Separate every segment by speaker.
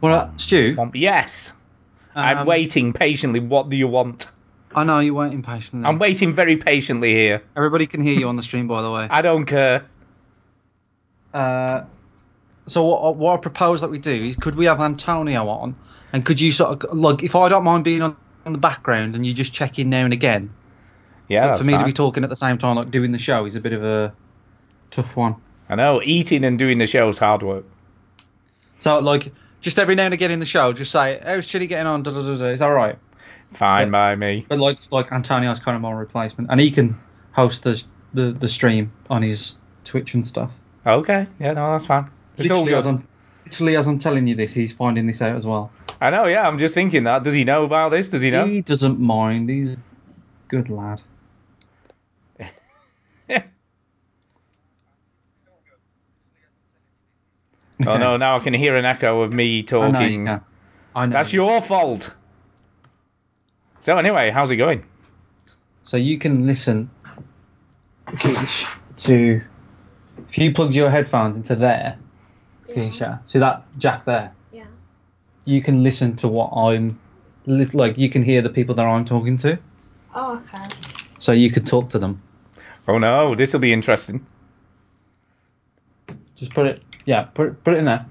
Speaker 1: Well, uh, Stu,
Speaker 2: Yes. I'm
Speaker 1: Um,
Speaker 2: waiting patiently. What do you want?
Speaker 1: I know you weren't impatient.
Speaker 2: I'm waiting very patiently here.
Speaker 1: Everybody can hear you on the stream, by the way.
Speaker 2: I don't care.
Speaker 1: Uh, so what, what I propose that we do is, could we have Antonio on, and could you sort of like, if I don't mind being on, on the background, and you just check in now and again,
Speaker 2: Yeah, that's
Speaker 1: for me to
Speaker 2: fine.
Speaker 1: be talking at the same time, like doing the show, is a bit of a tough one.
Speaker 2: I know eating and doing the show's hard work.
Speaker 1: So like, just every now and again in the show, just say, "How's Chili getting on?" Da, da, da, da. Is that all right?
Speaker 2: Fine
Speaker 1: Yeah.
Speaker 2: by me.
Speaker 1: But like, like Antonio's kind of my replacement, and he can host the the, the stream on his Twitch and stuff.
Speaker 2: Okay. Yeah, no, that's fine. It's all
Speaker 1: literally,
Speaker 2: good.
Speaker 1: as I'm, literally, as I'm telling you this, he's finding this out as well.
Speaker 2: I know. Yeah, I'm just thinking that. Does he know about this? Does he know?
Speaker 1: He doesn't mind. He's a good lad.
Speaker 2: Oh no! Now I can hear an echo of me
Speaker 1: I know you
Speaker 2: talking.
Speaker 1: can. I know.
Speaker 2: That's
Speaker 1: you-
Speaker 2: your fault. So anyway, how's it going?
Speaker 1: So you can listen Keesh, to. If you plugged your headphones into there, Keisha, see that jack there?
Speaker 3: Yeah.
Speaker 1: You can listen to what I'm. li- Like, you can hear the people that I'm talking to.
Speaker 3: Oh, okay.
Speaker 1: So you can talk to them.
Speaker 2: Oh no, this will be interesting.
Speaker 1: Just put it. Yeah, put it, put it in there.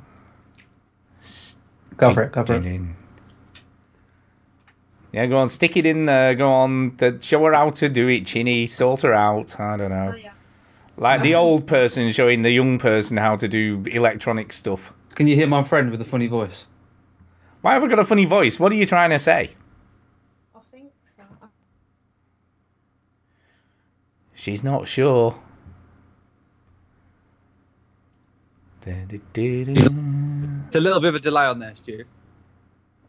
Speaker 1: Go for it, go for it.
Speaker 2: Yeah, go on, stick it in there. Go on, th- show her how to do it, Chinny. Sort her out. I don't
Speaker 3: Oh,
Speaker 2: know,
Speaker 3: yeah.
Speaker 2: like the old person showing the young person how to do electronic stuff.
Speaker 1: Can you hear my friend with the funny voice?
Speaker 2: Why have I got a funny voice? What are you trying to say?
Speaker 3: I think so.
Speaker 2: She's not sure. Du-du-du-du.
Speaker 1: It's a little bit of a delay on there, Stu.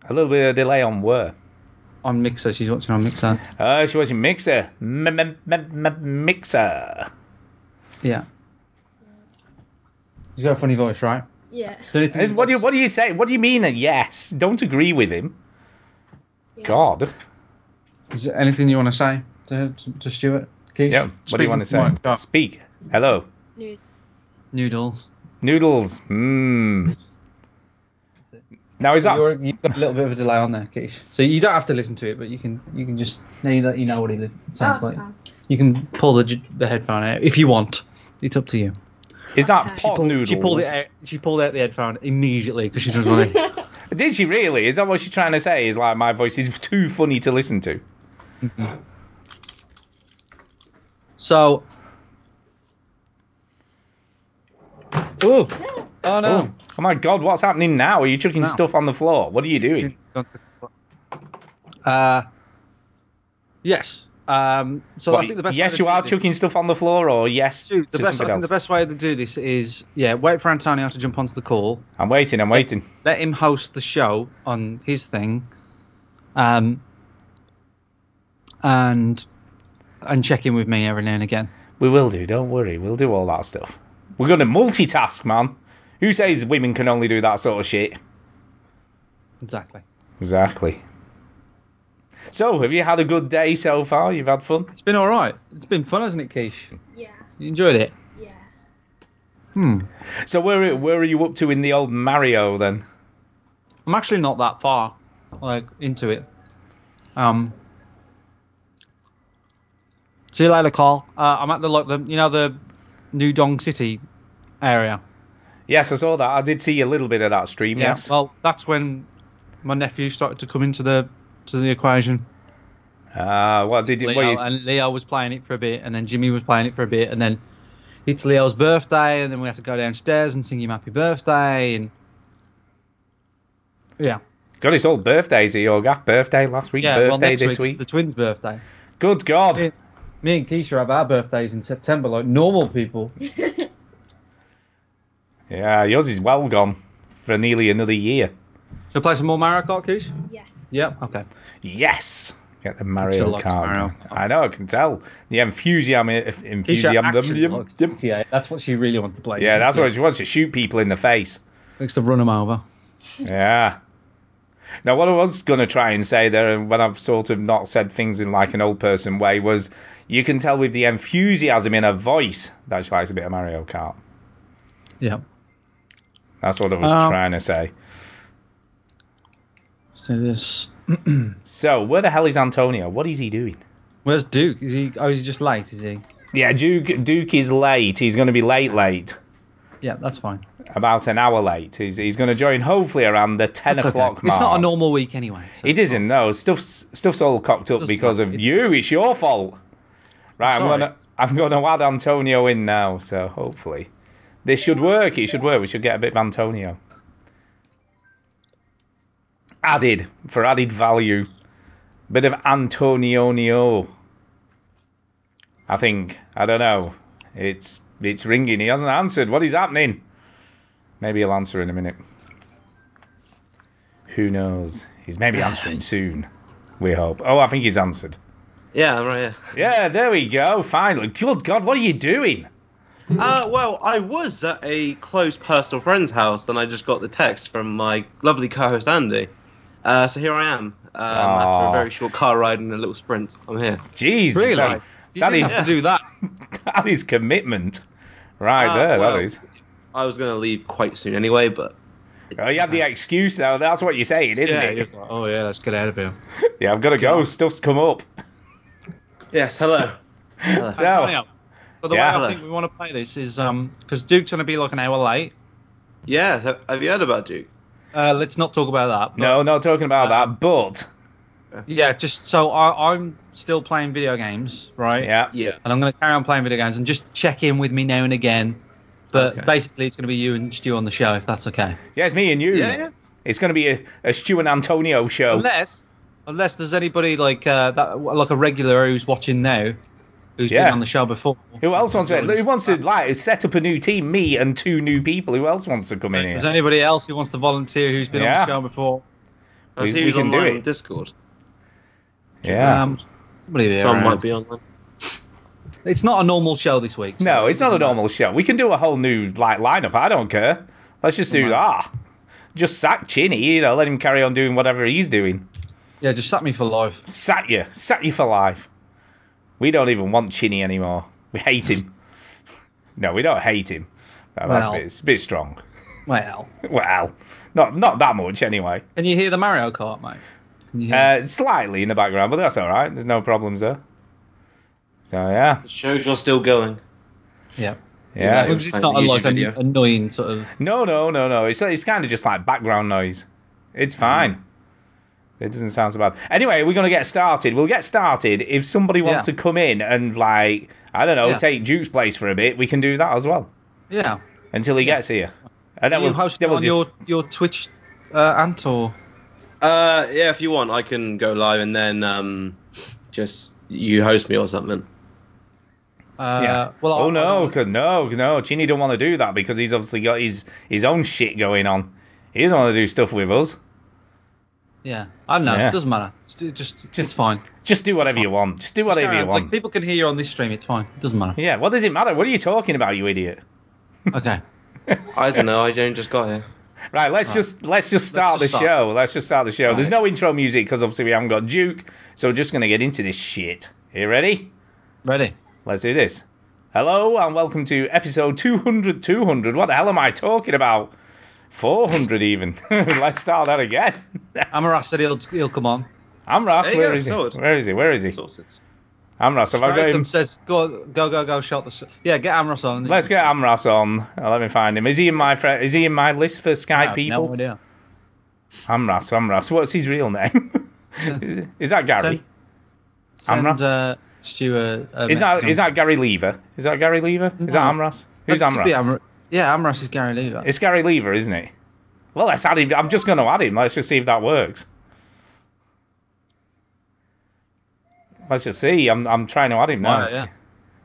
Speaker 2: A little bit of delay on where.
Speaker 1: On Mixer, she's watching on Mixer.
Speaker 2: Uh, she was in Mixer. Mixer.
Speaker 1: Yeah. He's got a funny voice, right?
Speaker 3: Yeah.
Speaker 1: So anything
Speaker 2: Is- What do you What do you say? What do you mean? A yes? Don't agree with him. God.
Speaker 1: Is there anything you want to say to, to, to Stuart? Keith?
Speaker 2: Yeah. What do you want to say? Speak. Hello.
Speaker 3: Nude.
Speaker 1: Noodles.
Speaker 2: Noodles. Mmm. Now is that
Speaker 1: You're, you've got a little bit of a delay on there, Keith. So you don't have to listen to it, but you can you can just now that you know what he li- sounds
Speaker 3: Oh,
Speaker 1: like.
Speaker 3: okay.
Speaker 1: You can pull the j- the headphone out if you want. It's up to you.
Speaker 2: is that
Speaker 3: She
Speaker 2: pot
Speaker 1: Pull-
Speaker 2: noodles?
Speaker 1: She pulled it out. She pulled out the headphone immediately because she doesn't want to.
Speaker 2: Did she really? Is that what she's trying to say? Is like my voice is too funny to listen to?
Speaker 1: So. Ooh. Oh no.
Speaker 2: Oh, oh my god, what's happening now? Are you chucking
Speaker 1: No.
Speaker 2: stuff on the floor? What are you doing?
Speaker 1: It's got the- Uh, yes. Um, so
Speaker 2: What,
Speaker 1: I think the best. way
Speaker 2: yes,
Speaker 1: to
Speaker 2: you
Speaker 1: do
Speaker 2: are
Speaker 1: this-
Speaker 2: chucking stuff on the floor, or yes
Speaker 1: Dude, the
Speaker 2: to
Speaker 1: best, I
Speaker 2: something
Speaker 1: think
Speaker 2: else.
Speaker 1: the best way to do this is yeah, wait for Antonio to jump onto the call.
Speaker 2: I'm waiting. I'm waiting.
Speaker 1: Let him host the show on his thing. Um. And and check in with me every now and again.
Speaker 2: We will do. Don't worry. We'll do all that stuff. We're going to multitask, man. Who says women can only do that sort of shit?
Speaker 1: Exactly.
Speaker 2: Exactly. So, have you had a good day so far? You've had fun?
Speaker 1: It's been all right. It's been fun, hasn't it, Keish?
Speaker 3: Yeah.
Speaker 1: You enjoyed it.
Speaker 3: Yeah.
Speaker 1: Hmm.
Speaker 2: So, where where are you up to in the old Mario then?
Speaker 1: I'm actually not that far, like into it. Um. See you later, Carl. Uh, I'm at the like the you know the New Dong City area.
Speaker 2: Yes, I saw that. I did see a little bit of that stream. yes.
Speaker 1: Well, that's when my nephew started to come into the to the equation.
Speaker 2: Ah, what did you? What
Speaker 1: Leo,
Speaker 2: you
Speaker 1: and Leo was playing it for a bit, and then Jimmy was playing it for a bit, and then it's Leo's birthday, and then we had to go downstairs and sing him happy birthday, and yeah,
Speaker 2: God, it's all birthdays at your gaff. Birthday last week.
Speaker 1: yeah.
Speaker 2: birthday
Speaker 1: well, next
Speaker 2: this
Speaker 1: week,
Speaker 2: week.
Speaker 1: it's the twins' birthday.
Speaker 2: Good God.
Speaker 1: Yeah. Me and Keisha have our birthdays in September, like normal people.
Speaker 2: Yeah, yours is well gone for nearly another year.
Speaker 1: Should I play some more Mario Kart, Keish?
Speaker 3: Yes.
Speaker 1: Yep. Okay.
Speaker 2: Yes. Get the
Speaker 1: still
Speaker 2: Mario
Speaker 1: like
Speaker 2: Kart.
Speaker 1: Mario.
Speaker 2: I know, I can tell. The enthusiasm.
Speaker 1: Keisha
Speaker 2: enthusiasm
Speaker 1: actually
Speaker 2: yum,
Speaker 1: likes
Speaker 2: yum.
Speaker 1: GTA. That's what she really wants to play.
Speaker 2: Yeah, that's what she wants to shoot people in the face.
Speaker 1: likes to run them over.
Speaker 2: Yeah. Now, what I was going to try and say there, and when I've sort of not said things in like an old person way, was you can tell with the enthusiasm in her voice that she likes a bit of Mario Kart.
Speaker 1: Yep.
Speaker 2: That's what I was
Speaker 1: Um,
Speaker 2: trying to say.
Speaker 1: So this.
Speaker 2: So, where the hell is Antonio? What is he doing?
Speaker 1: Where's Duke? Is he? Oh, he's just late. Is he?
Speaker 2: Yeah, Duke Duke is late. He's going to be late, late.
Speaker 1: Yeah, that's fine.
Speaker 2: About an hour late. He's, he's going to join hopefully around the 10
Speaker 1: That's okay.
Speaker 2: o'clock mark.
Speaker 1: It's not a normal week anyway. so-
Speaker 2: It isn't, no. Stuff's, stuff's all cocked up
Speaker 1: Doesn't
Speaker 2: because
Speaker 1: matter.
Speaker 2: of you. It's your fault. Right, I'm
Speaker 1: Sorry.
Speaker 2: going to I'm gonna add Antonio in now, so hopefully. This should work. It should work. We should get a bit of Antonio. Added, for added value. Bit of Antonionio. I think. I don't know. It's it's ringing. He hasn't answered. What is happening? Maybe he'll answer in a minute. Who knows? He's maybe answering soon. We hope. Oh, I think he's answered.
Speaker 4: Yeah, I'm right here.
Speaker 2: Yeah, there we go. Finally. Good God, what are you doing?
Speaker 4: Uh, well, I was at a close personal friend's house, and I just got the text from my lovely co-host Andy. Uh, so here I am. Um,
Speaker 2: Aw.
Speaker 4: after a very short car ride and a little sprint, I'm here.
Speaker 2: Jeez.
Speaker 1: Really?
Speaker 2: that-
Speaker 1: You
Speaker 2: that
Speaker 1: didn't
Speaker 2: is
Speaker 1: have to Ah, do that.
Speaker 2: that is commitment. Right
Speaker 4: Uh,
Speaker 2: there,
Speaker 4: well-
Speaker 2: that is.
Speaker 4: I was gonna leave quite soon anyway, but
Speaker 2: Oh, you have the excuse now. That's what you're saying, isn't
Speaker 4: Yeah,
Speaker 2: it?
Speaker 1: Oh yeah, let's get out of here.
Speaker 2: Yeah, I've got to go. Stuff's come up.
Speaker 4: yes, hello. hello.
Speaker 2: So-
Speaker 1: Antonio. So the
Speaker 2: Yeah.
Speaker 1: way I think we want to play this is um because Duke's gonna be like an hour late.
Speaker 4: yeah, so have you heard about Duke?
Speaker 1: Uh, let's not talk about that.
Speaker 2: No, not talking about that, but
Speaker 1: But yeah, just so I, I'm still playing video games, right?
Speaker 2: yeah.
Speaker 4: Yeah.
Speaker 1: And I'm gonna carry on playing video games and just check in with me now and again. But
Speaker 4: Okay.
Speaker 1: basically, it's gonna be you and Stu on the show if that's okay.
Speaker 2: Yeah, it's me and you.
Speaker 4: Yeah, yeah.
Speaker 2: It's going to be a, a Stu and Antonio
Speaker 4: Oh.
Speaker 2: show.
Speaker 1: Unless, unless there's anybody like uh, that, like a regular who's watching now, who's
Speaker 2: Yeah.
Speaker 1: been on the show before.
Speaker 2: Who else wants to?
Speaker 1: Join us.
Speaker 2: Who wants to like set up a new team? Me and two new people. Who else wants to come in
Speaker 1: Is
Speaker 2: here?
Speaker 1: there anybody else who wants to volunteer who's been
Speaker 2: Yeah.
Speaker 1: on the show before?
Speaker 4: I
Speaker 2: We-
Speaker 4: see
Speaker 2: we
Speaker 4: who's
Speaker 2: can do
Speaker 4: online
Speaker 2: it.
Speaker 4: on Discord.
Speaker 2: Yeah.
Speaker 1: Um, somebody there.
Speaker 4: Tom
Speaker 1: around.
Speaker 4: might be online.
Speaker 1: It's not a normal show this week. so-
Speaker 2: No, it's not a normal show. We can do a whole new like lineup. I don't care. Let's just do that. Just sack Chinny, you know, let him carry on doing whatever he's doing.
Speaker 1: Yeah, just sack me for life.
Speaker 2: Sack you, sack you for life. We don't even want Chinny anymore. We hate him. no, we don't hate him. No, that's a
Speaker 1: Well.
Speaker 2: bit, it's a bit strong.
Speaker 1: Well,
Speaker 2: Well, not not that much anyway.
Speaker 1: can you hear the Mario Kart, mate? Can you hear?
Speaker 2: Uh, slightly in the background, but that's all right. There's no problems there. So yeah,
Speaker 4: It shows you're still going.
Speaker 1: yeah.
Speaker 2: yeah.
Speaker 1: As long as it's not a,
Speaker 4: YouTube
Speaker 1: like an
Speaker 4: video.
Speaker 1: annoying sort of.
Speaker 2: No, no, no, no. It's it's kind of just like background noise.
Speaker 1: Hmm.
Speaker 2: It's fine. It doesn't sound so bad. Anyway, we're gonna get started. We'll get started. If somebody wants
Speaker 1: Yeah.
Speaker 2: to come in and like, I don't know,
Speaker 1: Yeah.
Speaker 2: take Duke's place for a bit, we can do that as well
Speaker 1: Yeah.
Speaker 2: until he gets here. And then
Speaker 1: you
Speaker 2: we'll,
Speaker 1: host
Speaker 2: then
Speaker 1: it
Speaker 2: we'll
Speaker 1: on
Speaker 2: just,
Speaker 1: your your Twitch, uh, Ant or
Speaker 4: Uh, yeah, if you want, I can go live and then um, just you host me or something.
Speaker 1: uh,
Speaker 2: yeah.
Speaker 1: Well, I-
Speaker 2: oh
Speaker 1: I
Speaker 2: no,
Speaker 1: don't-
Speaker 2: 'cause- no, no. Chini don't want to do that because he's obviously got his his own shit going on. He doesn't want to do stuff with us.
Speaker 1: Yeah. I don't know.
Speaker 2: Yeah.
Speaker 1: It doesn't matter. It's ju- just just it's
Speaker 2: Just
Speaker 1: fine.
Speaker 2: Just do whatever you want. Just do whatever
Speaker 1: Just carry
Speaker 2: you
Speaker 1: on.
Speaker 2: want.
Speaker 1: Like, people can hear you on this stream. It's fine. It doesn't matter.
Speaker 2: yeah. What does it matter? What are you talking about, you idiot?
Speaker 1: Okay.
Speaker 4: I don't know. I only just got here.
Speaker 2: Right, let's just let's just start
Speaker 1: just
Speaker 2: the
Speaker 1: start.
Speaker 2: show. Let's just start the show. There's no intro music because obviously we haven't got Duke, so we're just gonna get into this shit. You ready?
Speaker 1: Ready.
Speaker 2: Let's do this. Hello and welcome to episode 200. 200. What the hell am I talking about? 400 even. let's start that again.
Speaker 1: Amaras said he'll he'll come on.
Speaker 2: Amras,
Speaker 4: There you
Speaker 2: where
Speaker 4: go,
Speaker 2: is he?
Speaker 4: sorted.
Speaker 2: Where is he? Where is he?
Speaker 4: Sorted.
Speaker 2: Amras, have I got
Speaker 1: Stratham
Speaker 2: him?
Speaker 1: says go go go go. Shot the sh- yeah. Get Amaras on.
Speaker 2: Let's get Amras on. Uh, Let me find him. Is he in my fr- Is he in my list for
Speaker 1: I
Speaker 2: Skype
Speaker 1: have
Speaker 2: people?
Speaker 1: No idea.
Speaker 2: Amras, Amras. What's his real name? is, is that Gary?
Speaker 1: Send, send,
Speaker 2: Amras?
Speaker 1: Uh, Stuart. Uh,
Speaker 2: Is that is that Gary Lever? Is that Gary Lever? Is that
Speaker 1: No.
Speaker 2: Amras? Who's Amras?
Speaker 1: yeah, Amras is Gary Lever.
Speaker 2: it's Gary Lever, isn't it? Well, let's add him. I'm just going to add him. Let's just see if that works. Let's just see. I'm I'm trying to add him now.
Speaker 1: Right, yeah.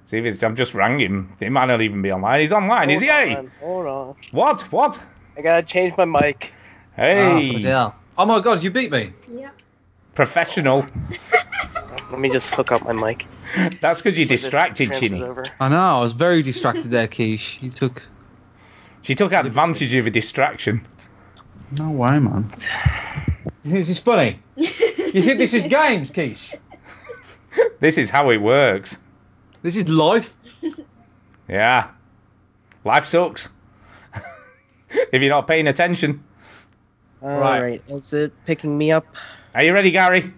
Speaker 2: See if it's. I'm just rang him. He might not even be online. He's online, is he?
Speaker 5: Hold
Speaker 2: Hey,
Speaker 5: on, Hold on.
Speaker 2: what? What?
Speaker 5: I gotta change my mic.
Speaker 1: Oh,
Speaker 2: Hey,
Speaker 1: bloody hell. oh my god, you beat me.
Speaker 3: Yeah.
Speaker 2: professional.
Speaker 5: Let me just hook up my mic.
Speaker 2: That's because you
Speaker 5: This
Speaker 2: distracted,
Speaker 5: transfers
Speaker 2: Chinny.
Speaker 5: over.
Speaker 1: I know, I was very distracted there, Keish. You took.
Speaker 2: She took advantage of a distraction.
Speaker 1: No way, man. You think this is funny? You think this is games, Keish?
Speaker 2: This is how it works.
Speaker 1: This is life?
Speaker 2: Yeah. Life sucks. if you're not paying attention.
Speaker 5: All
Speaker 2: Right.
Speaker 5: right. Is it picking me up?
Speaker 2: Are you ready, Gary?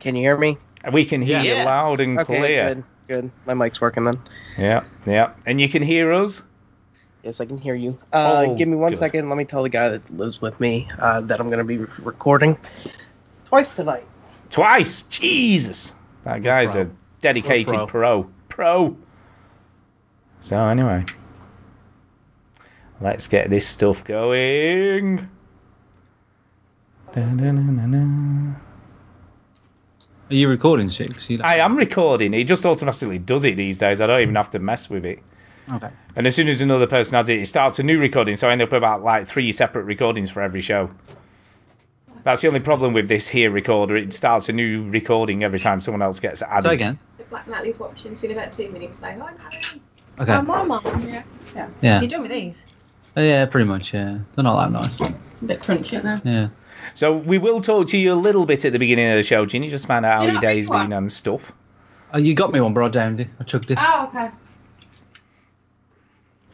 Speaker 5: Can you hear me?
Speaker 2: We can hear you
Speaker 4: Yes.
Speaker 2: loud and
Speaker 5: okay,
Speaker 2: Mm, clear.
Speaker 5: good. Good. My mic's working then.
Speaker 2: Yeah, yeah. And you can hear us?
Speaker 5: Yes, I can hear you. Uh,
Speaker 2: Oh,
Speaker 5: give me one
Speaker 2: good.
Speaker 5: second. Let me tell the guy that lives with me uh, that I'm going to be re- recording twice tonight.
Speaker 2: Twice. Jesus. That guy's a dedicated
Speaker 4: We're
Speaker 2: pro. Pro. So, anyway. Let's get this stuff going. Da-da-na-na-na.
Speaker 1: Are you recording shit? 'Cause you don't-
Speaker 2: I am recording. It just automatically does it these days. I don't even have to mess with it.
Speaker 1: Okay.
Speaker 2: And as soon as another person adds it, it starts a new recording. So I end up about like three separate recordings for every show. That's the only problem with this here recorder. It starts a new recording every time someone else gets added.
Speaker 1: Say again.
Speaker 3: So Black Natalie's watching. She's in about two minutes. Saying, "Oh, I'm having
Speaker 1: Okay.
Speaker 3: oh, my mum." Yeah.
Speaker 1: yeah. Oh,
Speaker 6: You done with these?
Speaker 1: Yeah, pretty much. Yeah, they're not that nice.
Speaker 6: A bit crunchy aren't they?
Speaker 1: Yeah.
Speaker 2: So we will talk to you a little bit at the beginning of the show, Ginny, just find out how
Speaker 6: You
Speaker 2: your
Speaker 6: know,
Speaker 2: day's
Speaker 6: what?
Speaker 2: been and stuff.
Speaker 1: Oh, you got me one, but I downed it. I chugged
Speaker 3: Ah.
Speaker 1: it.
Speaker 6: Oh, okay.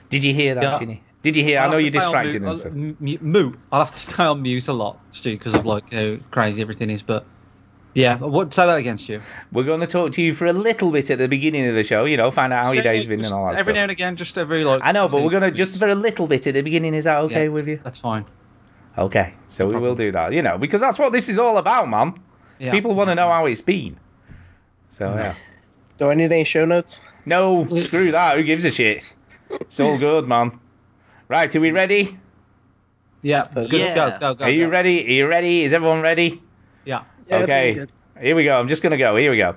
Speaker 2: Did you hear that,
Speaker 1: Yeah.
Speaker 2: Ginny? Did you hear? I know you're distracted and
Speaker 1: I'll,
Speaker 2: stuff.
Speaker 1: m- mute- mute. I'll have to stay on mute a lot, Stu, because of like how crazy everything is. But yeah, what say that again, Stu?
Speaker 2: We're going to talk to you for a little bit at the beginning of the show, you know, find out how your
Speaker 1: Yeah,
Speaker 2: day's been
Speaker 1: just
Speaker 2: and all that
Speaker 1: Every now
Speaker 2: stuff.
Speaker 1: and again, just every like.
Speaker 2: I know, but
Speaker 1: few
Speaker 2: we're going to
Speaker 1: minutes.
Speaker 2: just for a little bit at the beginning. Is that okay
Speaker 1: Yeah.
Speaker 2: with you?
Speaker 1: That's fine.
Speaker 2: Okay, so we will
Speaker 1: problem.
Speaker 2: do that, you know, because that's what this is all about, man.
Speaker 1: Yeah.
Speaker 2: People want to know how it's been. So yeah.
Speaker 5: Do I need any show notes?
Speaker 2: No, screw that. Who gives a shit? It's all good, man. Right, are we ready?
Speaker 1: Yeah. Good,
Speaker 4: Yeah.
Speaker 1: Go, go, go.
Speaker 2: Are you
Speaker 1: go.
Speaker 2: ready? Are you ready? Is everyone ready?
Speaker 1: Yeah.
Speaker 5: Yeah,
Speaker 2: okay.
Speaker 5: that'd be good.
Speaker 2: Here we go. I'm just going to go. Here we go.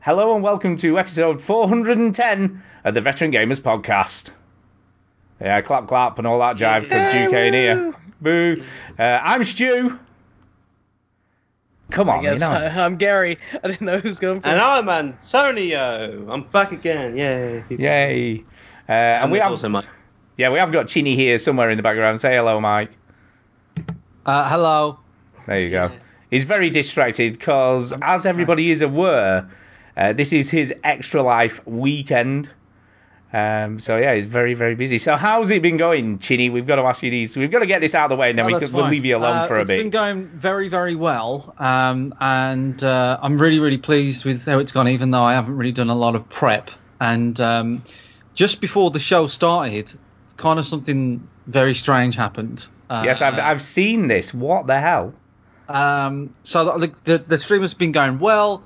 Speaker 2: Hello and welcome to episode 410 of the Veteran Gamers Podcast. Yeah, clap, clap, and all that jive because
Speaker 5: Hey,
Speaker 2: Duke E. ain't here.
Speaker 5: woo.
Speaker 2: Boo. Uh, I'm Stu. Come
Speaker 5: I
Speaker 2: on, you
Speaker 5: guess uh,
Speaker 2: know.
Speaker 5: I, am Gary. I didn't know who's going
Speaker 4: And
Speaker 5: first.
Speaker 4: I'm Antonio. I'm back again. Yay.
Speaker 2: Yay. Uh, and, we
Speaker 4: there's
Speaker 2: have,
Speaker 4: also Mike.
Speaker 2: yeah, we have got Chini here somewhere in the background. Say hello, Mike.
Speaker 1: Uh, hello.
Speaker 2: There you go. He's very distracted because, as everybody is aware, uh, this is his extra life weekend. Um, so yeah, he's very very busy. So how's it been going, Chinny? We've got to ask you these. We've got to get this out of the way, and then
Speaker 1: No,
Speaker 2: we
Speaker 1: that's
Speaker 2: could, we'll
Speaker 1: fine.
Speaker 2: leave you alone
Speaker 1: Uh,
Speaker 2: for a
Speaker 1: It's been
Speaker 2: bit.
Speaker 1: going very, very well, um, and uh, I'm really, really pleased with how it's gone. Even though I haven't really done a lot of prep, and um, just before the show started, kind of something very strange happened. Uh,
Speaker 2: yes, I've I've seen this. What the hell?
Speaker 1: um, so the, the the stream has been going well.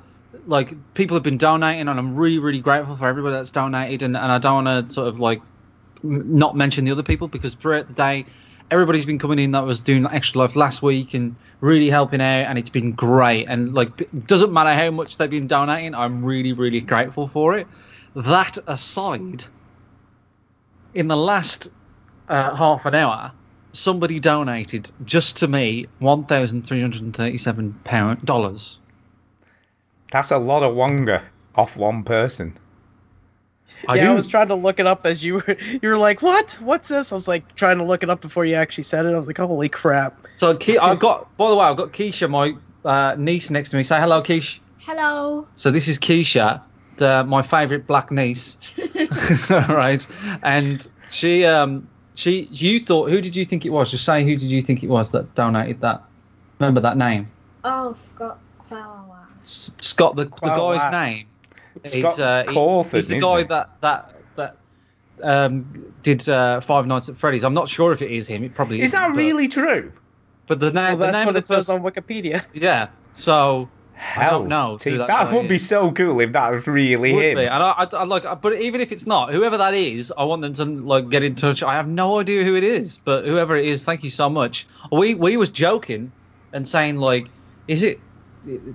Speaker 1: Like people have been donating, and I'm really really grateful for everybody that's donated. And, and I don't want to sort of like m- not mention the other people because throughout the day, everybody's been coming in that was doing extra life last week and really helping out, and it's been great. And like it doesn't matter how much they've been donating, I'm really really grateful for it. That aside, in the last uh, half an hour, somebody donated just to me one thousand three hundred and thirty-seven pound dollars.
Speaker 2: That's a lot of wonga off one person.
Speaker 5: yeah, I was trying to look it up as you were. You were like, "What? What's this?" I was like trying to look it up before you actually said it. I was like, "Holy crap!"
Speaker 1: So Ke- I've got. By the way, I've got Keisha, my uh, niece, next to me. Say hello, Keisha.
Speaker 3: Hello.
Speaker 1: So this is Keisha, the, my favourite black niece. right, and she, um, she, you thought who did you think it was? Just say who did you think it was that donated that. Remember that name,
Speaker 3: Oh, Scott Flower.
Speaker 1: S- Scott. The, the
Speaker 5: Wow,
Speaker 1: guy's
Speaker 5: wow.
Speaker 1: name.
Speaker 2: Scott
Speaker 1: uh, he-
Speaker 2: Cawthon,
Speaker 1: he's the
Speaker 2: isn't
Speaker 1: guy
Speaker 2: he?
Speaker 1: that that that um, did uh, Five Nights at Freddy's. I'm not sure if it is him. It probably
Speaker 2: Is that
Speaker 1: but-
Speaker 2: really true?
Speaker 1: But the
Speaker 5: Well,
Speaker 1: name, the
Speaker 5: that's
Speaker 1: name
Speaker 5: what
Speaker 1: of the
Speaker 5: it says
Speaker 1: person,
Speaker 5: on Wikipedia.
Speaker 1: yeah. So
Speaker 2: Hell,
Speaker 1: know who that
Speaker 2: That, that
Speaker 1: guy
Speaker 2: would be
Speaker 1: is.
Speaker 2: so cool if that was really
Speaker 1: would
Speaker 2: him.
Speaker 1: be, and I, I, I like, but even if it's not, whoever that is, I want them to like get in touch. I have no idea who it is, but whoever it is, thank you so much. We we was joking and saying like, is it?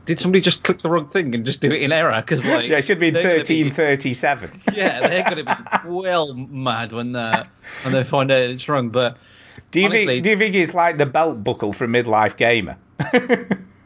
Speaker 1: Did somebody just click the wrong thing and just do it in error? Because like,
Speaker 2: yeah, it should be
Speaker 1: they're gonna
Speaker 2: 1337.
Speaker 1: yeah, they're going to be well mad when they when they find out it's wrong. But
Speaker 2: Do you,
Speaker 1: Honestly-
Speaker 2: think, do you think it's like the belt buckle for midlife gamer?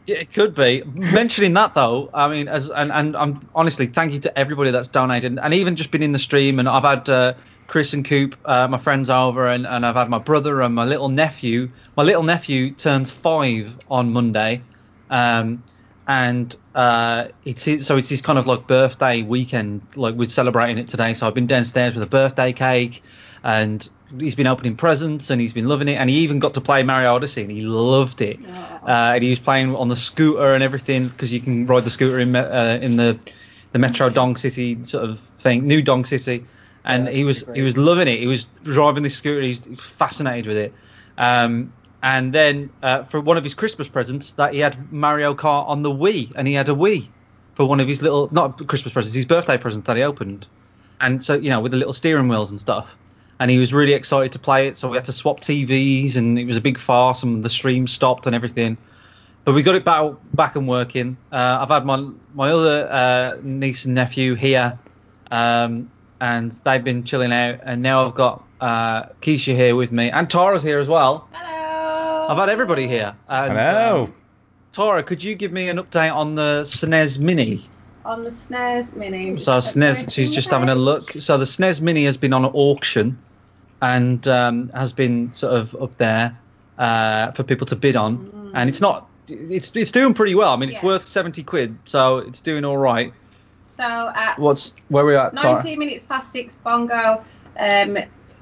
Speaker 1: yeah, it could be. Mentioning that though, I mean, as and, and I'm honestly thank you to everybody that's donated and even just been in the stream. And I've had uh, Chris and Coop, uh, my friends over, and, and I've had my brother and my little nephew. My little nephew turns five on Monday. Um, and uh, it's his, so it's his kind of like birthday weekend. Like we're celebrating it today, so I've been downstairs with a birthday cake, and he's been opening presents and he's been loving it. And he even got to play Mario Odyssey and he loved it.
Speaker 5: Oh.
Speaker 1: Uh, and he was playing on the scooter and everything because you can ride the scooter in me- uh, in the the Metro Dong City sort of thing, New Dong City. And
Speaker 5: Yeah,
Speaker 1: he was
Speaker 5: pretty
Speaker 1: he was loving it. He was driving the scooter. He's fascinated with it. Um, and then uh, for one of his Christmas presents, that he had Mario Kart on the Wii, and he had a Wii for one of his little not Christmas presents, his birthday presents that he opened. And so you know with the little steering wheels and stuff. And he was really excited to play it, so we had to swap TVs, and it was a big farce, and the stream stopped and everything. But we got it back, back and working. Uh, I've had my my other uh, niece and nephew here, um, and they've been chilling out. And now I've got uh, Keisha here with me, and Tara's here as well.
Speaker 3: Hello.
Speaker 1: I've had everybody here.
Speaker 2: I
Speaker 1: And,
Speaker 2: know.
Speaker 1: um, Tara, could you give me an update on the SNES Mini?
Speaker 3: On the snares mini.
Speaker 1: So SNES, she's just having a look. So the SNES Mini has been on an auction, and um, has been sort of up there uh, for people to bid on, and it's not. It's it's doing pretty well. I mean, it's
Speaker 3: Mm. Yeah.
Speaker 1: worth seventy quid, so it's doing all right.
Speaker 3: So at
Speaker 1: What's where we at? Tara?
Speaker 3: 19 minutes past six, Bongo um,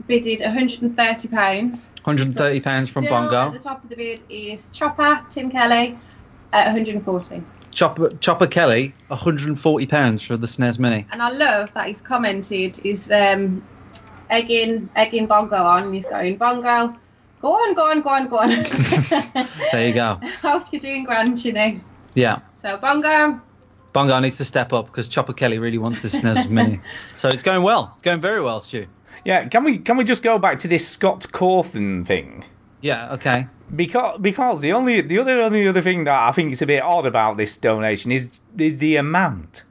Speaker 3: bidded 130 pounds.
Speaker 1: 130 pounds from
Speaker 3: Still At
Speaker 1: Bongo.
Speaker 3: the top of the bid is Chopper Tim Kelly at 140.
Speaker 1: Chopper, Chopper Kelly, 140 pounds for the SNES Mini.
Speaker 3: And I love that he's commented, he's um, egging, egging Bongo on, and he's going, Bongo, go on, go on, go on, go on.
Speaker 1: There you go.
Speaker 3: Hope you're doing grand, you know.
Speaker 1: Yeah.
Speaker 3: So, Bongo,
Speaker 1: Bongo needs to step up because Chopper Kelly really wants the SNES Mini. So it's going well. It's going very well, Stu.
Speaker 2: Yeah, can we can we just go back to this Scott Cawthon thing?
Speaker 1: Yeah. Okay.
Speaker 2: Because because the only the other only other thing that I think is a bit odd about this donation is is the amount.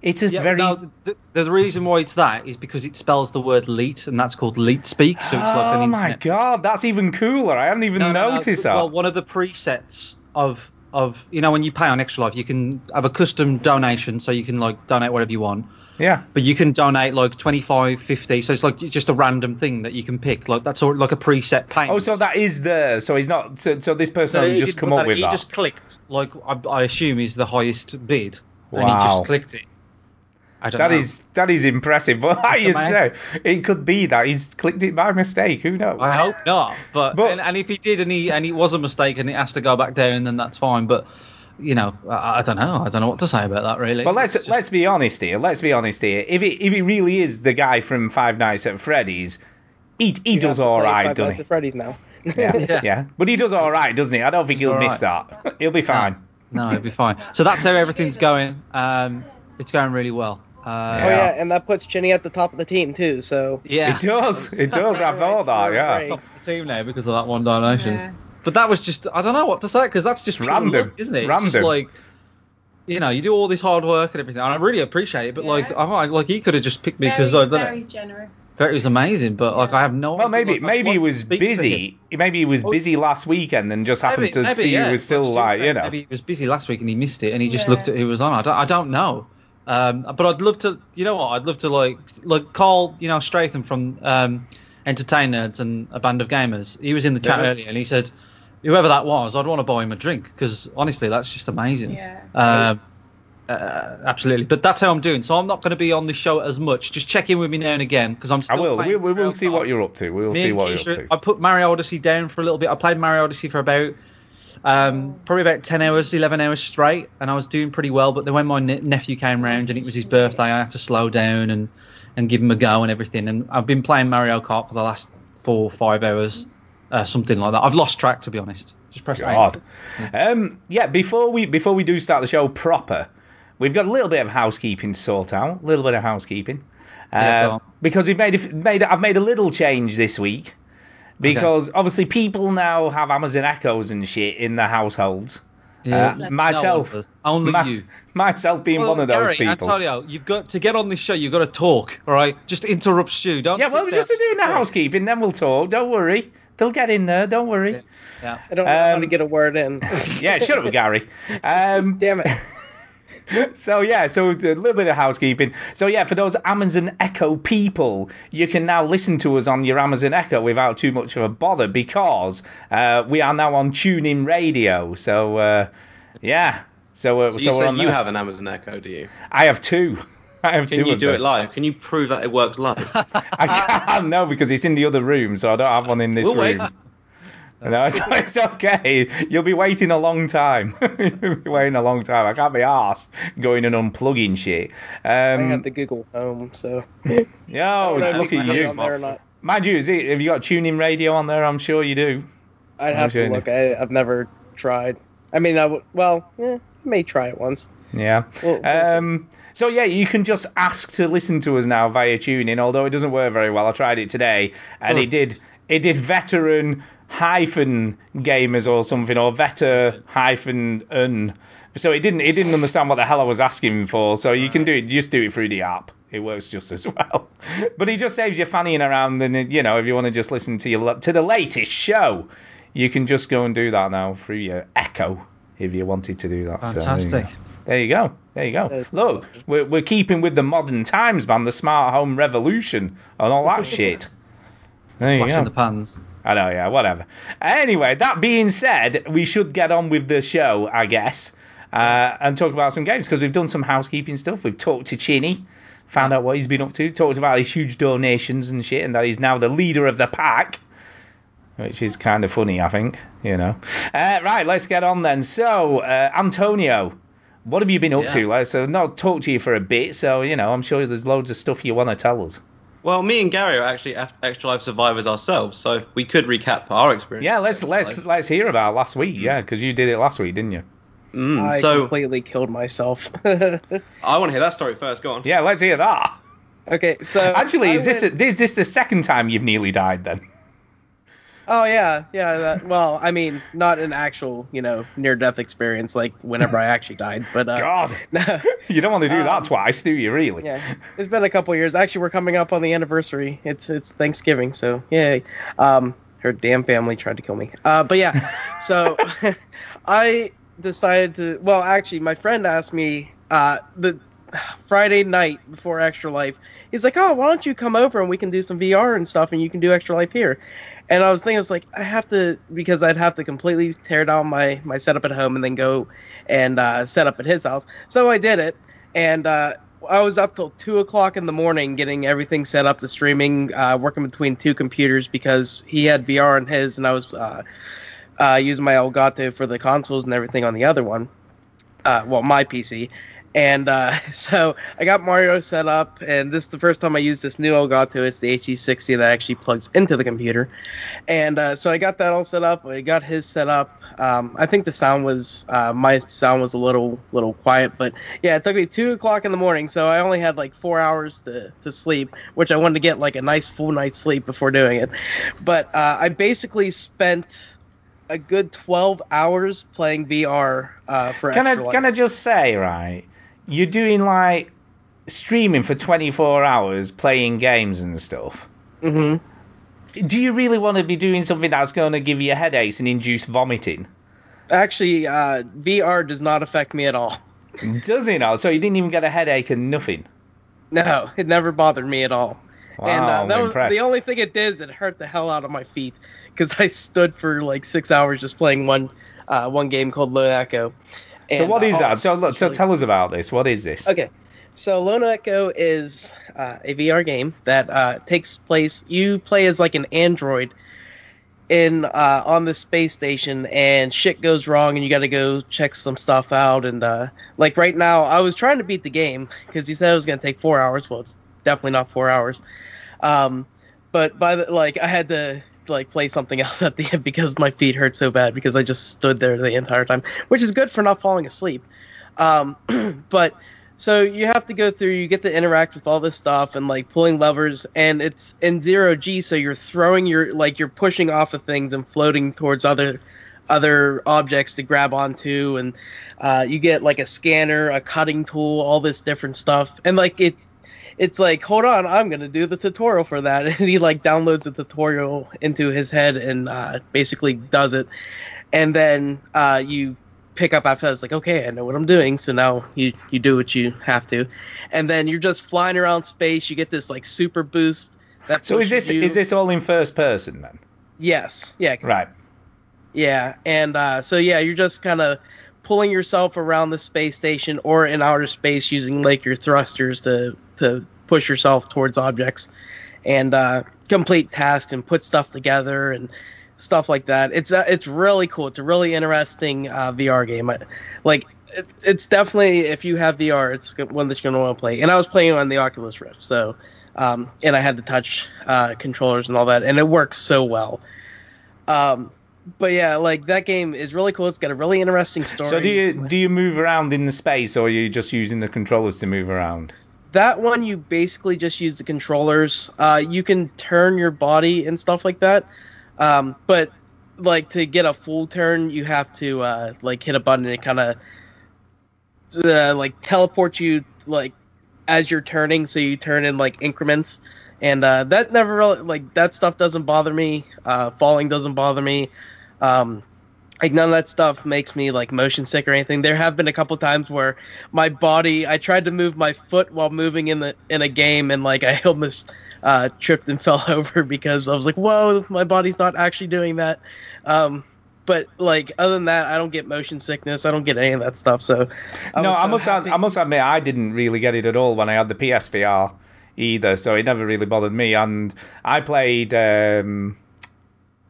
Speaker 2: It's a
Speaker 1: Yeah,
Speaker 2: very
Speaker 1: no, the, the reason why it's that is because it spells the word leet, and that's called leet speak. So it's like an
Speaker 2: oh my
Speaker 1: internet.
Speaker 2: god, that's even cooler. I hadn't even
Speaker 1: No, no, no,
Speaker 2: noticed that.
Speaker 1: Well, one of the presets of of you know when you pay on Extra Life, you can have a custom donation, so you can like donate whatever you want.
Speaker 2: yeah,
Speaker 1: but you can donate like 25 50 so it's like just a random thing that you can pick like that's all, like a preset payment
Speaker 2: Oh, so that is there. So he's not. So, so this person hasn't just come up with
Speaker 1: he
Speaker 2: that.
Speaker 1: just clicked like I, I assume is the highest bid and he
Speaker 2: Wow.
Speaker 1: just clicked it I don't
Speaker 2: That
Speaker 1: know.
Speaker 2: is that is impressive. But like
Speaker 1: That's
Speaker 2: you say,
Speaker 1: amazing.
Speaker 2: it could be that he's clicked it by mistake. Who knows?
Speaker 1: I hope not but,
Speaker 2: But-
Speaker 1: and, and if he did and he and it was a mistake and it has to go back down then that's fine but you know I, I don't know I don't know what to say about that really
Speaker 2: But let's
Speaker 1: It's just-
Speaker 2: let's be honest here. Let's be honest here. If it if it really is the guy from Five Nights at Freddy's, he he does all right,
Speaker 5: Five
Speaker 2: doesn't
Speaker 5: Nights
Speaker 2: he?
Speaker 5: at Freddy's now.
Speaker 2: Yeah, yeah,
Speaker 1: Yeah.
Speaker 2: But he does all right, doesn't he? I don't think he'll
Speaker 1: all
Speaker 2: miss that. He'll be fine.
Speaker 1: no it'd be fine so that's how everything's going um it's going really well uh,
Speaker 2: Yeah.
Speaker 5: Oh yeah, and that puts Chinny at the top of the team too. So
Speaker 1: yeah
Speaker 2: It does. It does. I thought that. Yeah.
Speaker 1: top of the team now because of that one donation.
Speaker 3: Yeah.
Speaker 1: But that was just I don't know what to say because that's just pure
Speaker 2: Random.
Speaker 1: luck, isn't it? It's
Speaker 2: Random.
Speaker 1: just like you know, you do all this hard work and everything, and I really appreciate it. But like,
Speaker 3: Yeah.
Speaker 1: I might- like he could have just picked me because I
Speaker 3: very,
Speaker 1: don't
Speaker 3: very
Speaker 1: know.
Speaker 3: generous.
Speaker 1: It was amazing, but like I have no.
Speaker 2: Well,
Speaker 1: idea,
Speaker 2: maybe
Speaker 1: like, I
Speaker 2: maybe he
Speaker 1: want
Speaker 2: was
Speaker 1: to speak to him.
Speaker 2: busy. Maybe he was
Speaker 1: Oh.
Speaker 2: busy last weekend and just happened
Speaker 1: Maybe-
Speaker 2: to
Speaker 1: maybe,
Speaker 2: see
Speaker 1: yeah,
Speaker 2: he was still
Speaker 1: Stu
Speaker 2: like
Speaker 1: said
Speaker 2: you know.
Speaker 1: Maybe he was busy last week and he missed it, and he just
Speaker 3: Yeah.
Speaker 1: looked at who was on. I don't, I don't know. Um, but I'd love to. You know what? I'd love to like like Carl, you know, Stratham from um, Entertain Nerds and a band of gamers. He was in the chat
Speaker 4: Yeah.
Speaker 1: earlier, and he said, "Whoever that was, I'd want to buy him a drink because honestly, that's just amazing."
Speaker 3: Yeah.
Speaker 1: Um, uh, absolutely, but that's how I'm doing. So I'm not going to be on the show as much. Just check in with me now and again because I'm
Speaker 2: I
Speaker 1: still.
Speaker 2: will.
Speaker 1: playing
Speaker 2: We, we will
Speaker 1: Mario
Speaker 2: see
Speaker 1: Kart.
Speaker 2: what you're up to. We will
Speaker 1: Me
Speaker 2: see
Speaker 1: and
Speaker 2: what you're up
Speaker 1: Keisha-
Speaker 2: to.
Speaker 1: I put Mario Odyssey down for a little bit. I played Mario Odyssey for about um, probably about ten hours, eleven hours straight, and I was doing pretty well. But then when my ne- nephew came round and it was his birthday, I had to slow down and and give him a go and everything. And I've been playing Mario Kart for the last four or five hours, uh, something like that. I've lost track to be honest. Just press
Speaker 2: God. Um, yeah, before we before we do start the show proper, we've got a little bit of housekeeping to sort out. A little bit of housekeeping. Uh,
Speaker 1: Yeah, go on.
Speaker 2: because we've made a, made a- I've made a little change this week because obviously people now have Amazon Echoes and shit in their households.
Speaker 1: Yeah.
Speaker 2: Uh,
Speaker 1: No
Speaker 2: myself,
Speaker 1: one does. Only
Speaker 2: mys-
Speaker 1: you.
Speaker 2: myself being
Speaker 1: Well,
Speaker 2: one of those
Speaker 1: Gary,
Speaker 2: people.
Speaker 1: Antonio, you've got to get on this show. You've got to talk, all right? Just interrupt Stu. Don't.
Speaker 2: yeah,
Speaker 1: sit
Speaker 2: well, we're
Speaker 1: there.
Speaker 2: just doing the
Speaker 1: Talk.
Speaker 2: housekeeping, then we'll talk. Don't worry, they'll get in there. Don't worry.
Speaker 1: Yeah. Yeah.
Speaker 5: I don't know how
Speaker 2: Um,
Speaker 5: to get a word in.
Speaker 2: yeah, shut up, Gary. Um,
Speaker 5: Damn it.
Speaker 2: so yeah, so uh, a little bit of housekeeping. So yeah, for those Amazon Echo people, you can now listen to us on your Amazon Echo without too much of a bother because uh, we are now on TuneIn Radio. So uh, yeah, so uh, so,
Speaker 4: So you
Speaker 2: we're
Speaker 4: said
Speaker 2: on.
Speaker 4: you
Speaker 2: there.
Speaker 4: have an Amazon Echo, do you?
Speaker 2: I have two. I have
Speaker 4: Can
Speaker 2: two
Speaker 4: you
Speaker 2: of
Speaker 4: do
Speaker 2: them.
Speaker 4: it live? Can you prove that it works live?
Speaker 2: I can't no because it's in the other room, so I don't have one in this
Speaker 4: We'll wait.
Speaker 2: room. No, it's, it's okay. You'll be waiting a long time. You'll be waiting a long time. I can't be asked going and unplugging shit.
Speaker 5: I have
Speaker 2: Um,
Speaker 5: the Google Home, so
Speaker 2: yo,
Speaker 5: I don't know if
Speaker 2: look
Speaker 5: you
Speaker 2: at
Speaker 5: can put it
Speaker 2: you.
Speaker 5: on there or not.
Speaker 2: Mind you, is it, have you got tuning radio on there? I'm sure you do.
Speaker 5: I'd have
Speaker 2: Okay.
Speaker 5: to look. I, I've never tried. I mean, I w- well, eh, I may try it once.
Speaker 2: Yeah.
Speaker 5: Well,
Speaker 2: Um, so yeah, you can just ask to listen to us now via tuning, although it doesn't work very well. I tried it today, and it did. It did veteran hyphen gamers or something, or vetter hyphen un. So it didn't. It didn't understand what the hell I was asking for. So you can do it. Just do it through the app. It works just as well. But it just saves you fannying around, and it- you know, if you want to just listen to your la- to the latest show, you can just go and do that now through your Echo if you wanted to do that. So there you
Speaker 1: Fantastic.
Speaker 2: go. There you go. There you go.
Speaker 5: That's
Speaker 2: Look,
Speaker 5: awesome.
Speaker 2: we're, we're keeping with the modern times, man. The smart home revolution and all that shit. There you
Speaker 1: Washing
Speaker 2: go.
Speaker 1: the pans.
Speaker 2: I know, yeah, whatever. Anyway, that being said, we should get on with the show, I guess, uh, and talk about some games because we've done some housekeeping stuff. We've talked to Chinny, found out what he's been up to, talked about his huge donations and shit, and that he's now the leader of the pack, which is kind of funny, I think, you know. Uh, right, let's get on then. So, uh, Antonio. What have you been up to?
Speaker 4: Yes.
Speaker 2: Like, so, I've not talked to you for a bit, so you know, I'm sure there's loads of stuff you want to tell us.
Speaker 4: Well, me and Gary are actually F- extra life survivors ourselves, so we could recap our experience.
Speaker 2: Yeah, let's
Speaker 4: Extra
Speaker 2: let's
Speaker 4: Life.
Speaker 2: let's hear about last week. Yeah, because you did it last week, didn't you? Hmm,
Speaker 4: Mm,
Speaker 5: I
Speaker 4: so
Speaker 5: completely killed myself.
Speaker 4: I want to hear that story first. Go on.
Speaker 2: Yeah, let's hear that.
Speaker 5: okay, so
Speaker 2: Actually,
Speaker 5: I
Speaker 2: is this
Speaker 5: went-
Speaker 2: is this the second time you've nearly died? Then
Speaker 5: Oh yeah, yeah. That, well, I mean, not an actual, you know, near-death experience like whenever I actually died, but uh,
Speaker 2: God,
Speaker 5: no,
Speaker 2: you don't want to do
Speaker 5: Um,
Speaker 2: that twice, do you? Really?
Speaker 5: yeah, it's been a couple years. Actually, we're coming up on the anniversary. It's it's Thanksgiving, so yay. Um, her damn family tried to kill me. Uh, but yeah, so I decided to. Well, actually, my friend asked me uh the Friday night before Extra Life. He's like, "Oh, why don't you come over and we can do some VR and stuff, and you can do Extra Life here." And I was thinking, I was like, I have to because I'd have to completely tear down my my setup at home and then go and uh, set up at his house. So I did it, and uh, I was up till two o'clock in the morning getting everything set up, the streaming, uh, working between two computers because he had VR on his, and I was uh, uh, using my Elgato for the consoles and everything on the other one. Uh, well, my PC. And uh, so I got Mario set up, and this is the first time I used this new Elgato. It's the HE60 that actually plugs into the computer. And uh, so I got that all set up. I got his set up. Um, I think the sound was uh, my sound was a little little quiet, but yeah, it took me two o'clock in the morning, so I only had like four hours to, to sleep, which I wanted to get like a nice full night's sleep before doing it. But uh, I basically spent a good twelve hours playing VR uh, for
Speaker 2: Can
Speaker 5: Extra
Speaker 2: I
Speaker 5: Life.
Speaker 2: can I just say right? You're doing like streaming for 24 hours, playing games and stuff.
Speaker 5: Mhm.
Speaker 2: Do you really want to be doing something that's going to give you headaches and induce vomiting?
Speaker 5: Actually, uh, VR does not affect me at all.
Speaker 2: Does it not? So you didn't even get a headache and nothing.
Speaker 5: No, it never bothered me at all.
Speaker 2: Wow,
Speaker 5: and uh,
Speaker 2: I'm
Speaker 5: that was
Speaker 2: impressed.
Speaker 5: the only thing it did is it hurt the hell out of my feet because I stood for like six hours just playing one uh, one game called Lone Echo.
Speaker 2: so
Speaker 5: And,
Speaker 2: what
Speaker 5: uh,
Speaker 2: is
Speaker 5: all
Speaker 2: that?
Speaker 5: it's
Speaker 2: So look, so
Speaker 5: usually-
Speaker 2: tell us about this. What is this?
Speaker 5: Okay. So Lone Echo is uh, a VR game that uh, takes place. You play as like an android in uh, on the space station, and shit goes wrong, and you got to go check some stuff out. And uh, like right now, I was trying to beat the game because you said it was gonna take four hours. Well, it's definitely not four hours. Um, but by the like, I had to like play something else at the end because my feet hurt so bad because I just stood there the entire time, which is good for not falling asleep. Um, but so you have to go through you get to interact with all this stuff and like pulling levers and it's in zero g so you're throwing your like you're pushing off of things and floating towards other other objects to grab onto and uh, you get like a scanner a cutting tool all this different stuff and like it it's like hold on i'm gonna do the tutorial for that and he like downloads the tutorial into his head and uh, basically does it and then uh, you pick up after that. It's like, okay, I know what I'm doing. So now you you do what you have to, and then you're just flying around space. You get this like super boost. That
Speaker 2: So is
Speaker 5: pushes
Speaker 2: this
Speaker 5: you-
Speaker 2: is this all in first person then?
Speaker 5: yes yeah
Speaker 2: Right.
Speaker 5: yeah and uh, so yeah you're just kind of pulling yourself around the space station or in outer space using like your thrusters to to push yourself towards objects and uh, complete tasks and put stuff together and stuff like that. It's uh, it's really cool. It's a really interesting uh, VR game. I, like it, it's definitely if you have VR, it's go- one that you're gonna want to play. And I was playing on the Oculus Rift, so um, and I had the touch uh, controllers and all that, and it works so well. Um, but yeah, like that game is really cool. It's got a really interesting story.
Speaker 2: So do you do you move around in the space, or are you just using the controllers to move around?
Speaker 5: that one you basically just use the controllers uh, you can turn your body and stuff like that um, but like to get a full turn you have to uh, like hit a button and it kind of uh, like teleport you like as you're turning so you turn in like increments and uh, that never really like that stuff doesn't bother me uh, falling doesn't bother me um, like none of that stuff makes me like motion sick or anything there have been a couple times where my body i tried to move my foot while moving in the in a game and like i almost uh, tripped and fell over because i was like whoa my body's not actually doing that um, but like other than that i don't get motion sickness i don't get any of that stuff so I
Speaker 2: no,
Speaker 5: was
Speaker 2: I
Speaker 5: so
Speaker 2: must
Speaker 5: happy.
Speaker 2: ad- I must admit I didn't really get it at all when I had the PSVR either, so it never really bothered me. And I played. Um,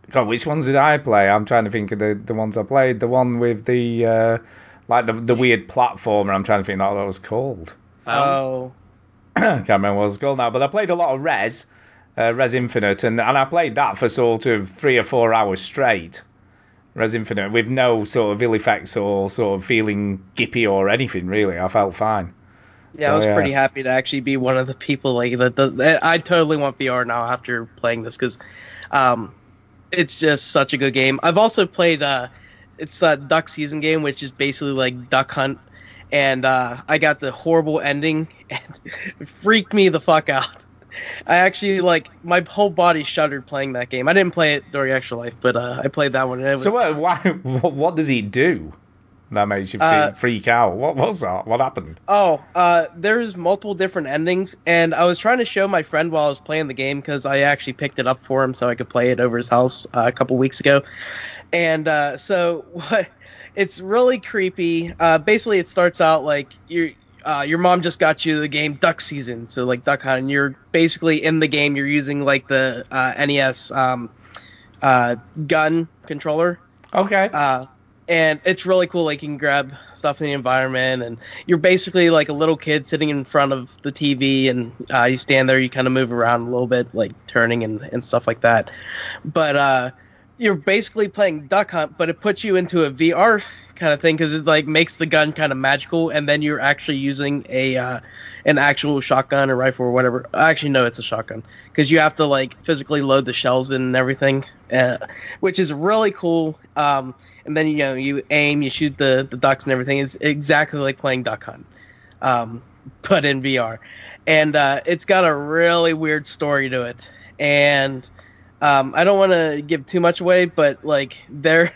Speaker 2: God, which ones did I play? I'm trying to think of the, the ones I played. The one with the uh, like the, the weird platformer. I'm trying to think of what it was called.
Speaker 5: oh
Speaker 2: I can't remember what it's called now, but I played a lot of Res, uh, Res Infinite, and, and I played that for sort of three or four hours straight. Res Infinite, with no sort of ill effects or sort of feeling gippy or anything, really. I felt fine.
Speaker 5: yeah i
Speaker 2: Oh,
Speaker 5: was
Speaker 2: yeah.
Speaker 5: pretty happy to actually be one of the people like that does that i totally want vr now after playing this because um, it's just such a good game i've also played uh, it's a duck season game which is basically like duck hunt and uh, i got the horrible ending and it freaked me the fuck out i actually like my whole body shuddered playing that game i didn't play it during actual life but uh, i played that one and it was
Speaker 2: So what, why, what, what does he do that makes you fe-
Speaker 5: Uh,
Speaker 2: freak out? What was that? What happened?
Speaker 5: Oh, uh, there's multiple different endings, and I was trying to show my friend while I was playing the game because I actually picked it up for him so I could play it over his house uh, a couple weeks ago. And uh, so, what? It's really creepy. Uh, basically, it starts out like your uh, your mom just got you the game Duck Season, so like Duck Hunt, and you're basically in the game. You're using like the uh, NES um, uh, gun controller.
Speaker 2: Okay.
Speaker 5: Uh, and it's really cool. Like you can grab stuff in the environment, and you're basically like a little kid sitting in front of the TV, and uh, you stand there. You kind of move around a little bit, like turning and, and stuff like that. But uh, you're basically playing Duck Hunt, but it puts you into a VR kind of thing because it like makes the gun kind of magical, and then you're actually using a uh, an actual shotgun or rifle or whatever. Actually, no, it's a shotgun because you have to like physically load the shells in and everything, uh, which is really cool. Um, and then you know you aim, you shoot the the ducks and everything. It's exactly like playing Duck Hunt, um, but in VR, and uh, it's got a really weird story to it. And um, I don't want to give too much away, but like they're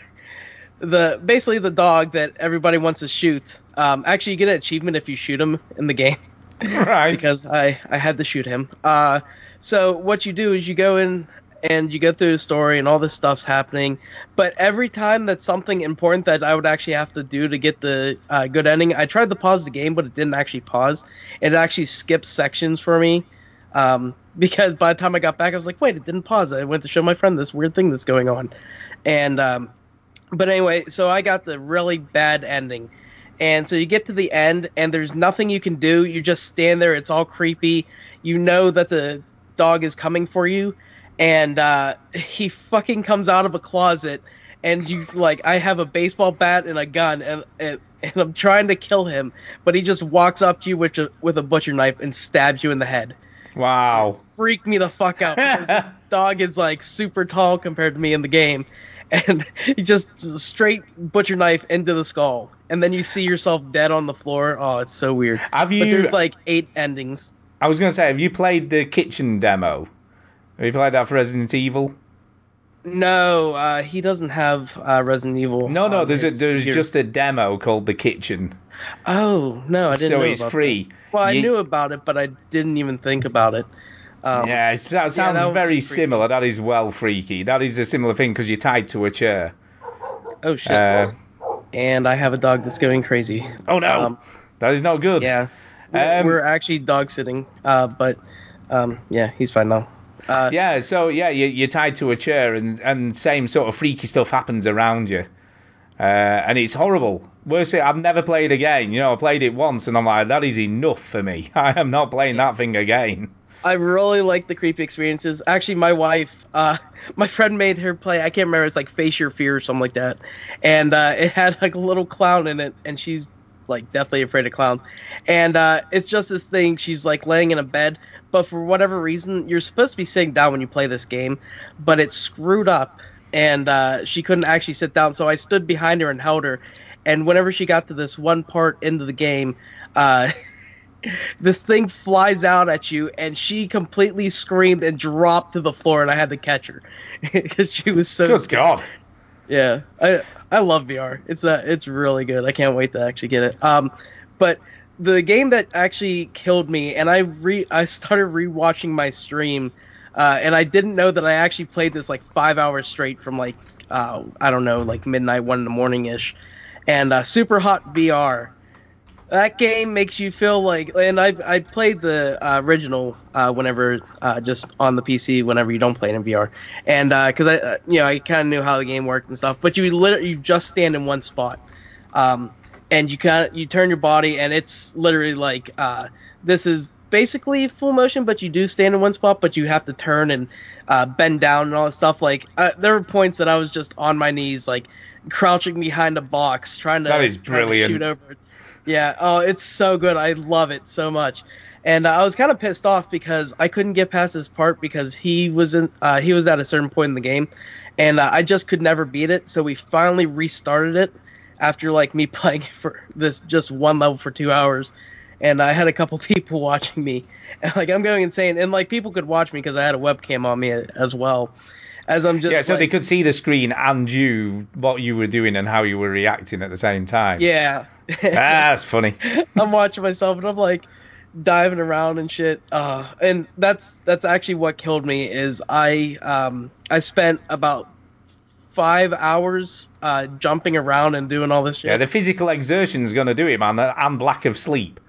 Speaker 5: the basically the dog that everybody wants to shoot. Um, actually, you get an achievement if you shoot him in the game
Speaker 2: right.
Speaker 5: because I, I had to shoot him. Uh, so what you do is you go in and you go through the story and all this stuff's happening. But every time that's something important that I would actually have to do to get the uh, good ending, I tried to pause the game, but it didn't actually pause. It actually skipped sections for me. Um, because by the time I got back, I was like, wait, it didn't pause. I went to show my friend this weird thing that's going on. And, um, but anyway, so I got the really bad ending. And so you get to the end, and there's nothing you can do. You just stand there. It's all creepy. You know that the dog is coming for you, and uh, he fucking comes out of a closet, and you like I have a baseball bat and a gun, and and, and I'm trying to kill him, but he just walks up to you with a, with a butcher knife and stabs you in the head.
Speaker 2: Wow.
Speaker 5: Freaked me the fuck out because this dog is like super tall compared to me in the game. And he just straight butcher knife into the skull. And then you see yourself dead on the floor. Oh, it's so weird.
Speaker 2: Have
Speaker 5: But
Speaker 2: you?
Speaker 5: there's like eight endings.
Speaker 2: I was going to say, have you played the kitchen demo? Have you played that for Resident Evil?
Speaker 5: No, uh, he doesn't have uh, Resident Evil.
Speaker 2: No, no.
Speaker 5: on
Speaker 2: There's a,
Speaker 5: his
Speaker 2: there's
Speaker 5: computer.
Speaker 2: just a demo called the kitchen,
Speaker 5: Oh no, I didn't.
Speaker 2: so
Speaker 5: know
Speaker 2: it's
Speaker 5: about
Speaker 2: free.
Speaker 5: that. Well, I
Speaker 2: You-
Speaker 5: knew about it, but I didn't even think about it. Um,
Speaker 2: yeah, it's, that sounds
Speaker 5: that would
Speaker 2: very
Speaker 5: be freaky.
Speaker 2: similar. That is well freaky. That is a similar thing because you're tied to a chair.
Speaker 5: Oh shit.
Speaker 2: Uh,
Speaker 5: and I have a dog that's going crazy.
Speaker 2: Oh no,
Speaker 5: Um,
Speaker 2: that is not good.
Speaker 5: Yeah,
Speaker 2: Um,
Speaker 5: we're actually dog sitting, uh, but um, yeah, he's fine now. Uh,
Speaker 2: yeah. So yeah, you, you're tied to a chair, and and same sort of freaky stuff happens around you, uh, and it's horrible. Worst thing, I've never played again. You know, I played it once, and I'm like, that is enough for me. I am not playing that thing again.
Speaker 5: I really like the creepy experiences. Actually, my wife, uh, my friend made her play. I can't remember. It's like Face Your Fear or something like that, and uh, it had like a little clown in it, and she's like deathly afraid of clowns, and uh, it's just this thing. She's like laying in a bed, but for whatever reason, you're supposed to be sitting down when you play this game, but it's screwed up, and uh, she couldn't actually sit down. So I stood behind her and held her, and whenever she got to this one part into the game, uh, this thing flies out at you and she completely screamed and dropped to the floor and i had to catch her because she was so
Speaker 2: Good
Speaker 5: scared.
Speaker 2: God.
Speaker 5: yeah i i love vr it's that it's really good i can't wait to actually get it um but the game that actually killed me and i re i started rewatching my stream uh, and i didn't know that i actually played this like five hours straight from like uh, i don't know like midnight one in the morning ish and uh, super hot vr that game makes you feel like, and I I played the uh, original uh, whenever uh, just on the PC whenever you don't play it in VR, and because I uh, you know I kind of knew how the game worked and stuff, but you literally you just stand in one spot, um, and you kind of you turn your body and it's literally like uh, this is basically full motion, but you do stand in one spot, but you have to turn and uh, bend down and all that stuff. Like uh, there were points that I was just on my knees, like crouching behind a box trying to
Speaker 2: That is
Speaker 5: trying to
Speaker 2: brilliant.
Speaker 5: shoot over. it. Yeah, oh, it's so good. I love it so much. And uh, I was kind of pissed off because I couldn't get past this part because he was in, uh, he was at a certain point in the game, and uh, I just could never beat it. So we finally restarted it after like me playing for this just one level for two hours, and I had a couple people watching me, and like I'm going insane, and like people could watch me because I had a webcam on me a- as well, as I'm just
Speaker 2: Yeah, so
Speaker 5: like-
Speaker 2: they could see the screen and you, what you were doing and how you were reacting at the same time.
Speaker 5: yeah.
Speaker 2: Ah, that's funny.
Speaker 5: I'm watching myself and I'm like diving around and shit. Uh, and that's that's actually what killed me is I um, I spent about five hours uh, jumping around and doing all this shit.
Speaker 2: Yeah, the physical exertion's going to do it, man, and lack of sleep.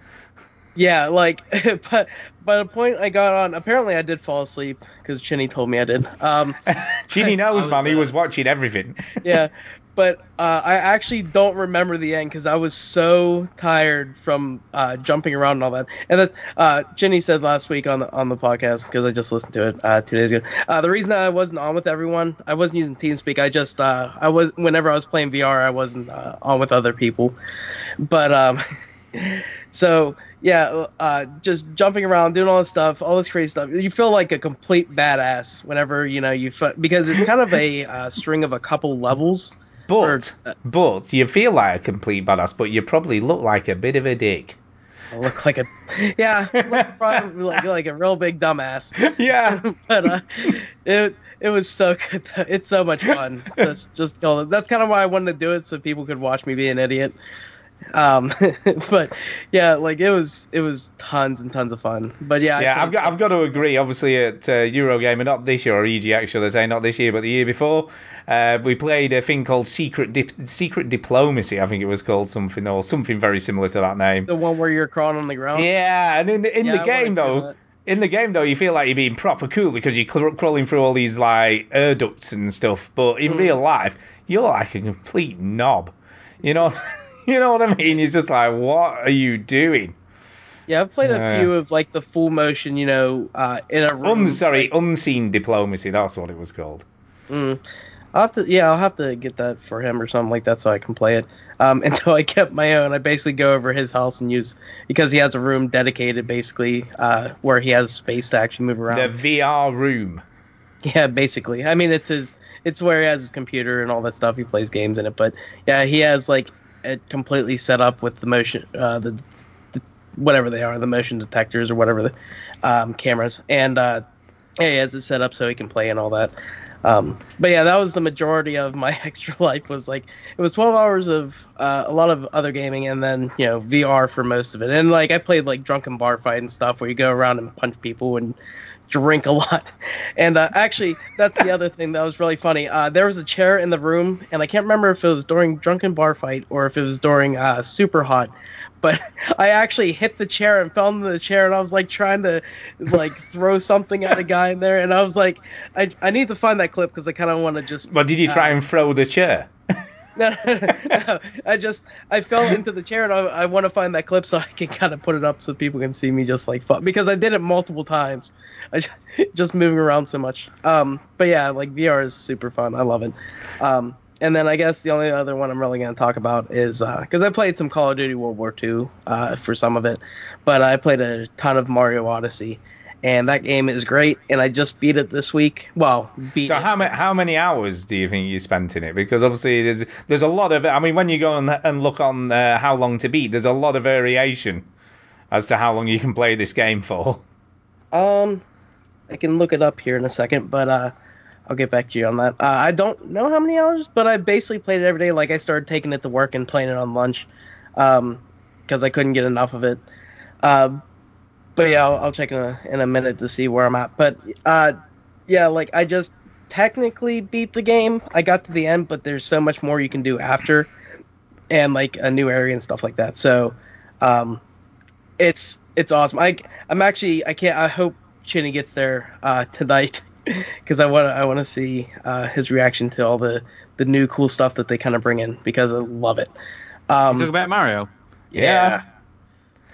Speaker 5: Yeah, like, but by the point I got on, apparently I did fall asleep because Chinny told me I did. Um,
Speaker 2: Chini knows,
Speaker 4: was
Speaker 2: man. He
Speaker 4: there.
Speaker 2: was watching everything.
Speaker 5: yeah, but uh, I actually don't remember the end because I was so tired from uh, jumping around and all that. And that uh, Jenny said last week on the on the podcast because I just listened to it uh, two days ago. Uh, the reason I wasn't on with everyone, I wasn't using TeamSpeak. I just uh, I was whenever I was playing VR, I wasn't uh, on with other people. But um, so yeah, uh, just jumping around, doing all this stuff, all this crazy stuff. You feel like a complete badass whenever you know you fu- because it's kind of a uh, string of a couple levels.
Speaker 2: But, but you feel like a complete badass, but you probably look like a bit of a dick.
Speaker 5: I look like a yeah, I look probably like, like a real big dumbass.
Speaker 2: Yeah.
Speaker 5: but uh, it it was so good. though. It's so much fun. That's just that's kind of why I wanted to do it so people could watch me be an idiot. Um, but yeah, like it was it was tons and tons of fun. But yeah, I
Speaker 2: Yeah,
Speaker 5: can't-
Speaker 2: I've got, I've got to agree. Obviously, at uh, Eurogamer, not this year or EGX, should I say, not this year, but the year before, uh, we played a thing called Secret Dip- Secret Diplomacy. I think it was called something or something very similar to that name.
Speaker 5: the one where you're crawling on the ground.
Speaker 2: Yeah, and in the, in
Speaker 5: Oh. Yeah,
Speaker 2: the
Speaker 5: I wanna
Speaker 2: game
Speaker 5: do
Speaker 2: though,
Speaker 5: that.
Speaker 2: in the game though, you feel like you're being proper cool because you're cr- crawling through all these like air ducts and stuff. But
Speaker 5: Hmm.
Speaker 2: in real life, you're like a complete knob. You know, you know what I mean? You're just like, what are you doing?
Speaker 5: Yeah, I've played
Speaker 2: Yeah.
Speaker 5: a few of like the full motion, you know, uh, in a room.
Speaker 2: Un- sorry, unseen diplomacy. That's what it was called.
Speaker 5: I'll have to, yeah, I'll have to get that for him or something like that so I can play it. Um, and so I kept my own. I basically go over his house and use because he has a room dedicated, basically, uh, where he has space to actually move around.
Speaker 2: The VR room.
Speaker 5: Yeah, basically. I mean, it's his. It's where he has his computer and all that stuff. He plays games in it, but yeah, he has like it completely set up with the motion, uh, the, the whatever they are, the motion detectors or whatever the um, cameras, and uh, yeah, he has it set up so he can play and all that. Um, but yeah, that was the majority of my extra life was like it was 12 hours of uh, a lot of other gaming and then you know VR for most of it. And like I played like drunken bar fight and stuff where you go around and punch people and drink a lot. And uh, actually, that's the other thing that was really funny. Uh, there was a chair in the room, and I can't remember if it was during Drunken Bar Fight or if it was during uh, Super Hot. But I actually hit the chair and fell into the chair, and I was like trying to like throw something at a guy in there, and I was like, I, I need to find that clip because I kind of want to just
Speaker 2: But did you try
Speaker 5: Uh,
Speaker 2: and throw the chair?
Speaker 5: no, no, no, no. I just I fell into the chair and I, I want to find that clip so I can kind of put it up so people can see me just like fuck because I did it multiple times, I just, just moving around so much. Um, but yeah, like VR is super fun. I love it. Um, and then I guess the only other one I'm really gonna talk about is because I played some Call of Duty World War II uh, for some of it, but I played a ton of Mario Odyssey. And that game is great, and I just beat it this week. Well, beat
Speaker 2: So
Speaker 5: it.
Speaker 2: how many how many hours do you think you spent in it? Because obviously there's there's a lot of I mean when you go and, and look on uh, how long to beat, there's a lot of variation as to how long you can play this game for.
Speaker 5: Um, I can look it up here in a second, but uh, I'll get back to you on that. Uh, I don't know how many hours, but I basically played it every day. Like I started taking it to work and playing it on lunch, um, because I couldn't get enough of it. Uh, but yeah, I'll, I'll check in a, in a minute to see where I'm at. But uh, yeah, like I just technically beat the game. I got to the end, but there's so much more you can do after, and like a new area and stuff like that. So, um, it's it's awesome. I I'm actually I can't. I hope Chinny gets there uh, tonight because I want I want to see uh, his reaction to all the the new cool stuff that they kind of bring in because I love it. Um,
Speaker 1: Talk about Mario.
Speaker 5: yeah.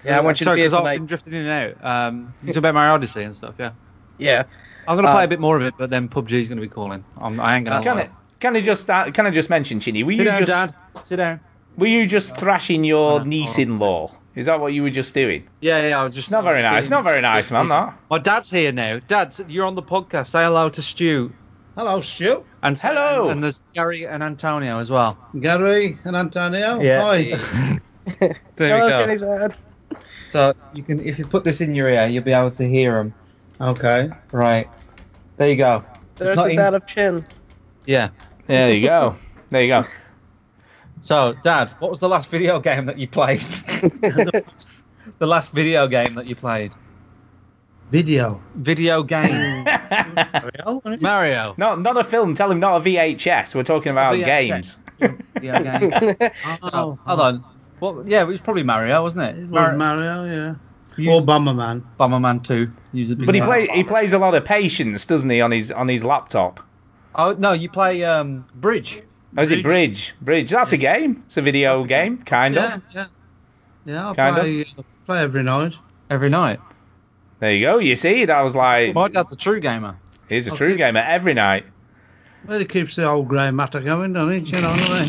Speaker 5: Yeah, I want you to
Speaker 1: Sorry,
Speaker 5: be here
Speaker 1: 'cause I've
Speaker 5: tonight.
Speaker 1: been drifting in and out. Um, you talk about Mario Odyssey and stuff. Yeah,
Speaker 5: Yeah.
Speaker 1: I'm gonna
Speaker 5: Uh,
Speaker 1: play a bit more of it, but then PUBG's gonna be calling. I'm, I ain't gonna.
Speaker 2: Can
Speaker 1: lie.
Speaker 2: I can I just start, can I just mention Chinny? Were
Speaker 1: Sit
Speaker 2: you
Speaker 1: down,
Speaker 2: just
Speaker 1: Dad. Sit down.
Speaker 2: were you just thrashing
Speaker 1: I
Speaker 2: your
Speaker 1: know.
Speaker 2: niece-in-law? Is that what you were just doing?
Speaker 1: Yeah, yeah. I was just.
Speaker 2: It's not very nice. It's not very nice, man. That.
Speaker 1: My dad's here now. Dad, you're on the podcast. Say hello to Stu
Speaker 6: Hello, Stu,
Speaker 1: and
Speaker 2: Hello.
Speaker 1: and, there's Gary and Antonio as well.
Speaker 6: Gary, and
Speaker 4: Oh,
Speaker 6: Antonio. Hi.
Speaker 4: There we go.
Speaker 1: So you can, if you put this in your ear, you'll be able to hear them.
Speaker 6: Okay.
Speaker 1: Right. There you go.
Speaker 5: There's
Speaker 1: Not
Speaker 5: a
Speaker 1: in-
Speaker 5: dad of chin.
Speaker 1: Yeah.
Speaker 2: There you go. There you go.
Speaker 1: So, Dad, what was the last video game that you played? the last video game that you played.
Speaker 6: Video.
Speaker 1: Video game
Speaker 6: Real?
Speaker 1: Mario.
Speaker 2: Not not a film. Tell him not a VHS. We're talking about
Speaker 1: VHS.
Speaker 2: games.
Speaker 1: Video game.
Speaker 6: Oh,
Speaker 1: Hold on. Well, yeah, it was probably Mario, wasn't it?
Speaker 6: It
Speaker 1: Mar-
Speaker 6: was Mario, yeah.
Speaker 1: you
Speaker 6: Or
Speaker 1: used
Speaker 6: Bomberman.
Speaker 1: Bomberman 2. You used a big
Speaker 2: But he
Speaker 1: Bomberman.
Speaker 2: play he plays a lot of patience, doesn't he, on his on his laptop?
Speaker 1: Oh, no, you play um, Bridge.
Speaker 2: Or is it Bridge? Bridge. That's a game. It's a video game, kind
Speaker 6: Yeah,
Speaker 2: of.
Speaker 6: yeah. Yeah, I
Speaker 2: Kind of.
Speaker 6: play, uh, play every night.
Speaker 1: Every night.
Speaker 2: There you go. You see, that was like
Speaker 1: My dad's a true gamer.
Speaker 2: he's a true gamer every night.
Speaker 6: Well, it keeps the old grey matter going, doesn't it? You know what I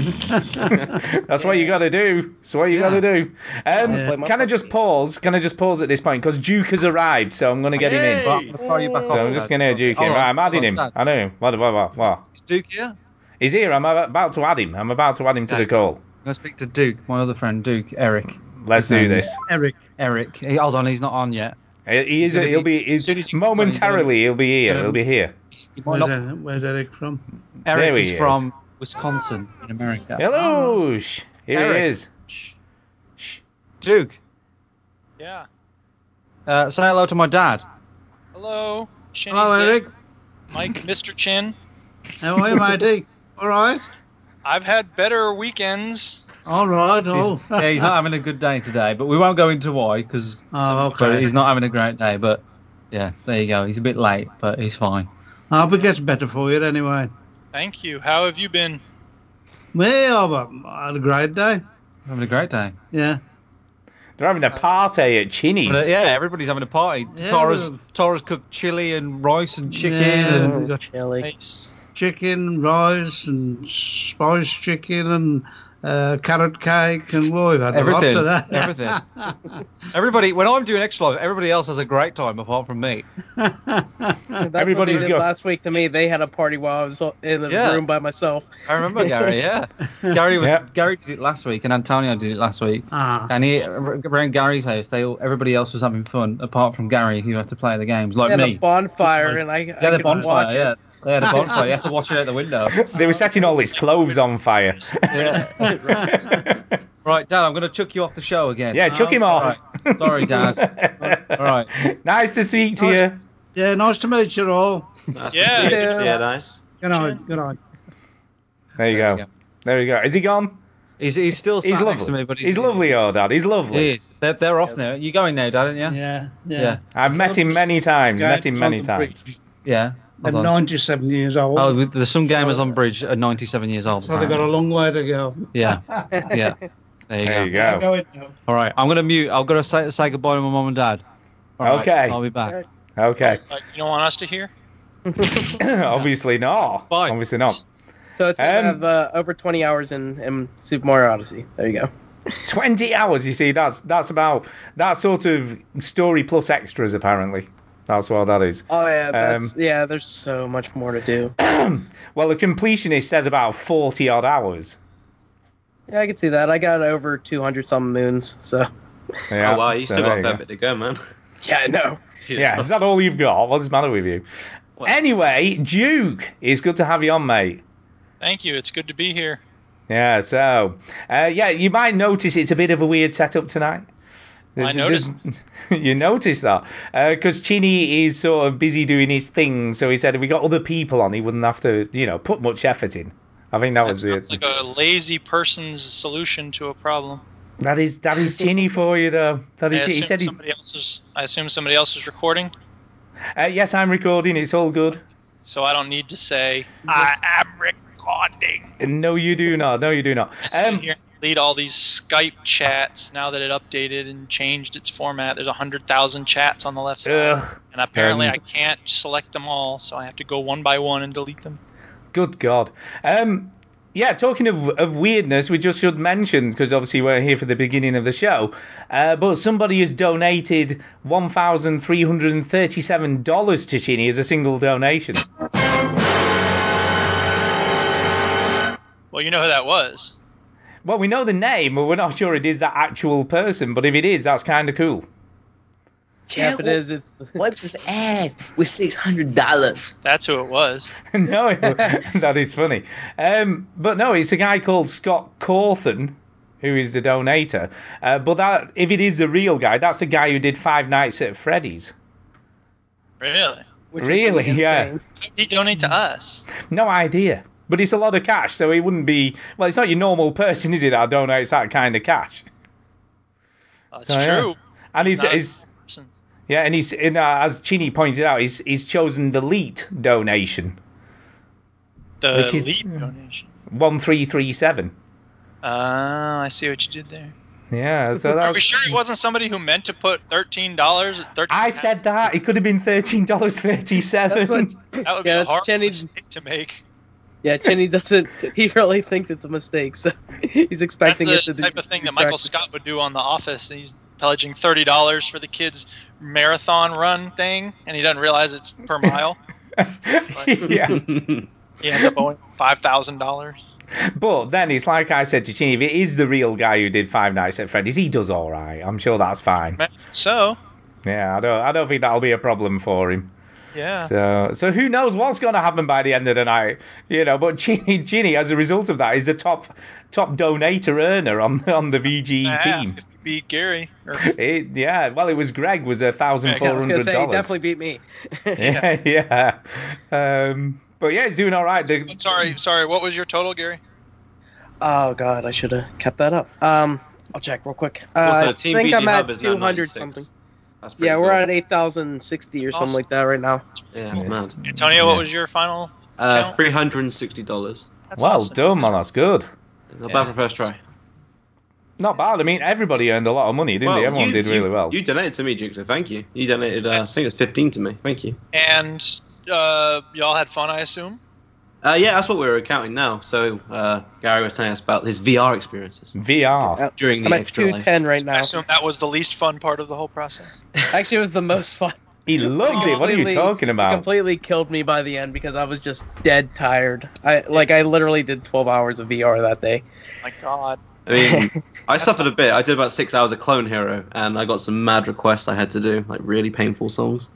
Speaker 6: mean?
Speaker 2: That's what you got to do. That's what you
Speaker 1: Yeah.
Speaker 2: got to do. Um,
Speaker 6: Yeah.
Speaker 2: Can I just pause? Can I just pause at this point? Because Duke has arrived, so I'm going to get him in.
Speaker 1: But I'm gonna throw you back
Speaker 2: So
Speaker 1: off,
Speaker 2: I'm just
Speaker 1: Dad.
Speaker 2: going to Duke him.
Speaker 1: Hold on,
Speaker 2: Right, I'm adding
Speaker 1: hold on, Dad.
Speaker 2: him. I know him. What, what, what, what?
Speaker 1: Is Duke here?
Speaker 2: He's here. I'm about to add him. I'm about to add him to the
Speaker 1: I'm
Speaker 2: call.
Speaker 1: going to speak to Duke, my other friend, Duke, Eric.
Speaker 2: Let's do
Speaker 1: Okay.
Speaker 2: this.
Speaker 6: Eric.
Speaker 1: Eric. He, hold on, he's not on yet.
Speaker 2: He he is.
Speaker 1: He's gonna
Speaker 2: He'll
Speaker 1: be-
Speaker 2: be.
Speaker 1: as soon as
Speaker 2: He's
Speaker 1: you come on, he's gonna-
Speaker 2: momentarily. He'll be here.
Speaker 1: gonna-
Speaker 2: He'll be here.
Speaker 1: He might
Speaker 6: Where's,
Speaker 1: not-
Speaker 6: Eric? Where's Eric from?
Speaker 1: Eric
Speaker 2: There he
Speaker 1: is,
Speaker 2: is.
Speaker 1: from Wisconsin in America.
Speaker 2: Hello. Shh. Here
Speaker 1: Um, Eric.
Speaker 2: he is. Shh.
Speaker 1: Duke,
Speaker 7: Yeah.
Speaker 1: uh, say hello to my dad.
Speaker 7: Hello. Shinny's
Speaker 6: Hello,
Speaker 7: dead.
Speaker 6: Eric.
Speaker 7: Mike, Mr. Chin.
Speaker 6: How are you, matey? All right.
Speaker 7: I've had better weekends.
Speaker 6: All right.
Speaker 1: He's,
Speaker 6: Oh,
Speaker 1: yeah, he's not having a good day today, but we won't go into why because
Speaker 6: Oh, okay.
Speaker 1: he's not having a great day. But yeah, there you go. He's a bit late, but he's fine.
Speaker 6: I hope it gets better for you anyway.
Speaker 7: Thank you. How have you been?
Speaker 6: oh, Well, I had a great day.
Speaker 1: Having a great day.
Speaker 6: Yeah.
Speaker 2: They're having a party at Chinny's.
Speaker 1: Uh, But, uh, yeah, everybody's having a party.
Speaker 6: Yeah,
Speaker 1: Tara's
Speaker 6: well-
Speaker 1: Tara's cooked chili and rice and chicken.
Speaker 6: Yeah,
Speaker 1: and-
Speaker 6: we got
Speaker 5: Chili.
Speaker 7: Nice.
Speaker 6: chicken, rice, and spiced chicken, and uh, carrot cake, and well, we've had
Speaker 1: Everything,
Speaker 6: a lot today.
Speaker 1: everybody, when I'm doing extra life, everybody else has a great time apart from me.
Speaker 6: everything.
Speaker 5: That's what
Speaker 2: Everybody's
Speaker 5: they did
Speaker 2: go-
Speaker 5: last week to me. They had a party while I was in the
Speaker 1: Yeah.
Speaker 5: room by myself.
Speaker 1: I remember Gary. Yeah, Gary was
Speaker 2: Yeah.
Speaker 1: Gary did it last week, and Antonio did it last week.
Speaker 6: ah,
Speaker 1: And he, around Gary's house, they all, everybody else was having fun, apart from Gary, who had to play the games, like
Speaker 5: They had
Speaker 1: me.
Speaker 5: a bonfire, and I,
Speaker 1: they
Speaker 5: I
Speaker 1: had a
Speaker 5: could watch
Speaker 1: bonfire,
Speaker 5: it.
Speaker 1: yeah. They had a bonfire. you had to watch it out the window.
Speaker 2: They were setting all his clothes on fire.
Speaker 1: Yeah. right, Dad, I'm going to chuck you off the show again.
Speaker 2: yeah, chuck him off.
Speaker 1: Sorry, Dad. All right.
Speaker 2: Nice to speak to you.
Speaker 6: Yeah, nice to meet you all.
Speaker 4: That's
Speaker 7: Yeah.
Speaker 4: pretty good.
Speaker 5: Yeah.
Speaker 4: yeah, nice.
Speaker 6: Good night. Good night.
Speaker 2: There you
Speaker 1: There
Speaker 2: go.
Speaker 1: you go.
Speaker 2: There you go. Is he gone?
Speaker 1: He's, he's still sat
Speaker 2: He's
Speaker 1: next to
Speaker 2: lovely.
Speaker 1: me, but
Speaker 2: he's, lovely, oh dad. He's lovely.
Speaker 1: He is. They're, they're off
Speaker 5: Yes.
Speaker 1: now. You're going now, Dad, aren't you?
Speaker 6: Yeah, yeah.
Speaker 1: Yeah.
Speaker 2: I've met him many times.
Speaker 6: Games
Speaker 2: Met him many
Speaker 6: on the
Speaker 2: times.
Speaker 6: bridge.
Speaker 1: Yeah.
Speaker 6: At
Speaker 1: Hold on.
Speaker 6: 97 years old,
Speaker 1: Oh, the Sun Gamers on Bridge at 97 years old.
Speaker 6: so they've got a
Speaker 1: apparently.
Speaker 6: long way to go.
Speaker 1: Yeah, yeah. There you
Speaker 2: There
Speaker 1: go.
Speaker 2: you go.
Speaker 6: Go in now.
Speaker 1: All right, I'm gonna mute. I've got to say, say goodbye to my mum and dad. All right,
Speaker 2: Okay.
Speaker 1: I'll be back.
Speaker 2: Okay.
Speaker 7: Like, you don't want us to hear?
Speaker 2: Obviously not.
Speaker 1: Fine.
Speaker 2: Obviously not.
Speaker 5: So it's
Speaker 2: Um,
Speaker 5: gonna have uh, over 20 hours in, in Super Mario Odyssey. There you go.
Speaker 2: Twenty hours. You see, that's that's about that sort of story plus extras. Apparently, that's what that is.
Speaker 5: Oh yeah, that's
Speaker 2: Um,
Speaker 5: yeah. There's so much more to do.
Speaker 2: Well, the completionist says about forty odd hours.
Speaker 5: Yeah, I can see that. I got over 200 some moons. So
Speaker 2: Yeah,
Speaker 4: oh wow, you
Speaker 2: so
Speaker 4: still
Speaker 2: there
Speaker 4: got
Speaker 2: you
Speaker 4: a
Speaker 2: go.
Speaker 4: fair bit to go, man.
Speaker 5: yeah, I know.
Speaker 2: Yeah, is that all you've got? What's the matter with you? Anyway, Duke, it's good to have you on, mate.
Speaker 7: Thank you. It's good to be here.
Speaker 2: Yeah, so uh, yeah, you might notice it's a bit of a weird setup tonight. There's-
Speaker 7: noticed.
Speaker 2: there's- you noticed that because Chini is sort of busy doing his thing, so he said if we got other people on, he wouldn't have to, you know, put much effort in. I think that
Speaker 7: That
Speaker 2: was it.
Speaker 7: sounds like a lazy person's solution to a problem.
Speaker 2: that is that is Chini for you, though. That
Speaker 7: I
Speaker 2: is. He
Speaker 7: assume,
Speaker 2: said, he,
Speaker 7: somebody else is, I assume somebody else is recording,
Speaker 2: uh, "Yes, I'm recording. It's all good."
Speaker 7: so I don't need to say, I am recording.
Speaker 2: No, you do not. No, you do not.
Speaker 7: I sit
Speaker 2: Um,
Speaker 7: here and lead all these Skype chats now that it updated and changed its format. There's 100,000 chats on the left side.
Speaker 2: ugh,
Speaker 7: And apparently,
Speaker 2: Um,
Speaker 7: I can't select them all, so I have to go one by one and delete them.
Speaker 2: good God. Um, yeah, talking of, of weirdness, we just should mention because obviously we're here for the beginning of the show, uh, but somebody has donated one thousand three hundred and thirty-seven dollars to Chini as a single donation.
Speaker 7: Well, you know who that was.
Speaker 2: Well, we know the name, but we're not sure it is that actual person. But if it is, that's kind of cool.
Speaker 5: Yeah, if it is, it's
Speaker 8: Wipes his ass with six hundred dollars.
Speaker 7: That's who it was.
Speaker 2: no, that is funny. Um, but no, it's a guy called Scott Cawthon who is the donator. Uh, but that, if it is the real guy, that's the guy who did Five Nights at Freddy's.
Speaker 7: Really?
Speaker 5: which is
Speaker 2: Really? Yeah.
Speaker 5: insane.
Speaker 7: How did he donate to us?
Speaker 2: No idea. But it's a lot of cash, so it wouldn't be. Well, it's not your normal person, is it? I don't know. It's that kind of cash.
Speaker 7: That's
Speaker 2: So, yeah.
Speaker 7: true.
Speaker 2: And he's,
Speaker 7: He's not a
Speaker 2: he's
Speaker 7: person.
Speaker 2: yeah, and he's and, uh, as Chini pointed out, he's he's chosen the lead donation
Speaker 7: The
Speaker 2: Which is- Hmm.
Speaker 7: lead donation.
Speaker 2: one three three seven.
Speaker 7: Oh, I see what you did there.
Speaker 2: Yeah, so that
Speaker 7: Are we
Speaker 2: was.
Speaker 7: sure it wasn't somebody who meant to put thirteen dollars?
Speaker 2: I said that it could have been thirteen dollars thirty seven.
Speaker 5: That's what.
Speaker 7: that
Speaker 5: yeah,
Speaker 7: would be a
Speaker 5: that's
Speaker 7: hard
Speaker 5: Jenny-
Speaker 7: mistake to make.
Speaker 5: Yeah, Chinny doesn't. He really thinks it's a mistake, so he's
Speaker 7: That's
Speaker 5: expecting
Speaker 7: the
Speaker 5: it to do-
Speaker 7: type of thing that Michael Scott would do on The Office. And he's pledging thirty dollars for the kids' marathon run thing, and he doesn't realize it's per mile.
Speaker 2: yeah.
Speaker 7: He ends up owing five thousand dollars.
Speaker 2: But then it's like I said to Chinny, if it is the real guy who did Five Nights at Freddy's, he does all right. I'm sure that's fine.
Speaker 7: So,
Speaker 2: Yeah, I don't, I don't think that'll be a problem for him.
Speaker 7: yeah.
Speaker 2: So, so who knows what's going to happen by the end of the night, you know? But Ginny, Ginny, as a result of that, is the top top donator earner on on the VGE
Speaker 7: I ask
Speaker 2: team.
Speaker 7: if you beat Gary. Or,
Speaker 2: It, yeah, well, it was Greg was a thousand
Speaker 7: Greg, I
Speaker 2: four
Speaker 5: I was gonna
Speaker 2: hundred
Speaker 5: say he
Speaker 2: dollars.
Speaker 5: definitely beat me.
Speaker 2: Yeah, yeah. Um, but yeah, he's doing all right. The,
Speaker 7: sorry, sorry. What was your total, Gary?
Speaker 5: Oh god, I should have kept that up. Um, I'll check real quick. Uh,
Speaker 4: also,
Speaker 5: I
Speaker 4: Team
Speaker 5: think
Speaker 4: BD
Speaker 5: I'm
Speaker 4: Hub
Speaker 5: at
Speaker 4: is now
Speaker 5: 200
Speaker 4: 96.
Speaker 5: something.
Speaker 4: That's pretty
Speaker 5: Yeah, we're
Speaker 4: good.
Speaker 5: at 8,060 or something
Speaker 7: Awesome.
Speaker 5: like that right now.
Speaker 4: Yeah, it's mad.
Speaker 7: Antonio,
Speaker 2: Yeah.
Speaker 7: what was your final?
Speaker 4: Uh,
Speaker 7: Count.
Speaker 4: three hundred and sixty dollars.
Speaker 7: That's
Speaker 2: well
Speaker 7: awesome.
Speaker 2: done, man. That's good.
Speaker 4: Not
Speaker 7: Yeah.
Speaker 4: bad for first try.
Speaker 2: Not bad. I mean, everybody earned a lot of money, didn't they? Everyone
Speaker 4: you-
Speaker 2: did really
Speaker 4: you-
Speaker 2: well.
Speaker 4: You donated to me, Duke, so thank you. You donated, uh, I
Speaker 7: Yes.
Speaker 4: think it was 15 to me. Thank you.
Speaker 7: And uh, y'all had fun, I assume.
Speaker 4: Uh, yeah, that's what we were accounting now. So uh, Gary was telling us about his VR experiences
Speaker 2: VR.
Speaker 5: Uh,
Speaker 4: during the
Speaker 5: I'm at
Speaker 4: extra life.
Speaker 5: 210 right
Speaker 7: I
Speaker 5: now.
Speaker 7: assume that was the least fun part of the whole process.
Speaker 5: Actually, it was the most fun.
Speaker 2: He loved it. What are you
Speaker 5: Completely-
Speaker 2: talking about?
Speaker 5: Completely killed me by the end because I was just dead tired. I like I literally did 12 hours of VR that day.
Speaker 7: My God.
Speaker 4: I mean, I suffered a bit. I did about six hours of Clone Hero, and I got some mad requests I had to do, like really painful songs.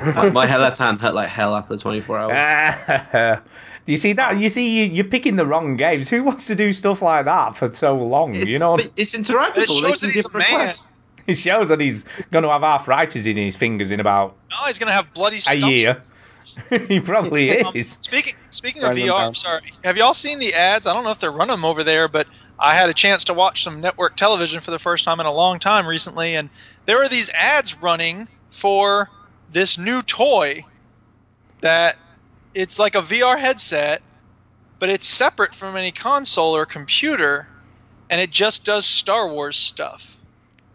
Speaker 4: my, my left hand hurt like hell after 24 hours.
Speaker 2: Ah, you see that? You see, you, you're picking the wrong games. Who wants to do stuff like that for so long?
Speaker 4: It's,
Speaker 2: you know,
Speaker 4: but it's interactable.
Speaker 7: It shows
Speaker 4: they can
Speaker 7: that he's
Speaker 4: give
Speaker 7: a man.
Speaker 4: requests.
Speaker 2: It shows that he's going to have arthritis in his fingers in about
Speaker 7: No, he's gonna have bloody.
Speaker 2: a
Speaker 7: stumps.
Speaker 2: year. he probably
Speaker 7: Um,
Speaker 2: is.
Speaker 7: speaking speaking of
Speaker 5: Running them
Speaker 7: VR,
Speaker 5: down.
Speaker 7: I'm sorry. Have y'all seen the ads? I don't know if they're running them over there, but I had a chance to watch some network television for the first time in a long time recently, and there are these ads running for this new toy that it's like a VR headset, but it's separate from any console or computer, and it just does Star Wars stuff.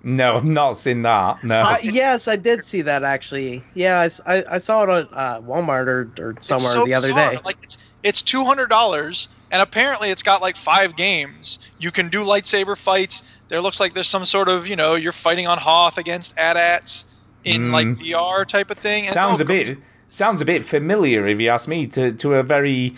Speaker 2: No, I've not seen that. No.
Speaker 5: Uh, yes, I did see that actually. Yeah, I s- I, I saw it on uh, Walmart or, or somewhere
Speaker 7: It's so
Speaker 5: the other
Speaker 7: bizarre.
Speaker 5: day.
Speaker 7: Like it's it's two hundred dollars, and apparently it's got like five games. You can do lightsaber fights. There looks like there's some sort of you know you're fighting on Hoth against AT-ATs in
Speaker 2: Mm.
Speaker 7: like VR type of thing. and it's
Speaker 2: sounds
Speaker 7: all
Speaker 2: a bit
Speaker 7: gross.
Speaker 2: sounds a bit familiar if you ask me to, to a very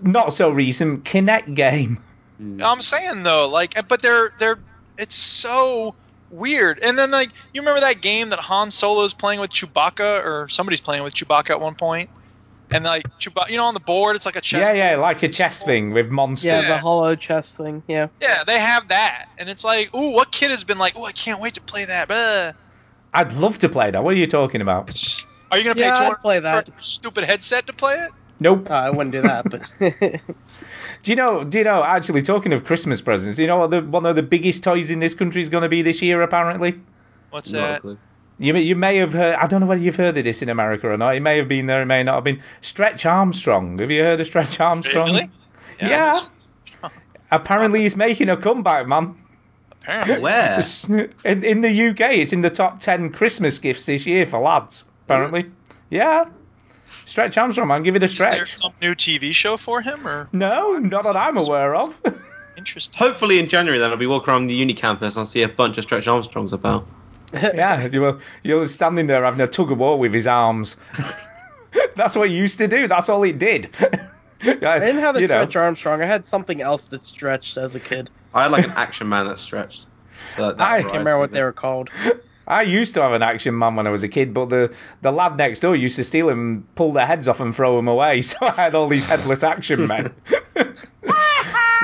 Speaker 2: not so recent Kinect game.
Speaker 7: I'm saying though, like, but they're they're it's so weird. And then like you remember that game that Han Solo's playing with Chewbacca or somebody's playing with Chewbacca at one point, and like Chewbacca, you know, on the board it's like a chess.
Speaker 2: yeah, yeah, like a chess thing with
Speaker 5: Yeah,
Speaker 2: monsters.
Speaker 5: the hollow chest thing. Yeah.
Speaker 7: Yeah, they have that, and it's like, ooh, what kid has been like, ooh, I can't wait to play that. Blah.
Speaker 2: I'd love to play that. What are you talking about?
Speaker 7: Are you gonna pay
Speaker 5: Yeah, I'd
Speaker 7: two hundred
Speaker 5: play
Speaker 7: for a stupid headset to play it?
Speaker 2: Nope.
Speaker 5: Uh, I wouldn't do that, but
Speaker 2: Do you know? Do you know? Actually, talking of Christmas presents, you know what? The, one of the biggest toys in this country is going to be this year, apparently.
Speaker 7: What's
Speaker 4: Not a
Speaker 7: that?
Speaker 4: clue.
Speaker 2: You, may- you may have heard. I don't know whether you've heard of this in America or not. It may have been there. It may not have been. Stretch Armstrong. Have you heard of Stretch Armstrong?
Speaker 7: Really?
Speaker 2: Yeah. Apparently, he's making a comeback, man.
Speaker 7: Apparently.
Speaker 4: Where?
Speaker 2: In, in the UK, it's in the top ten Christmas gifts this year for lads. Apparently, yeah. Stretch Armstrong, man. Give it a
Speaker 7: Is there
Speaker 2: stretch.
Speaker 7: some new TV show for him or
Speaker 2: No, not that I'm aware of.
Speaker 7: interesting?
Speaker 4: Hopefully in January then I'll be walking around the uni campus and I'll see a bunch of Stretch Armstrongs about.
Speaker 2: Yeah, you were you're standing there having a tug of war with his arms. That's what he used to do. That's all he did.
Speaker 5: I didn't have a
Speaker 2: You know.
Speaker 5: stretch Armstrong. I had something else that stretched as a kid.
Speaker 4: I had like an action man that stretched. So that, that
Speaker 2: I
Speaker 4: rides
Speaker 5: I can't remember what
Speaker 4: with
Speaker 5: they
Speaker 4: it.
Speaker 5: were called.
Speaker 2: I used to have an action man when I was a kid, but the, the lad next door used to steal him, pull their heads off, and throw them away. So I had all these headless action men.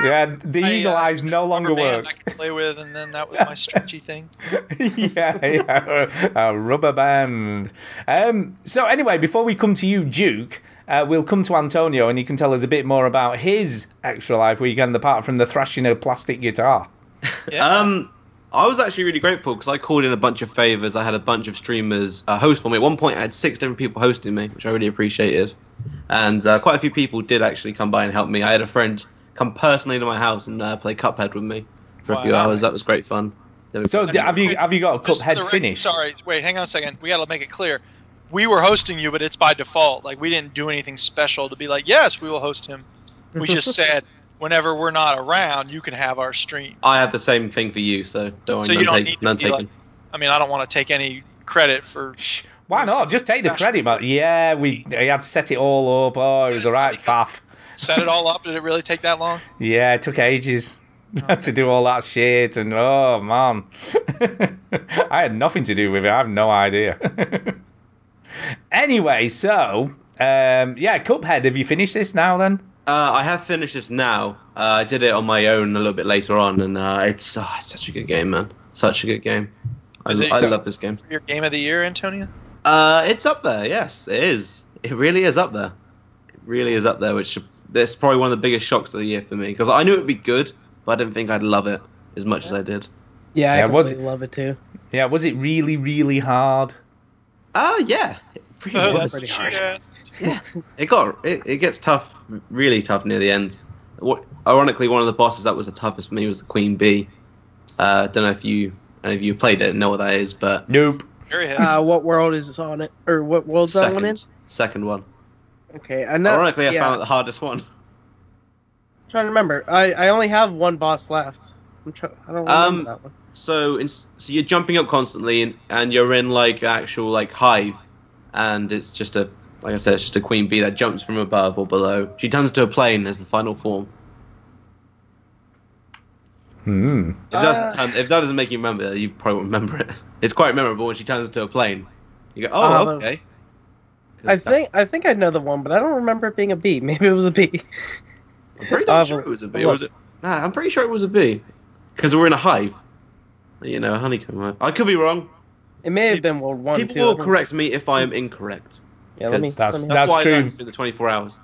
Speaker 2: yeah, the
Speaker 7: I,
Speaker 2: eagle
Speaker 7: uh,
Speaker 2: eyes no longer
Speaker 7: Rubber band
Speaker 2: worked.
Speaker 7: I could play with, and then that was my stretchy thing.
Speaker 2: yeah, yeah, a rubber band. Um, so anyway, before we come to you, Duke, uh, we'll come to Antonio, and he can tell us a bit more about his extra life weekend apart from the thrashing of plastic guitar.
Speaker 7: Yeah.
Speaker 4: Um, I was actually really grateful because I called in a bunch of favors. I had a bunch of streamers uh, host for me. At one point, I had six different people hosting me, which I really appreciated. And uh, quite a few people did actually come by and help me. I had a friend come personally to my house and uh, play Cuphead with me for a few
Speaker 7: Wow.
Speaker 4: hours. That was great fun. There we
Speaker 2: So
Speaker 4: go.
Speaker 2: d- have you have you got a
Speaker 7: Just for
Speaker 2: cuphead
Speaker 7: the rec-
Speaker 2: finish?
Speaker 7: Sorry, wait, hang on a second. We gotta make it clear. We were hosting you, but it's by default. Like we didn't do anything special to be like, yes, we will host him. We just said, whenever we're not around, you can have our stream.
Speaker 4: I have the same thing for you, so don't worry,
Speaker 7: So you
Speaker 4: none,
Speaker 7: don't
Speaker 4: take-
Speaker 7: need to
Speaker 4: none
Speaker 7: be
Speaker 4: taken.
Speaker 7: like- I mean, I don't want to take any credit for.
Speaker 2: Shh, why not? Just take the credit, but yeah, we he had set it all up. Oh, it was all right, faff.
Speaker 7: Set it all up. Did it really take that long?
Speaker 2: Yeah, it took ages to do all that shit, and oh man, I had nothing to do with it. I have no idea. anyway, so um, yeah, Cuphead. Have you finished this now? Then
Speaker 4: Uh, I have finished this now. Uh, I did it on my own a little bit later on, and uh, it's, uh, it's such a good game, man. Such a good game. I,
Speaker 7: Is it-
Speaker 4: I
Speaker 7: so-
Speaker 4: love this game.
Speaker 7: For your game of the year, Antonio.
Speaker 4: Uh, it's up there. Yes, it is. It really is up there. It really is up there. Which that's probably one of the biggest shocks of the year for me because I knew it'd be good, but I didn't think I'd love it as much as I did.
Speaker 5: Yeah, I
Speaker 2: Yeah, it was-
Speaker 5: completely love it too.
Speaker 2: yeah, was it really really hard?
Speaker 4: Ah, yeah. It really
Speaker 5: Oh,
Speaker 4: was.
Speaker 5: that's pretty hard.
Speaker 4: yeah, it got it, it gets tough, really tough near the end. What, ironically, one of the bosses that was the toughest for me was the Queen Bee. Uh, don't know if you if you played it and know what that is, but
Speaker 2: Nope.
Speaker 7: Very heavy.
Speaker 5: Uh, what world is this on it, or what world's that one in?
Speaker 4: second, second one.
Speaker 5: Okay, I know.
Speaker 4: Ironically, I
Speaker 5: yeah,
Speaker 4: found it the hardest one.
Speaker 5: I'm trying to remember. I, I only have one boss left. I'm try- I don't remember
Speaker 4: Um,
Speaker 5: that one.
Speaker 4: So in, so you're jumping up constantly, and, and you're in like actual like hive, and it's just a like I said, it's just a queen bee that jumps from above or below. She turns into a plane as the final form.
Speaker 2: Hmm.
Speaker 4: If that, doesn't
Speaker 5: Uh.
Speaker 4: turn, if that doesn't make you remember, it, you probably won't remember it. It's quite memorable when she turns into a plane. You go,
Speaker 5: Uh,
Speaker 4: oh,
Speaker 5: the-
Speaker 4: okay.
Speaker 5: I think I think I know the one, but I don't remember it being a bee. Maybe it was a bee.
Speaker 4: I'm pretty
Speaker 5: uh,
Speaker 4: damn sure it was a bee. Or was it? Nah, I'm pretty sure it was a bee because we're in a hive. You know, a honeycomb loaf. I could be wrong.
Speaker 5: It may have been World War One.
Speaker 4: People
Speaker 5: too, I
Speaker 4: will
Speaker 5: don't-
Speaker 4: correct me if I am incorrect.
Speaker 5: Yeah, let me.
Speaker 2: That's-
Speaker 5: let me-
Speaker 2: That's
Speaker 4: That's, why I
Speaker 2: true.
Speaker 4: don't do the 24 hours.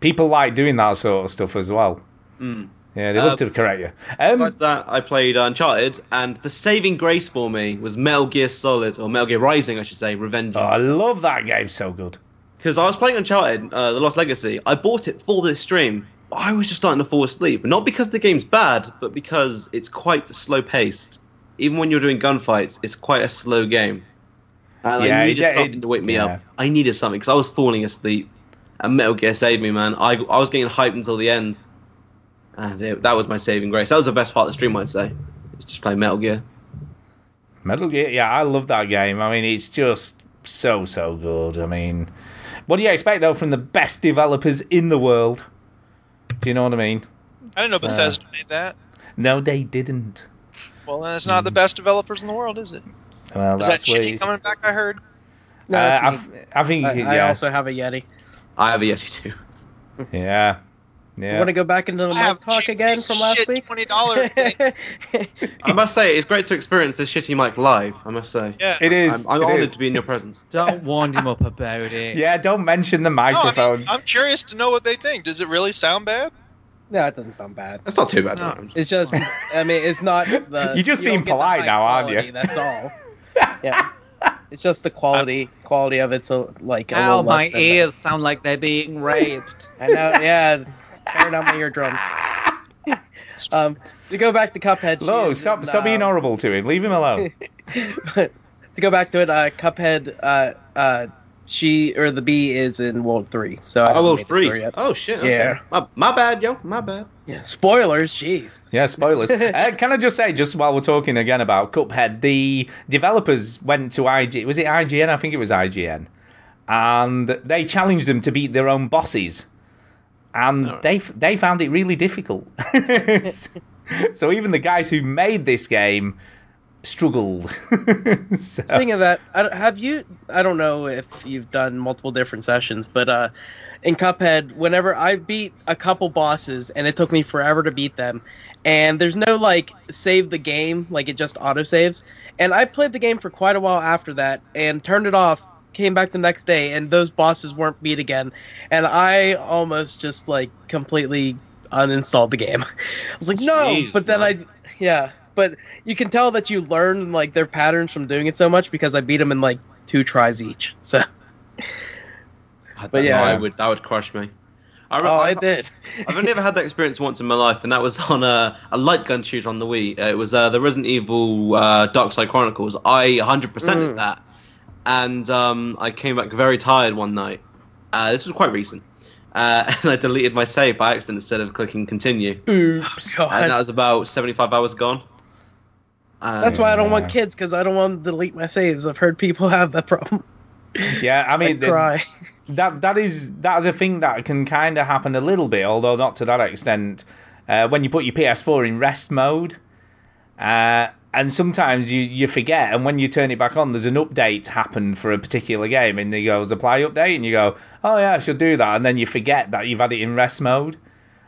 Speaker 2: People like doing that sort of stuff as well.
Speaker 4: Mm.
Speaker 2: Yeah, they love
Speaker 4: Uh,
Speaker 2: to correct you. Um,
Speaker 4: Besides that, I played Uncharted, and the saving grace for me was Metal Gear Solid, or Metal Gear Rising, I should say, Revengeance.
Speaker 2: oh, I love that game so good.
Speaker 4: because I was playing Uncharted, uh, The Lost Legacy. I bought it for this stream. but I was just starting to fall asleep, not because the game's bad, but because it's quite slow paced. Even when you're doing gunfights, it's quite a slow game. And
Speaker 2: Yeah,
Speaker 4: I
Speaker 2: it
Speaker 4: needed
Speaker 2: get- it-
Speaker 4: something to wake me
Speaker 2: yeah.
Speaker 4: up. I needed something because I was falling asleep, and Metal Gear saved me, man. I I was getting hyped until the end, and it, that was my saving grace. That was the best part of the stream, I'd say. It's just playing Metal Gear.
Speaker 2: Metal Gear, yeah, I love that game. I mean, it's just so so good. I mean, what do you expect though from the best developers in the world? Do you know what I mean?
Speaker 7: I didn't know
Speaker 5: uh,
Speaker 7: Bethesda made that.
Speaker 2: No, they didn't.
Speaker 7: Well, then it's
Speaker 5: hmm.
Speaker 7: not the best developers in the world, is it?
Speaker 2: Well,
Speaker 7: Is
Speaker 2: that's
Speaker 7: that
Speaker 2: where
Speaker 7: Chitty
Speaker 2: you-
Speaker 7: coming back? I heard.
Speaker 5: No,
Speaker 2: Uh, I,
Speaker 5: that's me.
Speaker 2: f- I think
Speaker 5: I, I
Speaker 2: yeah,
Speaker 5: also have a Yeti.
Speaker 4: I have a Yeti too.
Speaker 2: yeah,
Speaker 5: You
Speaker 2: yeah.
Speaker 5: Want to go back into the
Speaker 7: I have
Speaker 5: mic talk
Speaker 7: cheap
Speaker 5: again
Speaker 7: piece
Speaker 5: from
Speaker 7: of
Speaker 5: last
Speaker 7: shit,
Speaker 5: week?
Speaker 7: Twenty dollars.
Speaker 4: I must say, it's great to experience this shitty mic live. I must say,
Speaker 7: Yeah.
Speaker 2: It is.
Speaker 4: I'm, I'm
Speaker 2: it
Speaker 4: honoured
Speaker 2: is.
Speaker 4: to be in your presence.
Speaker 1: Don't wind him up about it.
Speaker 2: Yeah, don't mention the
Speaker 7: No, I
Speaker 2: microphone.
Speaker 7: mean, I'm curious to know what they think. Does it really sound bad?
Speaker 5: no, it doesn't sound bad.
Speaker 4: That's not too bad.
Speaker 1: No.
Speaker 4: though.
Speaker 5: It's just, I mean, it's not the.
Speaker 2: You're just
Speaker 5: you
Speaker 2: being
Speaker 5: don't get the
Speaker 2: polite
Speaker 5: high
Speaker 2: now, aren't
Speaker 5: quality,
Speaker 2: you?
Speaker 5: That's all. Yeah. It's just the quality quality of it's a, like a
Speaker 1: Ow,
Speaker 5: little
Speaker 1: my
Speaker 5: less than
Speaker 1: ears sound like they're being raped.
Speaker 5: that. I know. Yeah, tearing out my eardrums. um, to go back to Cuphead. she
Speaker 2: Lo,
Speaker 5: is
Speaker 2: stop
Speaker 5: in,
Speaker 2: stop being
Speaker 5: uh,
Speaker 2: horrible to him. Leave him alone.
Speaker 5: to go back to it, uh, Cuphead, uh, uh, she or the bee is in Oh, World Three. So
Speaker 4: I
Speaker 5: I haven't
Speaker 4: will
Speaker 5: made it through
Speaker 4: freeze.
Speaker 5: yet.
Speaker 4: Oh shit. okay.
Speaker 5: Yeah.
Speaker 4: My, my bad, yo. My bad.
Speaker 5: Yeah, spoilers. Jeez.
Speaker 2: Yeah, spoilers. uh, can I just say, just while we're talking again about Cuphead, the developers went to IG. Was it IGN? I think it was IGN, and they challenged them to beat their own bosses, and
Speaker 4: Alright.
Speaker 2: they f- they found it really difficult. so even the guys who made this game struggled. so,
Speaker 5: Speaking of that, I don't- have you? I don't know if you've done multiple different sessions, but uh, in Cuphead, whenever I beat a couple bosses and it took me forever to beat them, and there's no like save the game, like it just auto saves. And I played the game for quite a while after that and turned it off. Came back the next day and those bosses weren't beat again, and I almost just like completely uninstalled the game. I was like, no,
Speaker 4: Jeez,
Speaker 5: but then
Speaker 4: man.
Speaker 5: I, yeah, but you can tell that you learn like their patterns from doing it so much because I beat them in like two tries each. So, But yeah.
Speaker 4: I would that would crush me. I, re-
Speaker 5: oh,
Speaker 4: I,
Speaker 5: I did.
Speaker 4: I've only ever had that experience once in my life, and that was on a, a light gun shoot on the Wii. Uh, it was uh, the Resident Evil uh, Dark Side Chronicles. I 100
Speaker 5: Mm.
Speaker 4: percent that, and um, I came back very tired one night. Uh, this was quite recent, uh, and I deleted my save by accident instead of clicking continue,
Speaker 2: oops.
Speaker 4: and that
Speaker 5: Oh, God.
Speaker 4: was about 75 hours gone. Uh,
Speaker 5: That's why I don't want
Speaker 2: Yeah.
Speaker 5: kids because I don't want them to delete my saves. I've heard people have that problem.
Speaker 2: Yeah, I
Speaker 5: I
Speaker 2: mean, the,
Speaker 5: cry.
Speaker 2: that that is that is a thing that can kind of happen a little bit, although not to that extent. Uh, when you put your PS4 in rest mode, uh, and sometimes you you forget, and when you turn it back on, there's an update happened for a particular game, and they goes apply update, and you go, oh yeah, I should do that, and then you forget that you've had it in rest mode.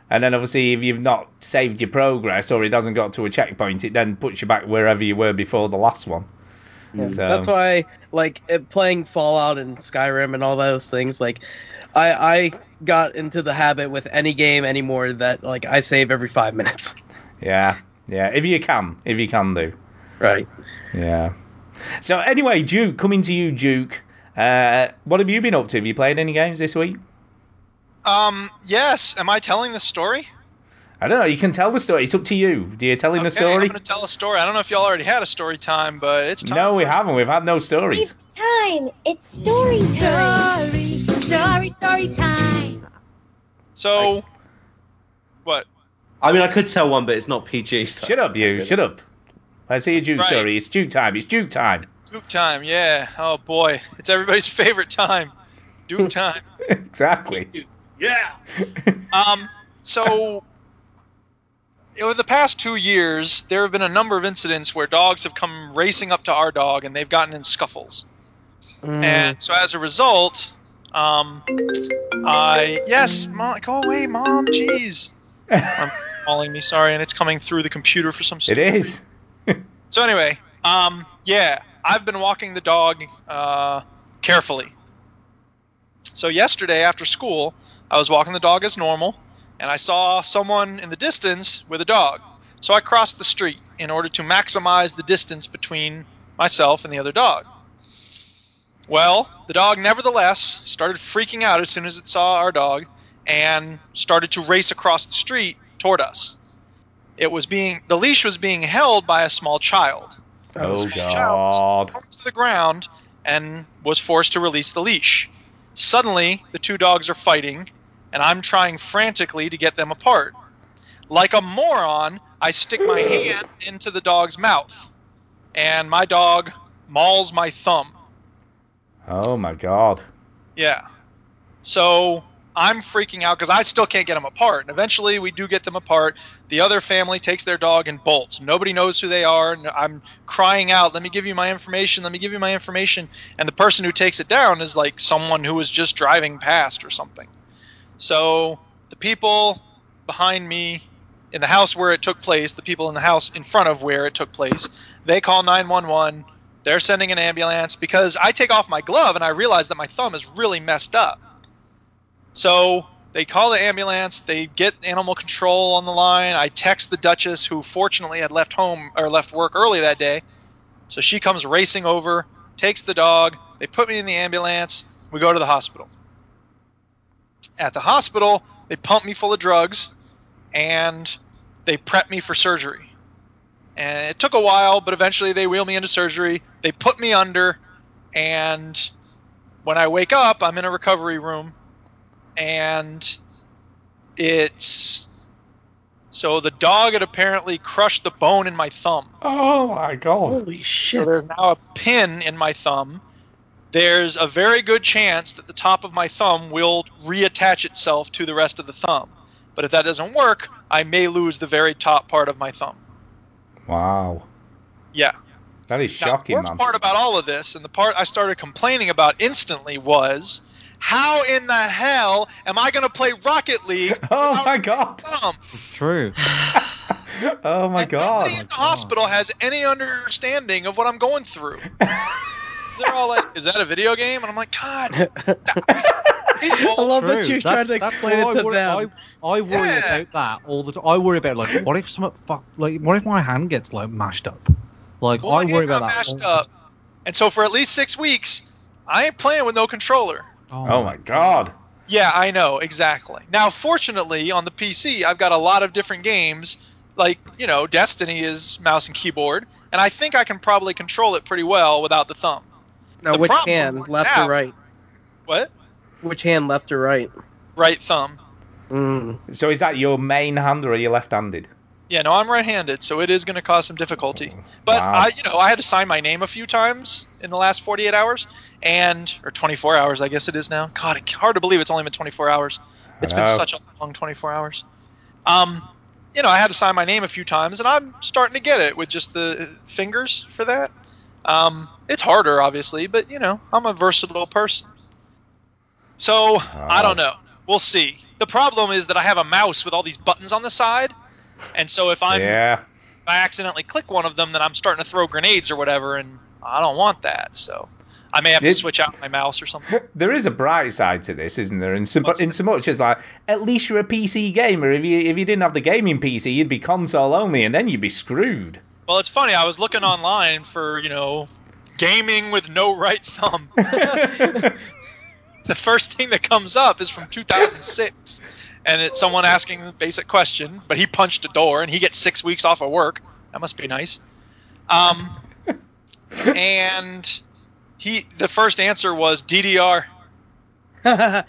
Speaker 2: And then obviously, if you've not saved your progress or it hasn't got to a checkpoint, it then puts you back wherever you were before the last one.
Speaker 5: Yeah,
Speaker 2: So-
Speaker 5: That's why, like, it- playing Fallout and Skyrim and all those things, like, I I got into the habit with any game anymore that like I save every five minutes.
Speaker 2: Yeah, yeah. If you can, if you can do.
Speaker 5: Right.
Speaker 2: Yeah. So anyway, Duke, coming to you, Duke. Uh, what have you been up to? Have you played any games this week?
Speaker 7: Um. Yes. Am I telling the story?
Speaker 2: I don't know. You can tell the story. It's up to you. Do you telling the
Speaker 7: okay, I'm
Speaker 2: story?
Speaker 7: gonna tell a story. I don't know if y'all already had a story time, but it's time.
Speaker 2: No, we
Speaker 7: for-
Speaker 2: haven't. We've had no stories.
Speaker 9: time. It's story time. Story, story, story time.
Speaker 7: So, what?
Speaker 4: I mean, I could tell one, but it's not PG. So.
Speaker 2: Shut up, you. Shut up. Let's hear Duke
Speaker 7: Right.
Speaker 2: story. It's Duke time. It's Duke time.
Speaker 7: Duke time. Yeah. Oh boy, it's everybody's favorite time. Duke time.
Speaker 2: exactly.
Speaker 7: Um, so over the past two years, there have been a number of incidents where dogs have come racing up to our dog and they've gotten in scuffles.
Speaker 5: Mm.
Speaker 7: And so as a result, um, I yes, mom, go away, mom. Jeez, calling me. Sorry, and it's coming through the computer for some.
Speaker 2: It
Speaker 7: stupid
Speaker 2: is.
Speaker 7: So anyway, um, yeah, I've been walking the dog uh, carefully. So yesterday after school, I was walking the dog as normal, and I saw someone in the distance with a dog. So I crossed the street in order to maximize the distance between myself and the other dog. Well, the dog nevertheless started freaking out as soon as it saw our dog and started to race across the street toward us. It was being the leash was being held by a small child.
Speaker 2: Oh
Speaker 7: Child
Speaker 2: god.
Speaker 7: slumped to the ground and was forced to release the leash. Suddenly, the two dogs are fighting, and I'm trying frantically to get them apart. Like a moron, I stick my hand into the dog's mouth, and my dog mauls my thumb.
Speaker 2: Oh my god.
Speaker 7: Yeah. So I'm freaking out because I still can't get them apart. And eventually we do get them apart. The other family takes their dog and bolts. Nobody knows who they are. and I'm crying out, let me give you my information. Let me give you my information. And the person who takes it down is like someone who was just driving past or something. So the people behind me in the house where it took place, the people in the house in front of where it took place, they call 911. They're sending an ambulance because I take off my glove and I realize that my thumb is really messed up. So they call the ambulance. They get animal control on the line. I text the Duchess, who fortunately had left home or left work early that day. So she comes racing over, takes the dog. They put me in the ambulance. We go to the hospital. At the hospital, they pump me full of drugs and they prep me for surgery. And it took a while, but eventually they wheel me into surgery. They put me under, and when I wake up, I'm in a recovery room and it's so the dog had apparently crushed the bone in my thumb.
Speaker 2: Oh my god.
Speaker 8: Holy
Speaker 7: So
Speaker 8: shit.
Speaker 7: there's now a pin in my thumb. There's a very good chance that the top of my thumb will reattach itself to the rest of the thumb. But if that doesn't work, I may lose the very top part of my thumb.
Speaker 2: Wow.
Speaker 7: Yeah.
Speaker 2: That is shocking,
Speaker 7: now, the worst
Speaker 2: man.
Speaker 7: part about all of this, and the part I started complaining about instantly, was how in the hell am I going to play Rocket League?
Speaker 2: Oh my
Speaker 7: without
Speaker 2: god.
Speaker 7: Thumb?
Speaker 1: It's true.
Speaker 2: Oh my
Speaker 7: and nobody
Speaker 2: god.
Speaker 7: in the hospital has any understanding of what I'm going through. They're all like, "Is that a video game?" And I'm like, "God."
Speaker 5: I love that
Speaker 1: True. That's-
Speaker 5: you tried to
Speaker 1: that's
Speaker 5: explain
Speaker 1: what
Speaker 5: it
Speaker 1: I
Speaker 5: to
Speaker 1: worry,
Speaker 5: them.
Speaker 1: I, I worry
Speaker 7: Yeah.
Speaker 1: about that all the time. I worry about like, what if some fuck, like, what if my hand gets like mashed up? Like,
Speaker 7: Well,
Speaker 1: I
Speaker 7: it
Speaker 1: worry
Speaker 7: got
Speaker 1: about that.
Speaker 7: mashed
Speaker 1: all-
Speaker 7: up, and so for at least six weeks, I ain't playing with no controller.
Speaker 2: Oh my god.
Speaker 7: Yeah, I know exactly. Now, fortunately, on the PC, I've got a lot of different games. Like you know, Destiny is mouse and keyboard, and I think I can probably control it pretty well without the thumb.
Speaker 5: Now,
Speaker 7: The
Speaker 5: which
Speaker 7: problem
Speaker 5: hand,
Speaker 7: with
Speaker 5: left
Speaker 7: that-
Speaker 5: or right?
Speaker 7: What?
Speaker 5: Which hand, left or right?
Speaker 7: Right thumb.
Speaker 5: Mm.
Speaker 2: So is that your main hand or are you left-handed?
Speaker 7: Yeah, no, I'm right-handed, so it is going to cause some difficulty. But
Speaker 2: Oh, Wow.
Speaker 7: I, you know, I had to sign my name a few times in the last 48 hours, and or 24 hours, I guess it is now. God, it's hard to believe it's only been 24 hours. It's been
Speaker 2: know.
Speaker 7: such a long 24 hours. Um, you know, I had to sign my name a few times, and I'm starting to get it with just the fingers for that. Um, it's harder, obviously, but you know, I'm a versatile person. So I don't know. We'll see. The problem is that I have a mouse with all these buttons on the side, and so if I'm
Speaker 2: yeah.
Speaker 7: if I accidentally click one of them, then I'm starting to throw grenades or whatever, and I don't want that. So I may have to
Speaker 2: Did-
Speaker 7: switch out my mouse or something.
Speaker 2: There is a bright side to this, isn't there? In so,
Speaker 7: What's
Speaker 2: in
Speaker 7: that?
Speaker 2: so much as like, at least you're a PC gamer. If you if you didn't have the gaming PC, you'd be console only, and then you'd be screwed.
Speaker 7: Well, it's funny. I was looking online for you know gaming with no right thumb. the first thing that comes up is from 2006, and it's someone asking the basic question. But he punched a door, and he gets six weeks off of work. That must be nice. Um, and he the first answer was DDR.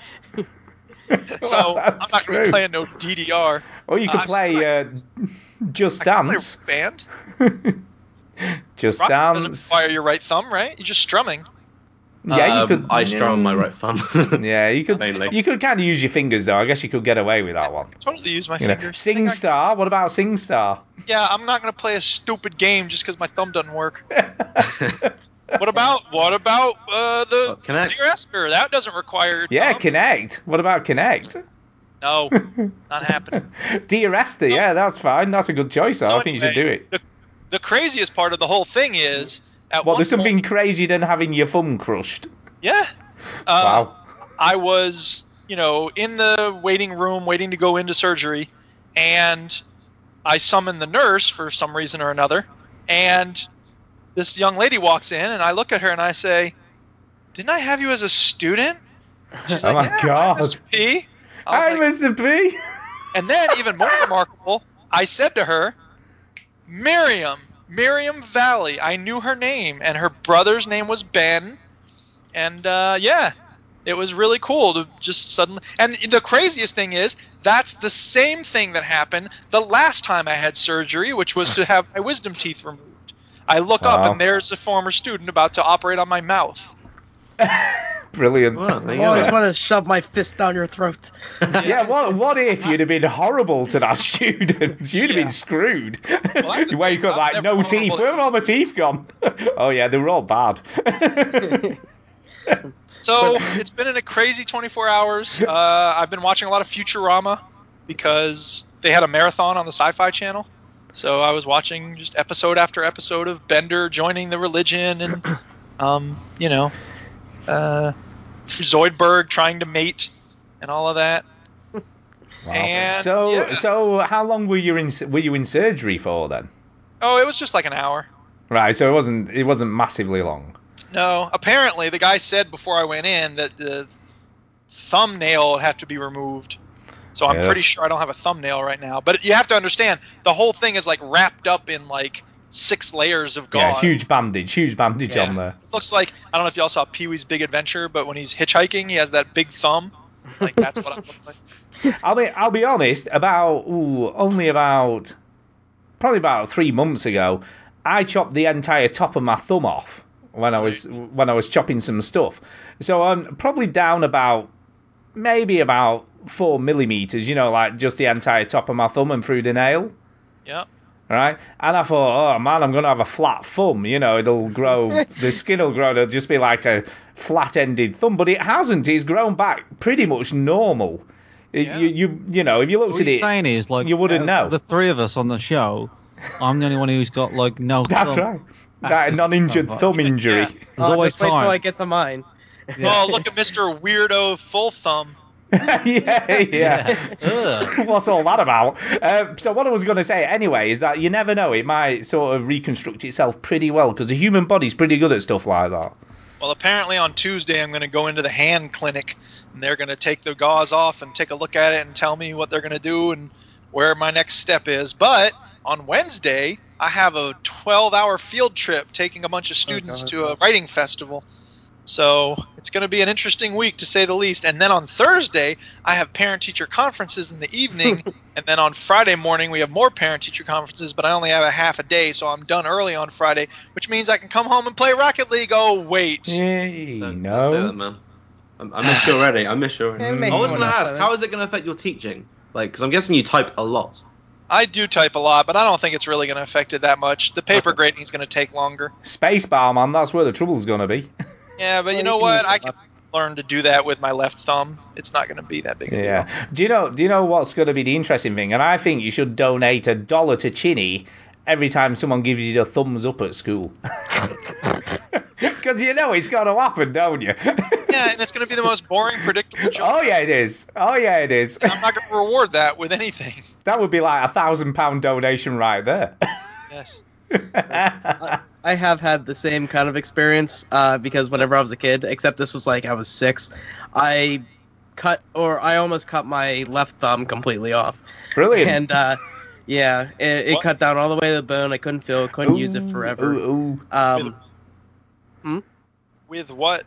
Speaker 7: So
Speaker 2: Well,
Speaker 7: I'm
Speaker 2: that's
Speaker 7: not going
Speaker 2: true.
Speaker 7: to be playing no DDR.
Speaker 2: Or you could
Speaker 7: Uh,
Speaker 2: play uh, Just
Speaker 7: I can play
Speaker 2: Dance.
Speaker 7: band.
Speaker 2: Just
Speaker 7: Rock doesn't
Speaker 2: Dance.
Speaker 7: require your right thumb, right? You're just strumming.
Speaker 2: Yeah, you
Speaker 4: Um,
Speaker 2: could.
Speaker 4: I strum my right thumb.
Speaker 2: Yeah, you could.
Speaker 4: Mainly.
Speaker 2: You could kind of use your fingers though. I guess you could get away with that one.
Speaker 7: Totally use my
Speaker 2: You know,
Speaker 7: fingers. I think I-
Speaker 2: SingStar. What about SingStar?
Speaker 7: yeah, I'm not going to play a stupid game just because my thumb doesn't work. What about what about uh,
Speaker 4: Oh,
Speaker 7: the
Speaker 4: Connect.
Speaker 7: Dear Esther? That doesn't require. your
Speaker 2: Yeah,
Speaker 7: thumb.
Speaker 2: Connect. What about Connect?
Speaker 7: no, not happening. Oh.
Speaker 2: Dear Esther. Yeah, that's fine. That's a good choice. though. I think you should do
Speaker 7: anyway,
Speaker 2: it.
Speaker 7: The, the craziest part of the whole thing is at
Speaker 2: Well,
Speaker 7: one
Speaker 2: there's something
Speaker 7: point-
Speaker 2: crazier than having your thumb crushed.
Speaker 7: yeah. Uh,
Speaker 2: Wow.
Speaker 7: I was, you know, in the waiting room waiting to go into surgery, and I summoned the nurse for some reason or another, and this young lady walks in, and I look at her and I say, "Didn't I have you as a student?" She's
Speaker 2: Oh my
Speaker 7: "Yeah, I'm
Speaker 2: God.
Speaker 7: Mr. P." I was
Speaker 2: Hi, Mr.
Speaker 7: like,
Speaker 2: P.
Speaker 7: and then, even more remarkable, I said to her, Miriam, Miriam Valley. I knew her name, and her brother's name was Ben. And uh, yeah, it was really cool to just suddenly. And the craziest thing is, that's the same thing that happened the last time I had surgery, which was to have my wisdom teeth removed. I look up,
Speaker 2: Wow.
Speaker 7: and there's a former student about to operate on my mouth.
Speaker 2: Brilliant.
Speaker 4: Well, there you
Speaker 5: I always
Speaker 4: go.
Speaker 5: want to shove my fist down your throat.
Speaker 2: Yeah, what what if you'd have been horrible to that student? You'd have
Speaker 7: Yeah.
Speaker 2: been screwed.
Speaker 7: that's the
Speaker 2: you wake
Speaker 7: thing,
Speaker 2: up
Speaker 7: I'm
Speaker 2: like no
Speaker 7: never horrible
Speaker 2: teeth.
Speaker 7: at
Speaker 2: Where have all my teeth gone? oh yeah, they were all bad.
Speaker 7: So it's been in a crazy 24 hours. Uh, I've been watching a lot of Futurama because they had a marathon on the Sci-Fi Channel. So I was watching just episode after episode of Bender joining the religion and, um, you know, uh, Zoidberg trying to mate and all of that. And,
Speaker 2: so
Speaker 7: yeah.
Speaker 2: so how long were you in were you in surgery for then?
Speaker 7: Oh, it was just like an hour.
Speaker 2: Right, so it wasn't it wasn't massively long.
Speaker 7: No, apparently the guy said before I went in that the thumbnail would have to be removed. So I'm
Speaker 2: Yeah.
Speaker 7: pretty sure I don't have a thumbnail right now. But you have to understand, the whole thing is like wrapped up in like six layers of gauze.
Speaker 2: Yeah, huge bandage, huge bandage
Speaker 7: Yeah.
Speaker 2: on there.
Speaker 7: It looks like I don't know if y'all saw Pee Wee's Big Adventure, but when he's hitchhiking, he has that big thumb. Like that's what I look like.
Speaker 2: I'll be I'll be honest. About ooh, only about probably about three months ago, I chopped the entire top of my thumb off when I was when I was chopping some stuff. So I'm probably down about maybe about four millimeters. You know, like just the entire top of my thumb and through the nail.
Speaker 7: Yeah.
Speaker 2: Right, and I thought, oh man, I'm gonna have a flat thumb. You know, it'll grow, the skin will grow. It'll just be like a flat-ended thumb, but it hasn't. It's grown back pretty much normal. It-
Speaker 7: Yeah.
Speaker 2: You, you, you know, if you looked
Speaker 1: What
Speaker 2: at
Speaker 1: he's
Speaker 2: it,
Speaker 1: saying is like
Speaker 2: you wouldn't
Speaker 1: out
Speaker 2: know.
Speaker 1: of The three of us on the show, I'm the only one who's got like no.
Speaker 2: that's
Speaker 1: thumb.
Speaker 2: right, that
Speaker 1: Active
Speaker 2: non-injured
Speaker 1: thumb.
Speaker 2: thumb injury.
Speaker 7: Yeah.
Speaker 1: There's always
Speaker 5: Oh, just wait till I
Speaker 1: time.
Speaker 5: get to mine.
Speaker 7: Oh, look at Mister Weirdo Full Thumb.
Speaker 2: Yeah, yeah.
Speaker 1: Ugh.
Speaker 2: What's all that about? Uh, so what I was going to say anyway is that you never know. It might sort of reconstruct itself pretty well because the human body's pretty good at stuff like that.
Speaker 7: Well, apparently on Tuesday I'm going to go into the hand clinic, and they're going to take the gauze off and take a look at it and tell me what they're going to do and where my next step is. But on Wednesday I have a 12-hour field trip taking a bunch of students
Speaker 5: God.
Speaker 7: to a writing festival. So it's going to be an interesting week to say the least. And then on Thursday I have parent-teacher conferences in the evening, and then on Friday morning we have more parent-teacher conferences. But I only have a half a day, so I'm done early on Friday, which means I can come home and play Rocket League. Oh wait.
Speaker 2: Yay,
Speaker 4: Don't- don't say
Speaker 2: no.
Speaker 4: that, man. I, I missed you already. I missed you
Speaker 5: Yeah,
Speaker 4: already.
Speaker 5: make
Speaker 4: I was
Speaker 5: one
Speaker 4: going to
Speaker 5: up,
Speaker 4: ask,
Speaker 5: Simon.
Speaker 4: how is it going to affect your teaching? Like, because I'm guessing you type a lot.
Speaker 7: I do type a lot, but I don't think it's really going to affect it that much. The paper
Speaker 4: Okay.
Speaker 7: grading is going to take longer.
Speaker 2: Space bar, man. That's where the trouble's going to be.
Speaker 7: Yeah, but
Speaker 5: Well,
Speaker 7: you
Speaker 5: you
Speaker 7: know
Speaker 5: can
Speaker 7: what?
Speaker 5: use
Speaker 7: I
Speaker 5: your
Speaker 7: can learn to do that with my left thumb. It's not going to be that big. A
Speaker 2: Yeah.
Speaker 7: Deal.
Speaker 2: Do you know? Do you know what's going to be the interesting thing? And I think you should donate a dollar to Chinny every time someone gives you the thumbs up at school. Because you know it's going to happen, don't you?
Speaker 7: Yeah, and it's going to be the most boring, predictable job.
Speaker 2: oh yeah, it is. Oh yeah, it is.
Speaker 7: I'm not going to reward that with anything.
Speaker 2: that would be like a thousand pound donation right there.
Speaker 7: Yes.
Speaker 5: I have had the same kind of experience uh, because whenever I was a kid, except this was like I was six, I cut or I almost cut my left thumb completely off,
Speaker 2: Brilliant.
Speaker 5: and uh, yeah, it, it
Speaker 7: What?
Speaker 5: cut down all the way to the bone. I couldn't feel, it, couldn't use it
Speaker 2: Ooh,
Speaker 5: forever.
Speaker 2: Ooh, ooh.
Speaker 5: Um,
Speaker 7: With what?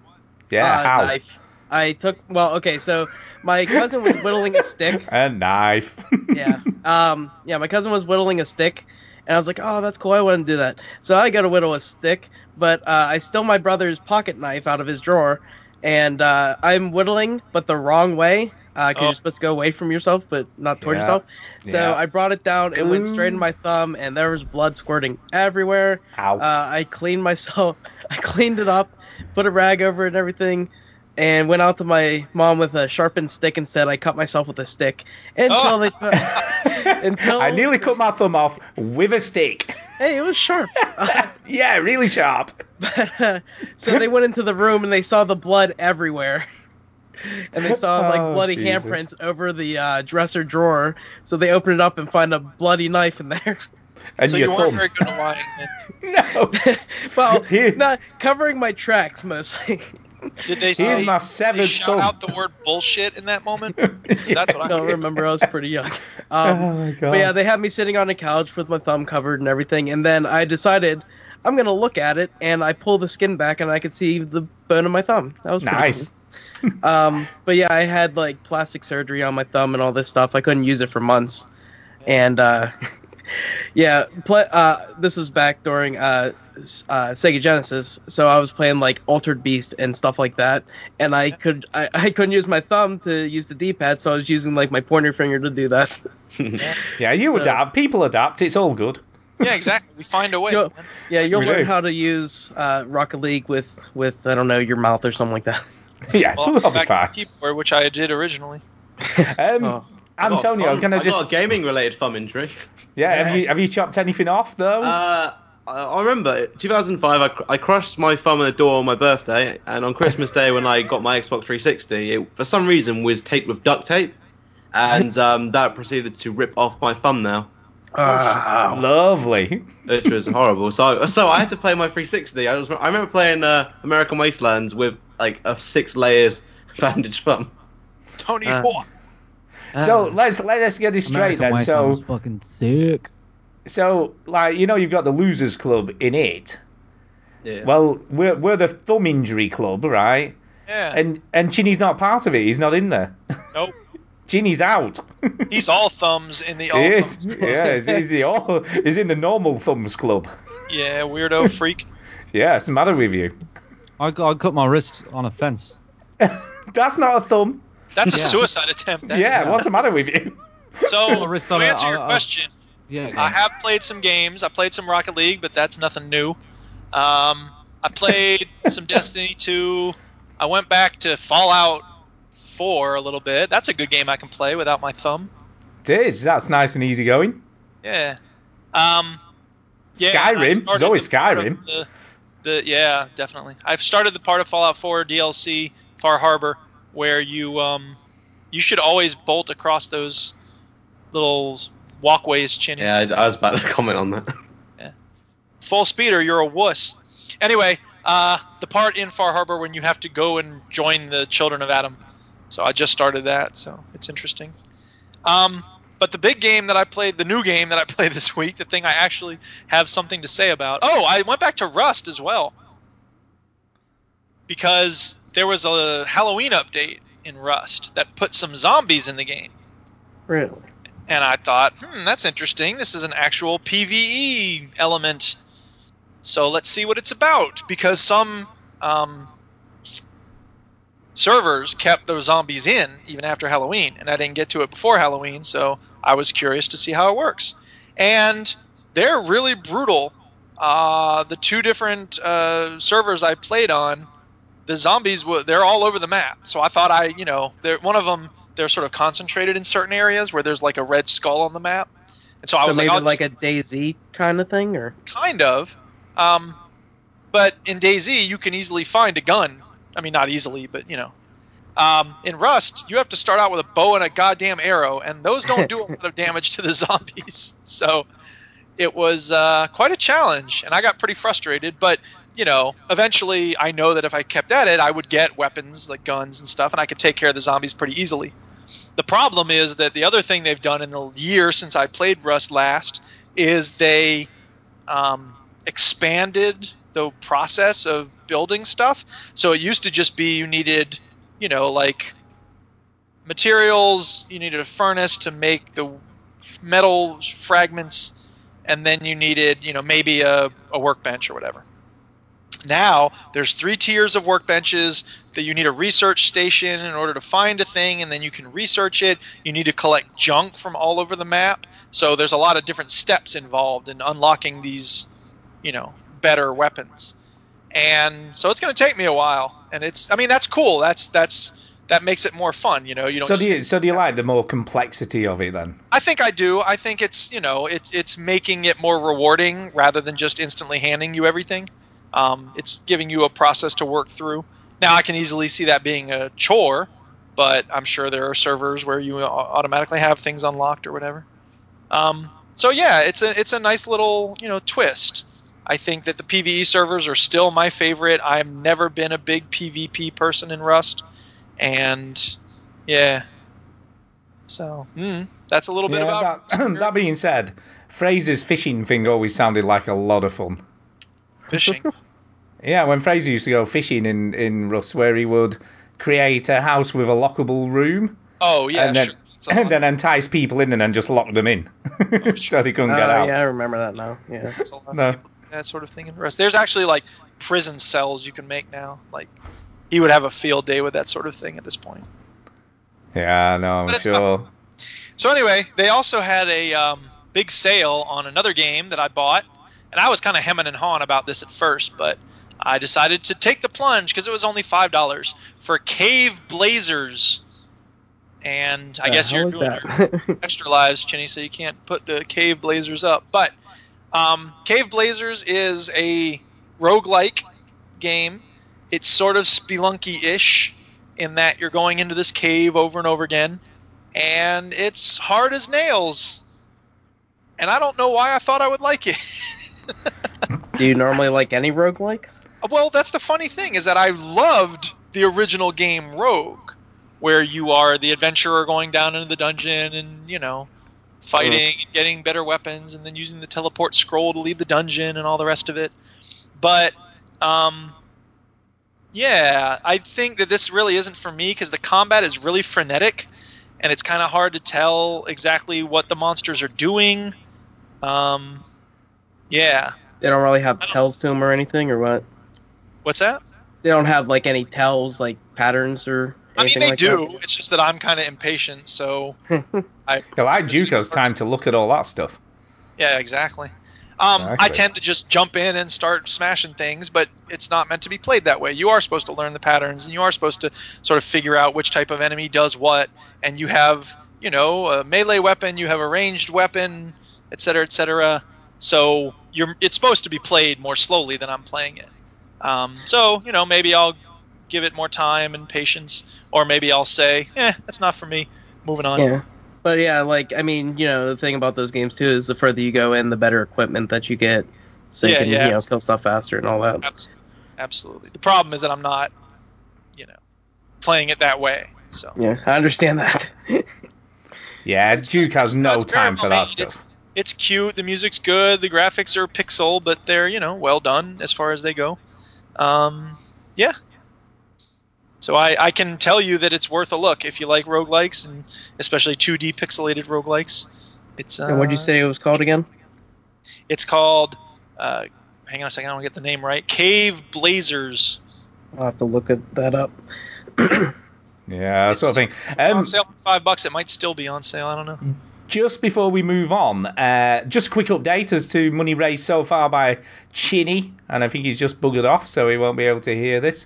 Speaker 2: Yeah.
Speaker 5: uh,
Speaker 2: how?
Speaker 5: knife. I took well, okay, so my cousin was whittling a stick.
Speaker 2: A knife.
Speaker 5: yeah. Um, yeah, my cousin was whittling a stick, and I was like, oh, that's cool. I want to do that. So I got to whittle a stick, but uh, I stole my brother's pocket knife out of his drawer, and uh, I'm whittling, but the wrong way. Because
Speaker 7: Oh.
Speaker 5: you're supposed to go away from yourself, but not toward
Speaker 2: Yeah.
Speaker 5: yourself. So
Speaker 2: Yeah.
Speaker 5: I brought it down. It went straight in
Speaker 2: Ooh.
Speaker 5: my thumb, and there was blood squirting everywhere.
Speaker 2: How?
Speaker 5: Uh, I cleaned myself. I cleaned it up, put a rag over it and everything, and went out to my mom with a sharpened stick and said I cut myself with a stick until
Speaker 7: Oh.
Speaker 5: they until
Speaker 2: I nearly cut my thumb off with a stick.
Speaker 5: Hey, it was sharp. Uh,
Speaker 2: yeah, really sharp.
Speaker 5: But, uh, so they went into the room and they saw the blood everywhere. And they saw like
Speaker 2: Oh,
Speaker 5: bloody
Speaker 2: Jesus.
Speaker 5: handprints over the uh, dresser drawer. So they open it up and find a bloody knife in there.
Speaker 2: And
Speaker 7: so
Speaker 2: your
Speaker 7: you weren't
Speaker 2: thumb.
Speaker 7: very good at lying. Then.
Speaker 2: No.
Speaker 5: well,
Speaker 2: Here-
Speaker 5: not covering my tracks mostly.
Speaker 7: Did they see?
Speaker 2: Here's my
Speaker 7: did they
Speaker 2: severed
Speaker 7: shout
Speaker 2: thumb.
Speaker 7: out the word bullshit in that moment? 'Cause That's what I
Speaker 5: don't remember. I was pretty young. Um,
Speaker 2: Oh, my god.
Speaker 5: but yeah, they had me sitting on a couch with my thumb covered and everything. And then I decided I'm gonna look at it, and I pull the skin back, and I could see the bone of my thumb. That was pretty
Speaker 2: nice.
Speaker 5: cool. Um, but yeah, I had like plastic surgery on my thumb and all this stuff. I couldn't use it for months, and uh, yeah, play, uh, this was back during uh, s- uh, Sega Genesis, so I was playing like Altered Beast and stuff like that, and I could I, I couldn't use my thumb to use the D-pad, so I was using like my pointer finger to do that.
Speaker 2: Yeah, you
Speaker 5: So-
Speaker 2: adapt. People adapt. It's all good.
Speaker 7: Yeah, exactly. We find a way.
Speaker 5: Yo-
Speaker 7: man.
Speaker 5: Yeah, you'll
Speaker 2: We
Speaker 5: learn
Speaker 2: do.
Speaker 5: how to use uh, Rocket League with with I don't know your mouth or something like that.
Speaker 2: yeah,
Speaker 7: Well,
Speaker 2: it'll be
Speaker 7: back to
Speaker 2: fine.
Speaker 7: the keyboard, which I did originally.
Speaker 2: Um,
Speaker 5: Oh.
Speaker 2: Antonio, can I
Speaker 4: I
Speaker 2: just?
Speaker 4: got a gaming related thumb injury.
Speaker 2: yeah, have you have you chopped anything off though?
Speaker 4: Uh, I, I remember it. 2005. I, cr- I crushed my thumb in a door on my birthday, and on Christmas Day when I got my Xbox 360, it for some reason was taped with duct tape, and um, that proceeded to rip off my thumbnail,
Speaker 5: Ah,
Speaker 2: Lovely.
Speaker 4: which was horrible. So so I had to play my 360. I was I remember playing uh, American Wastelands with like a six layered bandage thumb.
Speaker 7: Tony
Speaker 4: Uh,
Speaker 7: Hawk.
Speaker 2: so let's let's get this straight
Speaker 1: American
Speaker 2: then.
Speaker 1: Way
Speaker 2: So
Speaker 1: sounds fucking sick.
Speaker 2: so like you know you've got the losers club in it.
Speaker 4: Yeah.
Speaker 2: Well, we're we're the thumb injury club, right?
Speaker 7: Yeah.
Speaker 2: And and Ginny's not part of it. He's not in there.
Speaker 7: nope.
Speaker 2: Ginny's out.
Speaker 7: He's all thumbs in the all
Speaker 2: He is.
Speaker 7: thumbs.
Speaker 2: Yeah, he's, he's the all, he's in the normal thumbs club.
Speaker 7: Yeah, weirdo freak.
Speaker 2: Yeah, what's the matter with you?
Speaker 1: I, I cut my wrist on a fence.
Speaker 2: That's not a thumb.
Speaker 7: That's a
Speaker 1: Yeah.
Speaker 7: suicide attempt. that
Speaker 2: yeah,
Speaker 7: is.
Speaker 2: what's the matter with you?
Speaker 7: So
Speaker 1: Well, risk
Speaker 7: to
Speaker 1: on a-
Speaker 7: answer your
Speaker 1: on a-
Speaker 7: question,
Speaker 1: Yeah.
Speaker 7: I have played some games. I played some Rocket League, but that's nothing new. Um, I played some Destiny 2. I went back to Fallout 4 a little bit. That's a good game I can play without my thumb.
Speaker 2: It is. That's nice and easy going.
Speaker 7: Yeah. Um, yeah,
Speaker 2: Skyrim.
Speaker 7: I've started
Speaker 2: There's always
Speaker 7: the part of
Speaker 2: Skyrim.
Speaker 7: The, the- yeah, definitely. I've started the part of Fallout 4 DLC Far Harbor where you um, you should always bolt across those little walkways, Chinny.
Speaker 4: Yeah, I, I was about to comment on that.
Speaker 7: full speeder, you're a wuss. Anyway, uh, the part in Far Harbor when you have to go and join the Children of Adam. So I just started that, so it's interesting. Um, but the big game that I played, the new game that I played this week, the thing I actually have something to say about. Oh, I went back to Rust as well. Because there was a Halloween update in Rust that put some zombies in the game
Speaker 5: really?
Speaker 7: and I thought, hmm, that's interesting. This is an actual PVE element. So let's see what it's about. Because some um, servers kept those zombies in even after Halloween, and I didn't get to it before Halloween, so I was curious to see how it works. And they're really brutal. Uh, the two different uh, servers I played on, the zombies were they're all over the map. So I thought I, you know, they're, one of them they're sort of concentrated in certain areas where there's like a red skull on the map. And so I
Speaker 5: So
Speaker 7: was
Speaker 5: maybe
Speaker 7: like, I'll
Speaker 5: like
Speaker 7: just-
Speaker 5: a DayZ kind of thing, or
Speaker 7: kind of. Um, but in DayZ, you can easily find a gun. I mean, not easily, but you know. Um, in Rust, you have to start out with a bow and a goddamn arrow, and those don't do a lot of damage to the zombies. So it was uh, quite a challenge, and I got pretty frustrated. But you know, eventually, I know that if I kept at it, I would get weapons like guns and stuff, and I could take care of the zombies pretty easily. The problem is that the other thing they've done in the year since I played Rust last is they um, expanded the process of building stuff. So it used to just be you needed, you know, like materials, you needed a furnace to make the metal fragments, and then you needed, you know, maybe a, a workbench or whatever. Now there's three tiers of workbenches that you need a research station in order to find a thing, and then you can research it. You need to collect junk from all over the map. So there's a lot of different steps involved in unlocking these, you know, better weapons. And so it's going to take me a while. And it's I mean that's cool. That's that's that makes it more fun. You know, you don't.
Speaker 2: So
Speaker 7: just-
Speaker 2: do you? So do you like the more complexity of it then?
Speaker 7: I think I do. I think it's you know it's it's making it more rewarding rather than just instantly handing you everything. Um, it's giving you a process to work through. Now I can easily see that being a chore, but I'm sure there are servers where you au- automatically have things unlocked or whatever. Um, so yeah, it's a it's a nice little you know twist. I think that the PVE servers are still my favorite. I've never been a big PvP person in Rust, and yeah. So mm, that's a little bit
Speaker 2: Yeah,
Speaker 7: about
Speaker 2: that, that being said, Fraser's fishing thing always sounded like a lot of fun.
Speaker 7: fishing.
Speaker 2: Yeah, when Fraser used to go fishing in in Russ, where he would create a house with a lockable room
Speaker 7: Oh yeah,
Speaker 2: and then
Speaker 7: sure. It's a
Speaker 2: and
Speaker 7: lot,
Speaker 2: then entice people in and then just lock them in so they couldn't
Speaker 5: Oh,
Speaker 2: get out.
Speaker 5: yeah, I remember that now. Yeah.
Speaker 7: it's a lot of
Speaker 2: No.
Speaker 7: that sort of thing in Rust. There's actually like prison cells you can make now. Like he would have a field day with that sort of thing at this point.
Speaker 2: Yeah, no, I'm
Speaker 7: But it's
Speaker 2: sure.
Speaker 7: So anyway, they also had a um, big sale on another game that I bought, and I was kind of hemming and hawing about this at first, but I decided to take the plunge because it was only five dollars for Cave Blazers. And I
Speaker 5: The
Speaker 7: guess
Speaker 5: hell
Speaker 7: you're
Speaker 5: is
Speaker 7: doing your
Speaker 5: that?
Speaker 7: extra lives, Chinny, so you can't put the Cave Blazers up. But um, Cave Blazers is a roguelike game. It's sort of spelunky ish in that you're going into this cave over and over again, and it's hard as nails. And I don't know why I thought I would like it.
Speaker 5: Do you normally like any roguelikes?
Speaker 7: Well, that's the funny thing is that I loved the original game Rogue, where you are the adventurer going down into the dungeon and you know fighting and getting better weapons and then using the teleport scroll to leave the dungeon and all the rest of it. But um, yeah, I think that this really isn't for me because the combat is really frenetic and it's kind of hard to tell exactly what the monsters are doing. Um, yeah,
Speaker 5: They don't really have tells to them or anything, or what?
Speaker 7: what's that?
Speaker 5: They don't have like any tells, like patterns or
Speaker 7: I mean,
Speaker 5: anything
Speaker 7: they
Speaker 5: like
Speaker 7: do. It's just that I'm kind of impatient. So
Speaker 5: that.
Speaker 2: I like Juko's time to look at all that stuff.
Speaker 7: yeah, exactly. Um, I
Speaker 2: Exactly.
Speaker 7: tend to just jump in and start smashing things, but it's not meant to be played that way. You are supposed to learn the patterns, and you are supposed to sort of figure out which type of enemy does what, and you have, you know, a melee weapon, you have a ranged weapon, et cetera, et cetera. So you're, it's supposed to be played more slowly than I'm playing it. Um, so you know, maybe I'll give it more time and patience, or maybe I'll say, eh, that's not for me. Moving on.
Speaker 5: yeah. But yeah, like I mean, you know, the thing about those games too is the further you go in, the better equipment that you get, so you
Speaker 7: Yeah,
Speaker 5: can
Speaker 7: yeah,
Speaker 5: you know
Speaker 7: abs-
Speaker 5: kill stuff faster and all that.
Speaker 7: Abs- Absolutely. The problem is that I'm not, you know, playing it that way. So
Speaker 5: Yeah, I understand that.
Speaker 2: Yeah, Duke has no
Speaker 7: It's very
Speaker 2: time for that
Speaker 7: well-made.
Speaker 2: stuff.
Speaker 7: It's, it's cute. The music's good. The graphics are pixel, but they're you know well done as far as they go. Um, yeah. So I, I can tell you that it's worth a look if you like roguelikes and especially 2D pixelated roguelikes. It's uh,
Speaker 5: and what'd you say it was called again?
Speaker 7: It's called. Uh, hang on a second. I don't get the name right. Cave Blazers.
Speaker 5: I'll have to look at that up.
Speaker 2: Yeah, that sort of thing.
Speaker 7: It's
Speaker 2: Um,
Speaker 7: on sale for five bucks. It might still be on sale. I don't know.
Speaker 2: just before we move on, uh, just a quick update as to money raised so far by Chinny, and I think he's just buggered off, so he won't be able to hear this.